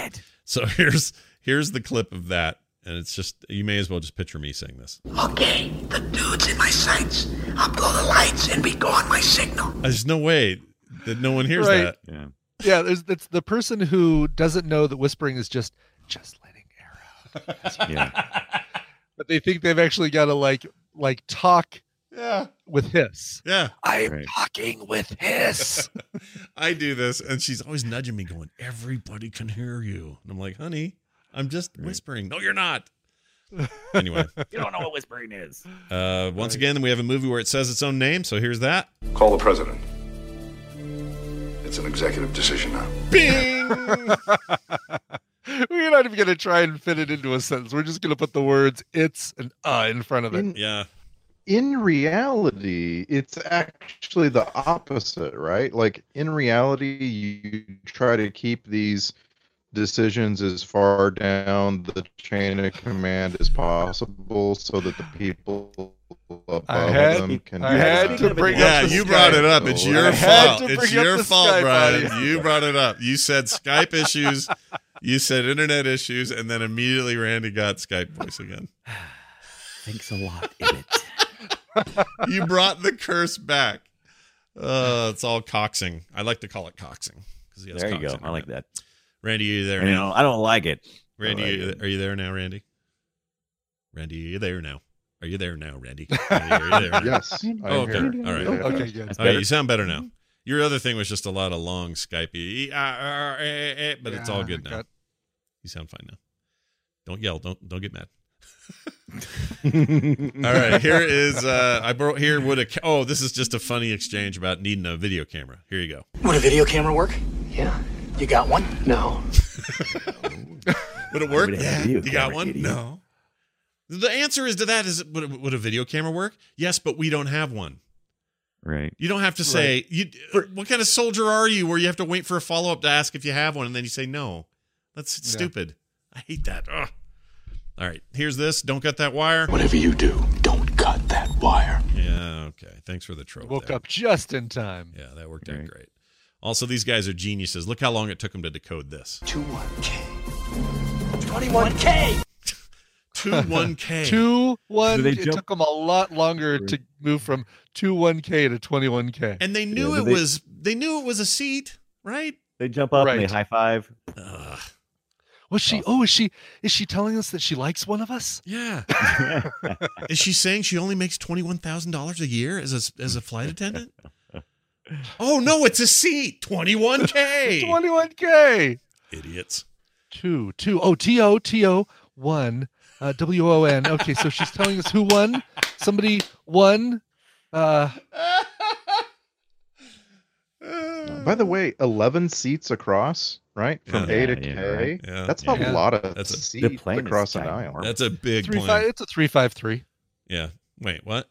S5: So here's here's the clip of that, and it's just you may as well just picture me saying this.
S19: Okay, the dude's in my sights. I'll blow the lights and be gone, my signal.
S5: There's no way that no one hears
S8: Right.
S5: that.
S6: Yeah.
S8: Yeah, there's that's the person who doesn't know that whispering is just just letting air out.
S6: Yeah.
S8: But they think they've actually got to like like talk
S5: Yeah.
S8: with hiss.
S5: Yeah.
S8: I'm
S6: Right.
S8: talking with hiss.
S5: I do this, and she's always nudging me, going, "Everybody can hear you." And I'm like, "Honey, I'm just whispering." No, you're not. Anyway,
S6: you don't know what whispering is.
S5: uh, once again, we have a movie where it says its own name, so here's that.
S20: Call the president. It's an executive decision now.
S5: Bing!
S8: We're not even going to try and fit it into a sentence. We're just going to put the words it's and uh in front of it.
S7: In-
S5: yeah.
S7: in reality, it's actually the opposite, right? Like in reality, you try to keep these decisions as far down the chain of command as possible so that the people above
S8: I had-
S7: them can
S8: I had to bring
S5: Yeah,
S8: up the
S5: you brought
S8: Skype. Oh,
S5: it up. It's
S8: I
S5: your
S8: had
S5: fault.
S8: to
S5: It's
S8: bring up
S5: your
S8: the
S5: fault,
S8: Skype
S5: Brian.
S8: audio.
S5: You brought it up. You said Skype issues. You said internet issues, and then immediately Randy got Skype voice again.
S6: Thanks a lot, Ibbot.
S5: You brought the curse back. Uh, it's all coxing. I like to call it coxing because he has
S6: There you go.
S5: coxing
S6: I
S5: on
S6: like
S5: it.
S6: that.
S5: Randy, are you there?
S6: You
S5: now?
S6: know, I don't like it.
S5: Randy, uh,
S6: I
S5: are
S6: like
S5: you,
S6: it.
S5: are you there now, Randy? Randy, are you there now? Are you there now, Randy? Randy, are you there now?
S7: Yes, I'm
S5: Oh, okay.
S7: here.
S5: All right.
S7: Yeah.
S8: Okay, good.
S5: All right, you sound better
S8: Mm-hmm.
S5: now. Your other thing was just a lot of long Skypey, "Eh, ah, ah, eh, eh," but it's all
S8: Yeah,
S5: good now.
S8: got-
S5: You sound fine now. Don't yell. Don't don't get mad. All right, here is uh I brought here would a ca- oh this is just a funny exchange about needing a video camera. Here you go.
S15: Would a video camera work? Yeah. You got one? No.
S5: Would it work?
S6: Would it have a
S5: Yeah.
S6: video
S5: You got
S6: camera,
S5: one?
S6: idiot?
S5: No. The answer is to that is would, a- would a video camera work? Yes, but we don't have one.
S6: Right.
S5: You don't have to say you. uh, What kind of soldier are you? Where you have to wait for a follow up to ask if you have one, and then you say no. That's stupid. I hate that. Ugh. All right, here's this. Don't cut that wire.
S21: Whatever you do, don't cut that wire.
S5: Yeah. Okay. Thanks for the trope.
S8: Woke
S5: there.
S8: up just in time.
S5: Yeah, that worked out great. Also, these guys are geniuses. Look how long it took them to decode this.
S15: 21K. 21K!
S5: Two one k.
S8: Two one.
S6: Do they
S8: it
S6: jump-
S8: took them a lot longer to move from two one k to twenty one k.
S5: And they knew
S6: Yeah,
S5: it
S6: they-
S5: was. They knew it was a seat, right?
S6: They jump up and
S8: Right.
S6: they high five.
S5: Ugh.
S8: Was she? Oh, is she? Is she telling us that she likes one of us?
S5: Yeah. Is she saying she only makes twenty one thousand dollars a year as a as a flight attendant? Oh no, it's a seat. Twenty one k.
S8: Twenty one k.
S5: Idiots.
S8: Two two. Oh, t o t o one. Uh, w o n. Okay, so she's telling us who won. Somebody won. Uh,
S7: By the way, 11 seats across, right? From
S5: Yeah.
S7: A to
S6: Yeah,
S7: K.
S6: yeah, right.
S5: Yeah.
S7: That's
S8: Yeah.
S7: a lot of
S5: That's a-
S6: The
S7: seats
S6: plane is
S7: across an
S6: giant.
S7: aisle.
S5: That's a big
S8: three
S5: plane.
S8: five. It's a three five three.
S5: Yeah. Wait, what?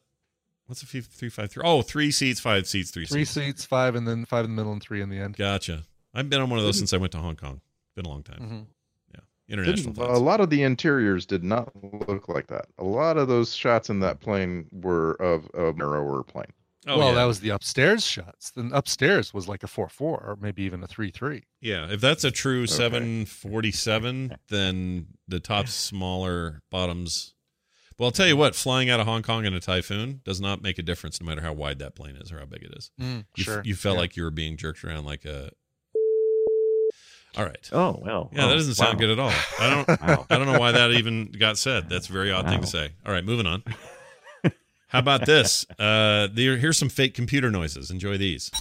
S5: What's a few, three five three? Oh, three seats, five seats, three,
S8: Three
S5: seats.
S8: seats, five, and then five in the middle, and three in the end.
S5: Gotcha. I've been on one of those since I went to Hong Kong. Been a long time.
S8: Mhm.
S5: Yeah.
S7: Didn't-
S5: International
S8: uh,
S7: a
S5: flights.
S7: lot of the interiors did not look like that. A lot of those shots in that plane were of a narrower plane.
S5: Oh,
S8: well,
S5: yeah.
S8: that was the upstairs shots. Then upstairs was like a four four, or maybe even a three three.
S5: yeah. If that's a true
S7: Okay.
S5: 747, then the top's smaller, bottom's. Well, I'll tell you what, flying out of Hong Kong in a typhoon does not make a difference no matter how wide that plane is or how big it is. You, f-
S8: Mm, sure.
S5: you felt
S8: Yeah.
S5: like you were being jerked around like a. All right.
S6: Oh well.
S5: Yeah, that doesn't sound good at all. I don't.
S6: Wow.
S5: I don't know why that even got said. That's a very odd thing to
S6: Wow.
S5: say. All right, moving on. How about this? Uh, there, here's some fake computer noises. Enjoy these.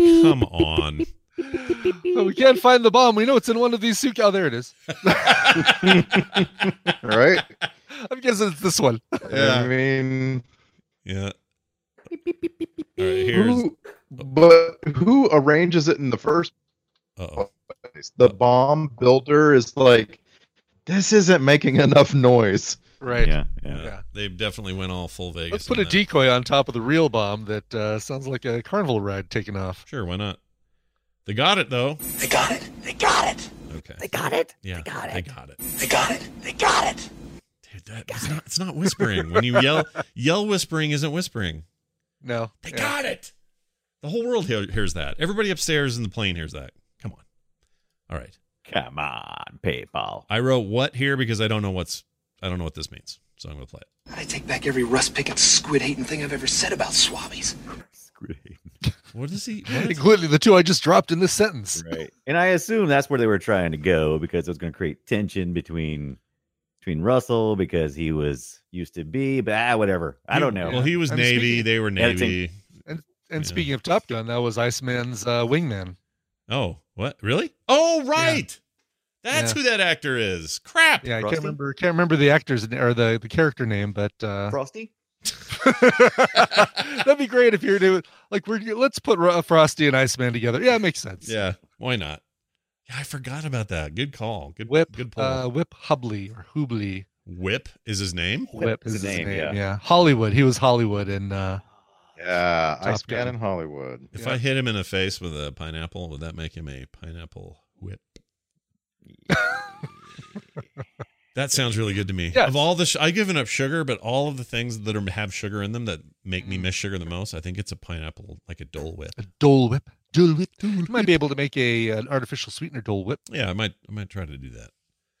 S5: Come on.
S8: But we can't find the bomb. We know it's in one of these suit. Oh, there it is.
S7: Right?
S8: I'm guessing it's this one.
S7: I mean,
S5: Yeah. All right, here's.
S7: who, but who arranges it in the first
S5: Uh-oh.
S8: Oh,
S7: place? The
S5: Uh,
S7: bomb builder is like, this isn't making enough noise.
S8: Right.
S6: Yeah.
S5: Yeah,
S6: Yeah.
S5: They definitely went all full Vegas.
S8: Let's put
S5: on
S8: a
S5: that.
S8: decoy on top of the real bomb that uh, sounds like a carnival ride taking off.
S5: Sure, why not? They got it though.
S15: They got it! They got it!
S5: Okay.
S15: They got it!
S5: Yeah.
S15: They got it!
S5: They got it.
S15: They got it! They got it!
S5: Dude, that, it's not. It's not whispering. when you yell, yell whispering isn't whispering.
S8: No.
S5: They
S8: Yeah.
S5: got it. The whole world hear- hears that. Everybody upstairs in the plane hears that. Come on. All right.
S6: Come on, PayPal.
S5: I wrote what here because I don't know what's I don't know what this means. So I'm gonna play it.
S15: I take back every rust picking, squid hating thing I've ever said about swabbies.
S6: Screw it.
S5: What is he? What is,
S8: Including the two I just dropped in this sentence.
S6: Right. And I assume that's where they were trying to go because it was going to create tension between between Russell because he was used to be, but ah, whatever. I don't know.
S5: Well, he was
S8: I'm
S5: Navy.
S8: speaking-
S5: They were Navy.
S6: Editing.
S8: And
S5: Yeah.
S8: speaking of Top Gun, that was Iceman's uh, wingman.
S5: Oh, What? Really? Oh, right. That's who that actor is. Crap.
S8: Yeah, I
S5: Frosty?
S8: can't remember. Can't remember the actor's n- or the, the character name, but uh,
S6: Frosty?
S8: that'd be great if you're doing like we're let's put Ro- Frosty and Iceman together. Yeah, it makes sense.
S5: Yeah. Why not? Yeah, I forgot about that. Good call. Good
S8: Whip.
S5: Good pull.
S8: Uh, Whip Hubley or Hubley.
S5: Whip is his name.
S8: Whip is his name. yeah. Hollywood. He was Hollywood and uh,
S7: Yeah,
S8: Top
S7: Iceman
S8: Gun.
S7: in Hollywood.
S5: If I hit him in the face with a pineapple, would that make him a pineapple whip? that sounds really good to me.
S8: Yes.
S5: Of all the, sh- I've given up sugar, but all of the things that are, have sugar in them that make
S8: Mm.
S5: me miss sugar the most, I think it's a pineapple, like a Dole Whip.
S8: Dole Whip. Dole Whip. You might be able to make a an artificial sweetener Dole Whip.
S5: Yeah, I might, I might try to do that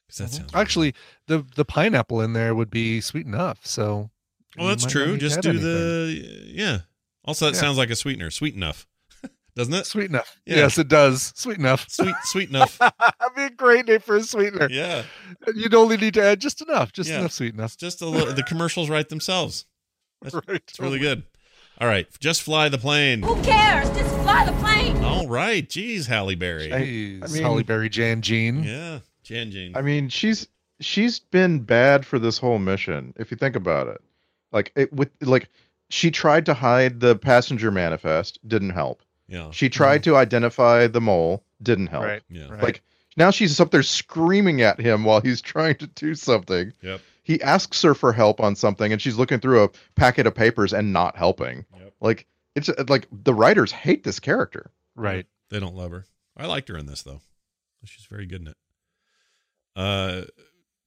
S5: because that sounds.
S8: Actually, the the pineapple in there would be sweet enough. So.
S5: Oh,
S8: you
S5: that's
S8: might not
S5: true.
S8: need to
S5: Just
S8: add
S5: do
S8: anything.
S5: the yeah. Also, that
S8: Yeah.
S5: sounds like a sweetener. Sweet enough, doesn't it?
S8: Sweet enough.
S5: Yeah.
S8: Yes, it does. Sweet enough.
S5: Sweet, sweet enough.
S8: That'd be a great name for a sweetener.
S5: Yeah.
S8: You'd only need to add just enough, just
S5: Yeah.
S8: enough sweet enough.
S5: Just a little. The commercials write themselves. That's,
S8: Right,
S5: it's really good. All right, just fly the plane.
S22: Who cares? Just fly the plane.
S5: All right, geez, Halle Berry.
S8: Jeez,
S7: I mean-
S8: Holly Berry, Jan Jean.
S5: Yeah, Jan Jean.
S7: I mean, she's she's been bad for this whole mission. If you think about it, like it with like she tried to hide the passenger manifest, didn't help.
S5: Yeah.
S7: She tried to identify the mole, didn't help.
S8: Mm. Right, Yeah. right.
S7: Like now she's up there screaming at him while he's trying to do something.
S5: Yep.
S7: He asks her for help on something, and she's looking through a packet of papers and not helping. Like it's uh, like the writers hate this character.
S8: Right.
S5: They don't love her. I liked her in this though. She's very good in it. Uh,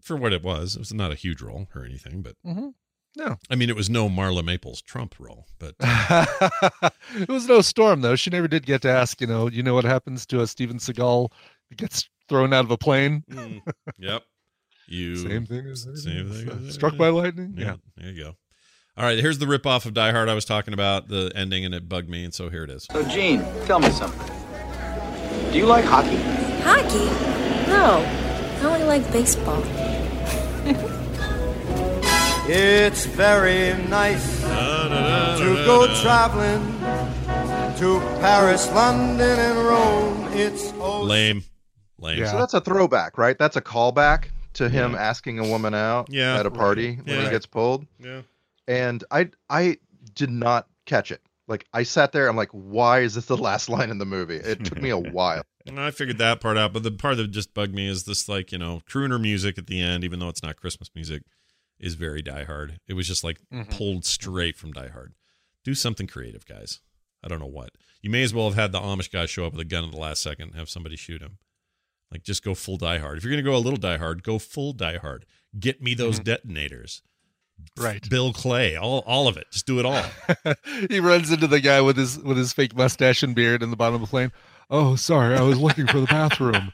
S5: for what it was, it was not a huge role or anything, but
S8: Mhm. No.
S5: I mean, it was no Marla Maples Trump role, but
S8: it was no storm though. She never did get to ask. You know, you know what happens to a Steven Seagal who gets thrown out of a plane.
S5: yep. You
S8: Same thing as
S5: same thing as
S8: Struck by lightning?
S5: Yeah,
S8: Yeah.
S5: there you go. All right, here's the ripoff of Die Hard I was talking about, the ending, and it bugged me, and so here it is.
S13: So, Gene, tell me something. Do you like hockey?
S22: Hockey? No. I only like baseball.
S23: It's very nice to go traveling to Paris, London, and Rome. It's oh
S5: Lame. Lame.
S7: So that's a throwback, right? That's a callback to him asking a woman out
S5: Yeah.
S7: at a party when
S5: Yeah.
S7: he gets pulled.
S5: Yeah.
S7: And I I did not catch it. Like I sat there, I'm like, why is this the last line in the movie? It took me a while.
S5: And I figured that part out, but the part that just bugged me is this like, you know, crooner music at the end, even though it's not Christmas music, is very Die Hard. It was just like
S8: Mhm.
S5: pulled straight from Die Hard. Do something creative, guys. I don't know what. You may as well have had the Amish guy show up with a gun at the last second and have somebody shoot him. Like, just go full Die Hard. If you're going to go a little Die Hard, go full Die Hard. Get me those detonators.
S8: Mm-hmm. Right.
S5: Bill Clay, all, all of it. Just do it all.
S8: he runs into the guy with his with his fake mustache and beard in the bottom of the plane. Oh, sorry, I was looking for the bathroom.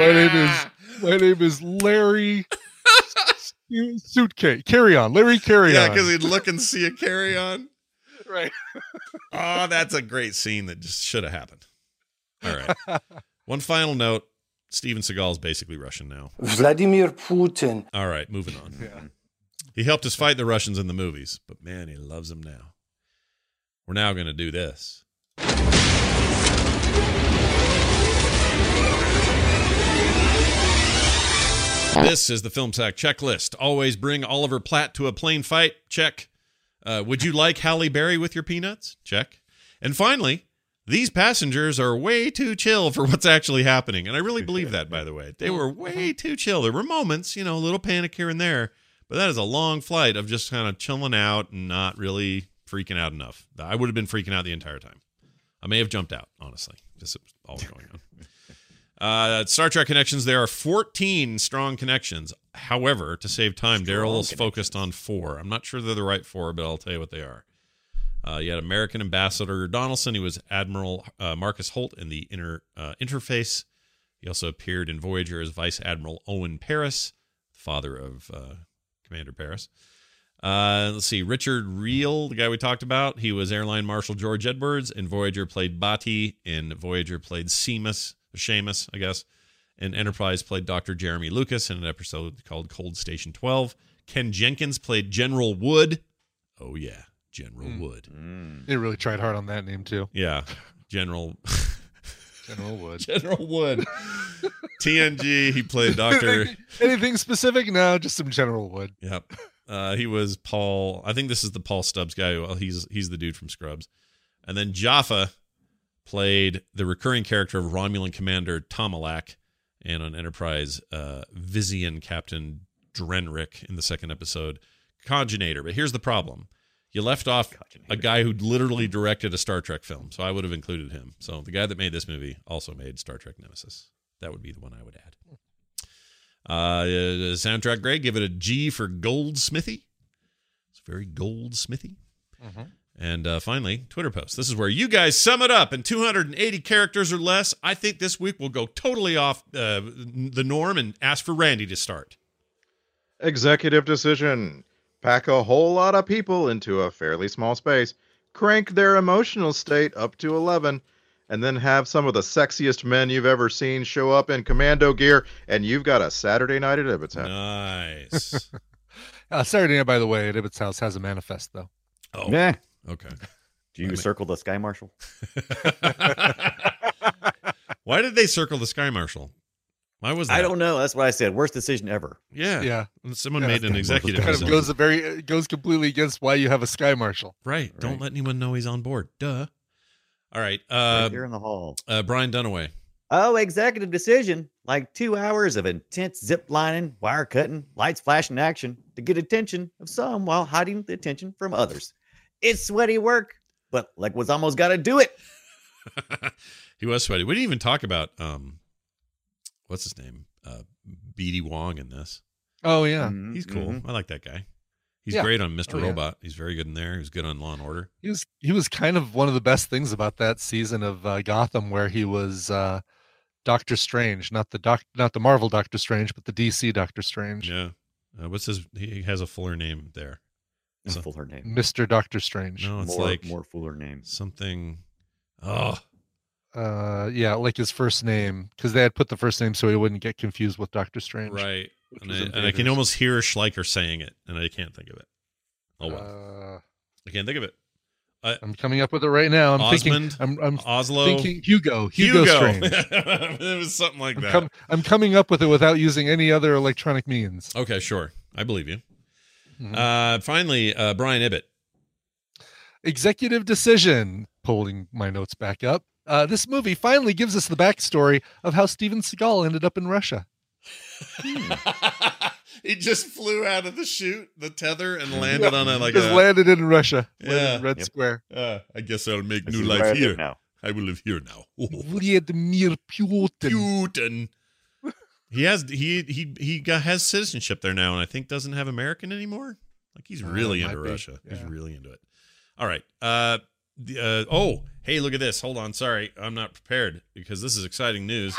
S8: My name is my name is Larry Su- Suitcase. Carry on, Larry. Carry on.
S5: he'd look and see a carry on.
S8: Right.
S5: oh, that's a great scene that just should have happened. All right. One final note Steven Seagal is basically Russian now.
S18: Vladimir Putin.
S5: All right, moving on. Yeah. He helped us fight the Russians in the movies, but man, he loves them now. We're now going to do this. This is the Film Sack checklist. Always bring Oliver Platt to a plane fight. Check. Uh, would you like Halle Berry with your peanuts? Check. And finally, these passengers are way too chill for what's actually happening. And I really believe that, by the way. They were way too chill. There were moments, you know, a little panic here and there, but that is a long flight of just kind of chilling out and not really freaking out enough. I would have been freaking out the entire time. I may have jumped out, honestly. This is all going on. Uh, Star Trek connections. There are 14 strong connections. However, to save time, Daryl is focused on four. I'm not sure they're the right four, but I'll tell you what they are. Uh, you had American Ambassador Donelson. He was Admiral uh, Marcus Holt in the inner uh, interface. He also appeared in Voyager as Vice Admiral Owen Paris, father of uh, Commander Paris. Uh, let's see, Richard Reel, the guy we talked about, he was Airline Marshal George Edwards. In Voyager, played Bati. In Voyager, played Seamus, Seamus, I guess. In Enterprise, played Dr. Jeremy Lucas in an episode called Cold Station 12. Ken Jenkins played General Wood. Oh, yeah, General Wood.
S6: Mm,
S8: They really tried hard on that name too.
S5: Yeah. General
S8: General Wood.
S5: General Wood. TNG. He played Doctor.
S8: Anything specific? No, just some General Wood.
S5: Yep. Uh, he was Paul. I think this is the Paul Stubbs guy. Well, he's he's the dude from Scrubs. And then Jaffa played the recurring character of Romulan commander Tomalak, and on Enterprise, uh, Visian Captain Drenrick in the second episode, Coginator. But here's the problem: you left off a guy who literally directed a Star Trek film, so I would have included him. So the guy that made this movie also made Star Trek Nemesis. That would be the one I would add. Uh, the soundtrack, Greg, give it a G for Goldsmithy. It's very Goldsmithy.
S8: Mhm.
S5: And uh, finally, Twitter post. This is where you guys sum it up in 280 characters or less. I think this week we'll go totally off uh, the norm and ask for Randy to start.
S7: Executive decision. Pack a whole lot of people into a fairly small space, crank their emotional state up to 11, and then have some of the sexiest men you've ever seen show up in commando gear, and you've got a Saturday night at Ibbot's house.
S5: Nice.
S8: Uh, Saturday night, by the way, at Ibbott's house has a manifest though.
S5: Oh,
S6: Nah.
S5: okay.
S6: Do you circle the sky marshal?
S5: Why did they circle the Sky Marshal? Why was that?
S6: I don't know. That's what I said. Worst decision ever.
S5: Yeah.
S8: Yeah.
S5: And Someone
S8: Yeah,
S5: made an executive
S8: Kind of
S5: decision.
S8: goes a very it goes completely against why you have a sky marshal.
S5: Right. Don't
S8: Right.
S5: let anyone know he's on board. Duh. All right.
S6: Right
S5: Uh,
S6: here in the hall.
S5: uh, Brian Dunaway.
S6: Oh, executive decision. Like two hours of intense zip lining, wire cutting, lights flashing action to get attention of some while hiding the attention from others. It's sweaty work, but like was almost got to do it.
S5: he was sweaty. We didn't even talk about um, what's his name? Uh, BD Wong in this.
S8: Oh yeah.
S7: Mm-hmm.
S5: He's cool.
S6: Mm-hmm.
S5: I like that guy. He's
S8: Yeah.
S5: great on Mr.
S8: Oh, yeah.
S5: Robot. He's very good in there. He was good on Law and Order.
S8: He was he was kind of one of the best things about that season of uh, Gotham where he was uh Doctor Strange, not the doc not the Marvel Doctor Strange, but the DC Doctor Strange.
S5: Yeah. Uh, what's his? He has a fuller name there.
S6: It's
S5: So-
S6: a fuller name.
S8: Mr. Doctor Strange.
S5: no, it's
S6: more,
S5: like
S6: more fuller name.
S5: something. Oh,
S8: Uh yeah, like his first name cuz they had put the first name so he wouldn't get confused with Doctor Strange.
S5: right.
S8: Which
S5: And I,
S8: was in
S5: and I can
S8: theaters.
S5: almost hear Schleicher saying it, and I can't think of it. Oh well,
S8: Uh,
S5: I can't think of it. Uh,
S8: I'm coming up with it right now. I'm
S5: Osmond,
S8: thinking I'm, I'm
S5: Oslo,
S8: thinking Hugo, Hugo, Strange.
S5: it was something like
S8: I'm,
S5: that.
S8: com- I'm coming up with it without using any other electronic means.
S5: Okay, sure. I believe you.
S8: Mm-hmm.
S5: Uh, finally, uh, Brian Ibbett.
S8: Executive decision, pulling my notes back up. Uh, this movie finally gives us the backstory of how Steven Seagal ended up in Russia. Hmm.
S5: he just flew out of the chute, the tether, and landed on a like
S8: Just
S5: a.
S8: landed in Russia, landed
S5: Yeah.
S8: in Red
S6: Yep.
S8: Square.
S5: Uh, I guess I'll make
S6: This
S5: new
S6: is where I
S5: life
S6: live
S5: here.
S6: now.
S5: I will live here now. Oh,
S8: Vladimir Putin.
S5: Putin. He has he he he got, has citizenship there now, and I think doesn't have American anymore. Like he's
S8: Uh,
S5: really
S8: might
S5: into
S8: be.
S5: Russia. He's
S8: Yeah.
S5: really into it. All right. Uh, the, uh, oh, hey, look at this. Hold on. Sorry, I'm not prepared because this is exciting news.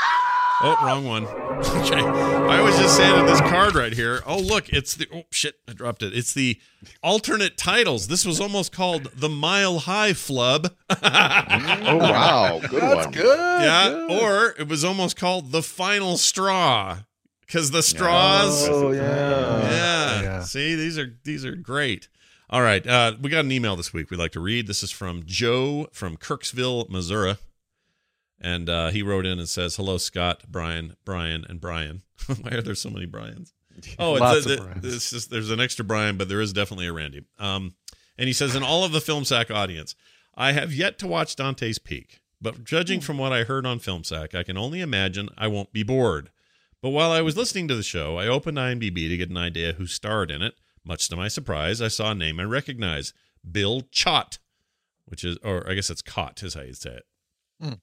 S5: Oh, wrong one. okay. I was just handed this card right here. Oh, look, it's the oh shit, I dropped it. It's the alternate titles. This was almost called the Mile High Flub.
S7: Oh, wow. Good
S8: That's
S7: one.
S8: good.
S5: yeah,
S8: good.
S5: or it was almost called the final straw because the straws.
S7: Oh, yeah.
S5: yeah.
S8: Yeah.
S5: See, these are these are great. All right, uh, we got an email this week. We'd like to read. This is from Joe from Kirksville, Missouri, and uh, he wrote in and says, "Hello, Scott, Brian, Brian, and Brian. Why are there so many Brians? Oh,
S8: Lots
S5: it's,
S8: of
S5: uh,
S8: Brians.
S5: it's just there's an extra Brian, but there is definitely a Randy. Um, and he says, in all of the film sack audience, I have yet to watch Dante's Peak, but
S8: Hmm.
S5: judging from what I heard on film sack, I can only imagine I won't be bored. But while I was listening to the show, I opened IMDb to get an idea who starred in it. Much to my surprise, I saw a name I recognize: Bill Chott, which is, or I guess it's Cott is how you say it.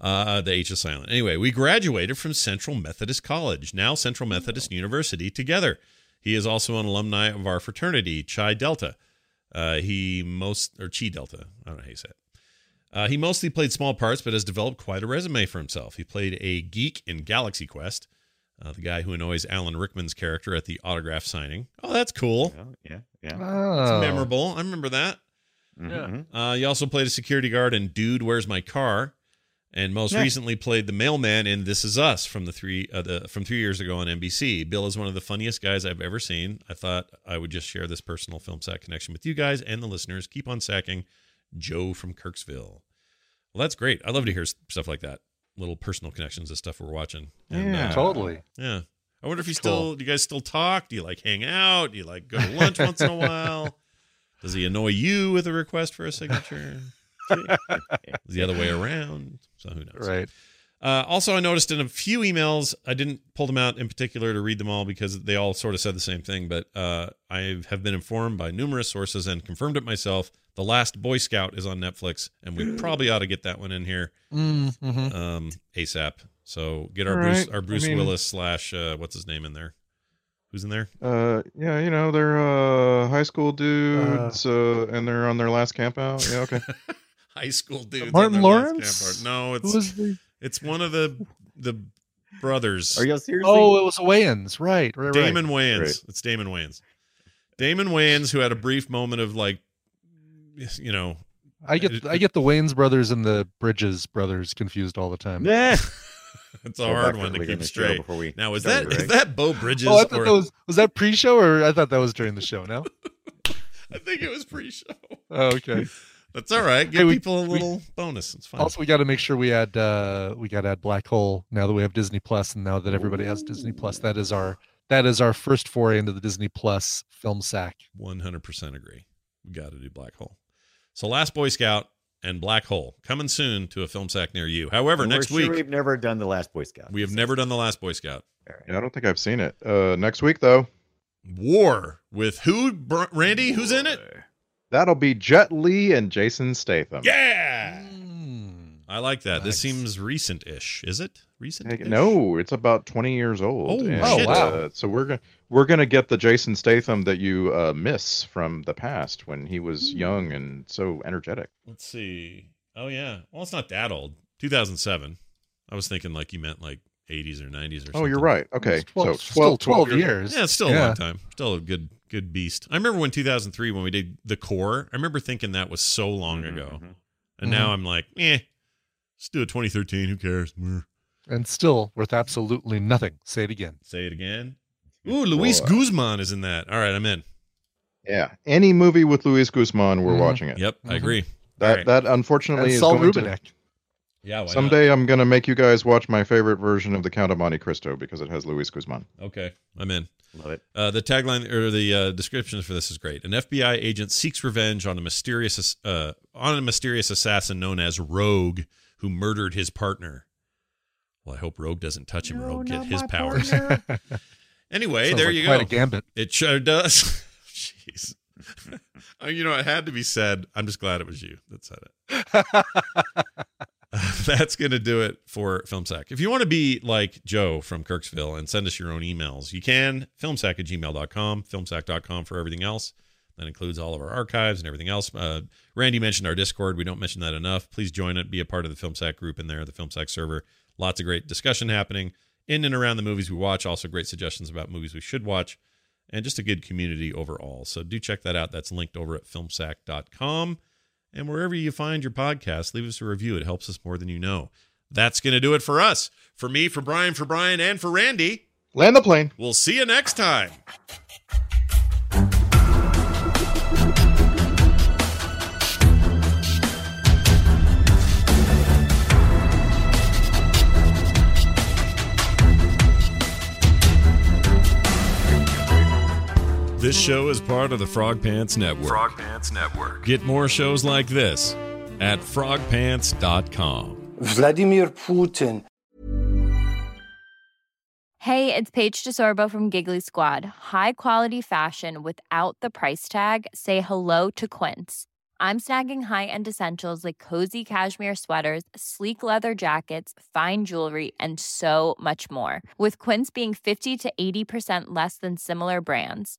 S5: Uh, the H is silent. Anyway, we graduated from Central Methodist College, now Central Methodist University, together. He is also an alumni of our fraternity, Chi Delta. Uh, he most, or Chi Delta, I don't know how you say it. Uh, he mostly played small parts, but has developed quite a resume for himself. He played a geek in Galaxy Quest, uh, the guy who annoys Alan Rickman's character at the autograph signing. Oh, that's cool.
S6: Oh, yeah, yeah.
S8: Oh.
S5: It's memorable. I remember that.
S6: Mhm.
S5: Uh, he also played a security guard in Dude, Where's My Car? And most
S6: Yeah.
S5: recently played the mailman in This Is Us from the three uh, the, from three years ago on NBC. Bill is one of the funniest guys I've ever seen. I thought I would just share this personal film sack connection with you guys and the listeners. Keep on sacking, Joe from Kirksville. Well, that's great. I love to hear s- stuff like that. little personal connections to stuff we're watching.
S7: uh,
S8: Yeah. Totally.
S5: Yeah. I wonder if you
S8: That's
S5: still
S8: cool.
S5: do you guys still talk? Do you like hang out? Do you like go to lunch once in a while? Does he annoy you with a request for a signature? Is the other way around. So who knows?
S8: Right.
S5: Uh, also, I noticed in a few emails, I didn't pull them out in particular to read them all because they all sort of said the same thing. But uh, I have been informed by numerous sources and confirmed it myself. The Last Boy Scout is on Netflix, and we probably ought to get that one in here
S8: Mm, mhm.
S5: um, ASAP. So get our
S8: All
S5: Bruce,
S8: right.
S5: our
S8: I
S5: Bruce
S8: mean-
S5: Willis slash uh, what's his name in there? Who's in there?
S7: Uh, yeah, you know they're uh high
S5: Uh-huh.
S7: school dudes, uh, and they're on their last camp out. Yeah, okay.
S5: High school dude.
S8: Martin Lawrence?
S5: No, it's
S8: Who was the-
S5: it's one of the the brothers.
S6: Are you serious?
S8: Oh, it was Wayans. Right. Right. right.
S5: Damon Wayans.
S8: Right.
S5: It's Damon Wayans. Damon Wayans, who had a brief moment of like, you know,
S8: I get I get the Wayans brothers and the Bridges brothers confused all the time.
S6: Yeah.
S5: it's a
S6: Go back
S5: hard
S6: to
S5: one to
S6: earlier
S5: keep
S6: in the show
S5: straight.
S6: before we
S5: Now is
S6: started,
S5: that is
S6: right?
S5: that Bo Bridges?
S8: Oh, I thought
S5: or-
S8: that was was that pre-show or I thought that was during the show. No.
S5: I think it was pre-show.
S8: Oh, okay.
S5: That's all right. Give
S8: Hey, we-
S5: people a
S8: we-
S5: little bonus. It's fine.
S8: Also, we got to make sure we add uh we got to add Black Hole now that we have Disney Plus and now that everybody has Disney Plus. That is our that is our first foray into the Disney Plus film sack.
S5: One hundred percent agree. We got to do Black Hole. So Last Boy Scout and Black Hole coming soon to a film sack near you. However,
S6: And
S5: next
S6: we're sure
S5: week
S6: We've never done the last Boy Scout.
S5: we have never done the Last Boy Scout
S7: Yeah, I don't think I've seen it. Uh, next week though,
S5: War with who? Br- Randy, who's in it?
S7: that'll be Jet Li and Jason Statham.
S5: Yeah, I like that. This
S8: Nice.
S5: seems recent-ish. Is it recent?
S7: Like, No, it's about 20 years old.
S5: Oh,
S7: and,
S5: shit.
S7: uh, so we're gonna we're gonna get the Jason Statham that you uh, miss from the past when he was young and so energetic.
S5: Let's see. Oh yeah. Well, it's not that old. 2007. I was thinking like you meant like 80s or 90s or.
S7: Oh, you're
S5: something.
S7: right. Okay,
S8: It's 12
S7: so
S8: still 12
S7: 12, years.
S8: years.
S5: Yeah, it's still a
S8: Yeah.
S5: long time. Still a good good beast. I remember when 2003 when we did the core. I remember thinking that was so
S6: Mm-hmm,
S5: long ago, and now I'm like, eh, let's do a 2013. Who cares? Meh.
S8: And still worth absolutely nothing. Say it again.
S5: Say it again. Ooh, Luis
S7: Boy.
S5: Guzman is in that. All right, I'm in.
S7: Yeah, any movie with Luis Guzman,
S5: Mm-hmm.
S7: we're
S8: Mhm.
S7: watching it.
S5: Yep, I
S8: Mhm.
S5: agree.
S7: That
S5: All right.
S7: that unfortunately
S8: And
S7: is
S8: Saul
S7: going to-
S8: Rubinek.
S5: yeah. why not?
S7: someday I'm gonna make you guys watch my favorite version of the Count of Monte Cristo because it has Luis Guzman.
S5: Okay, I'm in.
S6: Love it.
S5: Uh, the tagline or the uh, description for this is great. An FBI agent seeks revenge on a mysterious uh, on a mysterious assassin known as Rogue, who murdered his partner. Well, I hope Rogue doesn't touch him. Rogue get his powers. Anyway,
S8: Sounds
S5: there
S8: like
S5: you
S8: quite
S5: go.
S8: a gambit.
S5: It sure does. Jeez. Uh, you know, it had to be said. I'm just glad it was you that said it. That's going to do it for FilmSack. If you want to be like Joe from Kirksville and send us your own emails, you can. FilmSack at gmail.com, FilmSack.com for everything else. That includes all of our archives and everything else. Uh, Randy mentioned our Discord. We don't mention that enough. Please join it. Be a part of the FilmSack group in there, the FilmSack server. Lots of great discussion happening in and around the movies we watch. Also, great suggestions about movies we should watch and just a good community overall. So do check that out. That's linked over at filmsack.com. And wherever you find your podcast, leave us a review. It helps us more than you know. That's going to do it for us. For me, for Brian, for Brian, and for Randy,
S7: Land the plane.
S5: we'll see you next time. This show is part of the Frog Pants Network.
S4: Frog Pants Network.
S5: Get more shows like this at frogpants.com.
S12: Vladimir Putin.
S24: Hey, it's Paige DeSorbo from Giggly Squad. High quality fashion without the price tag. Say hello to Quince. I'm snagging high-end essentials like cozy cashmere sweaters, sleek leather jackets, fine jewelry, and so much more. With Quince being 50 to 80% less than similar brands.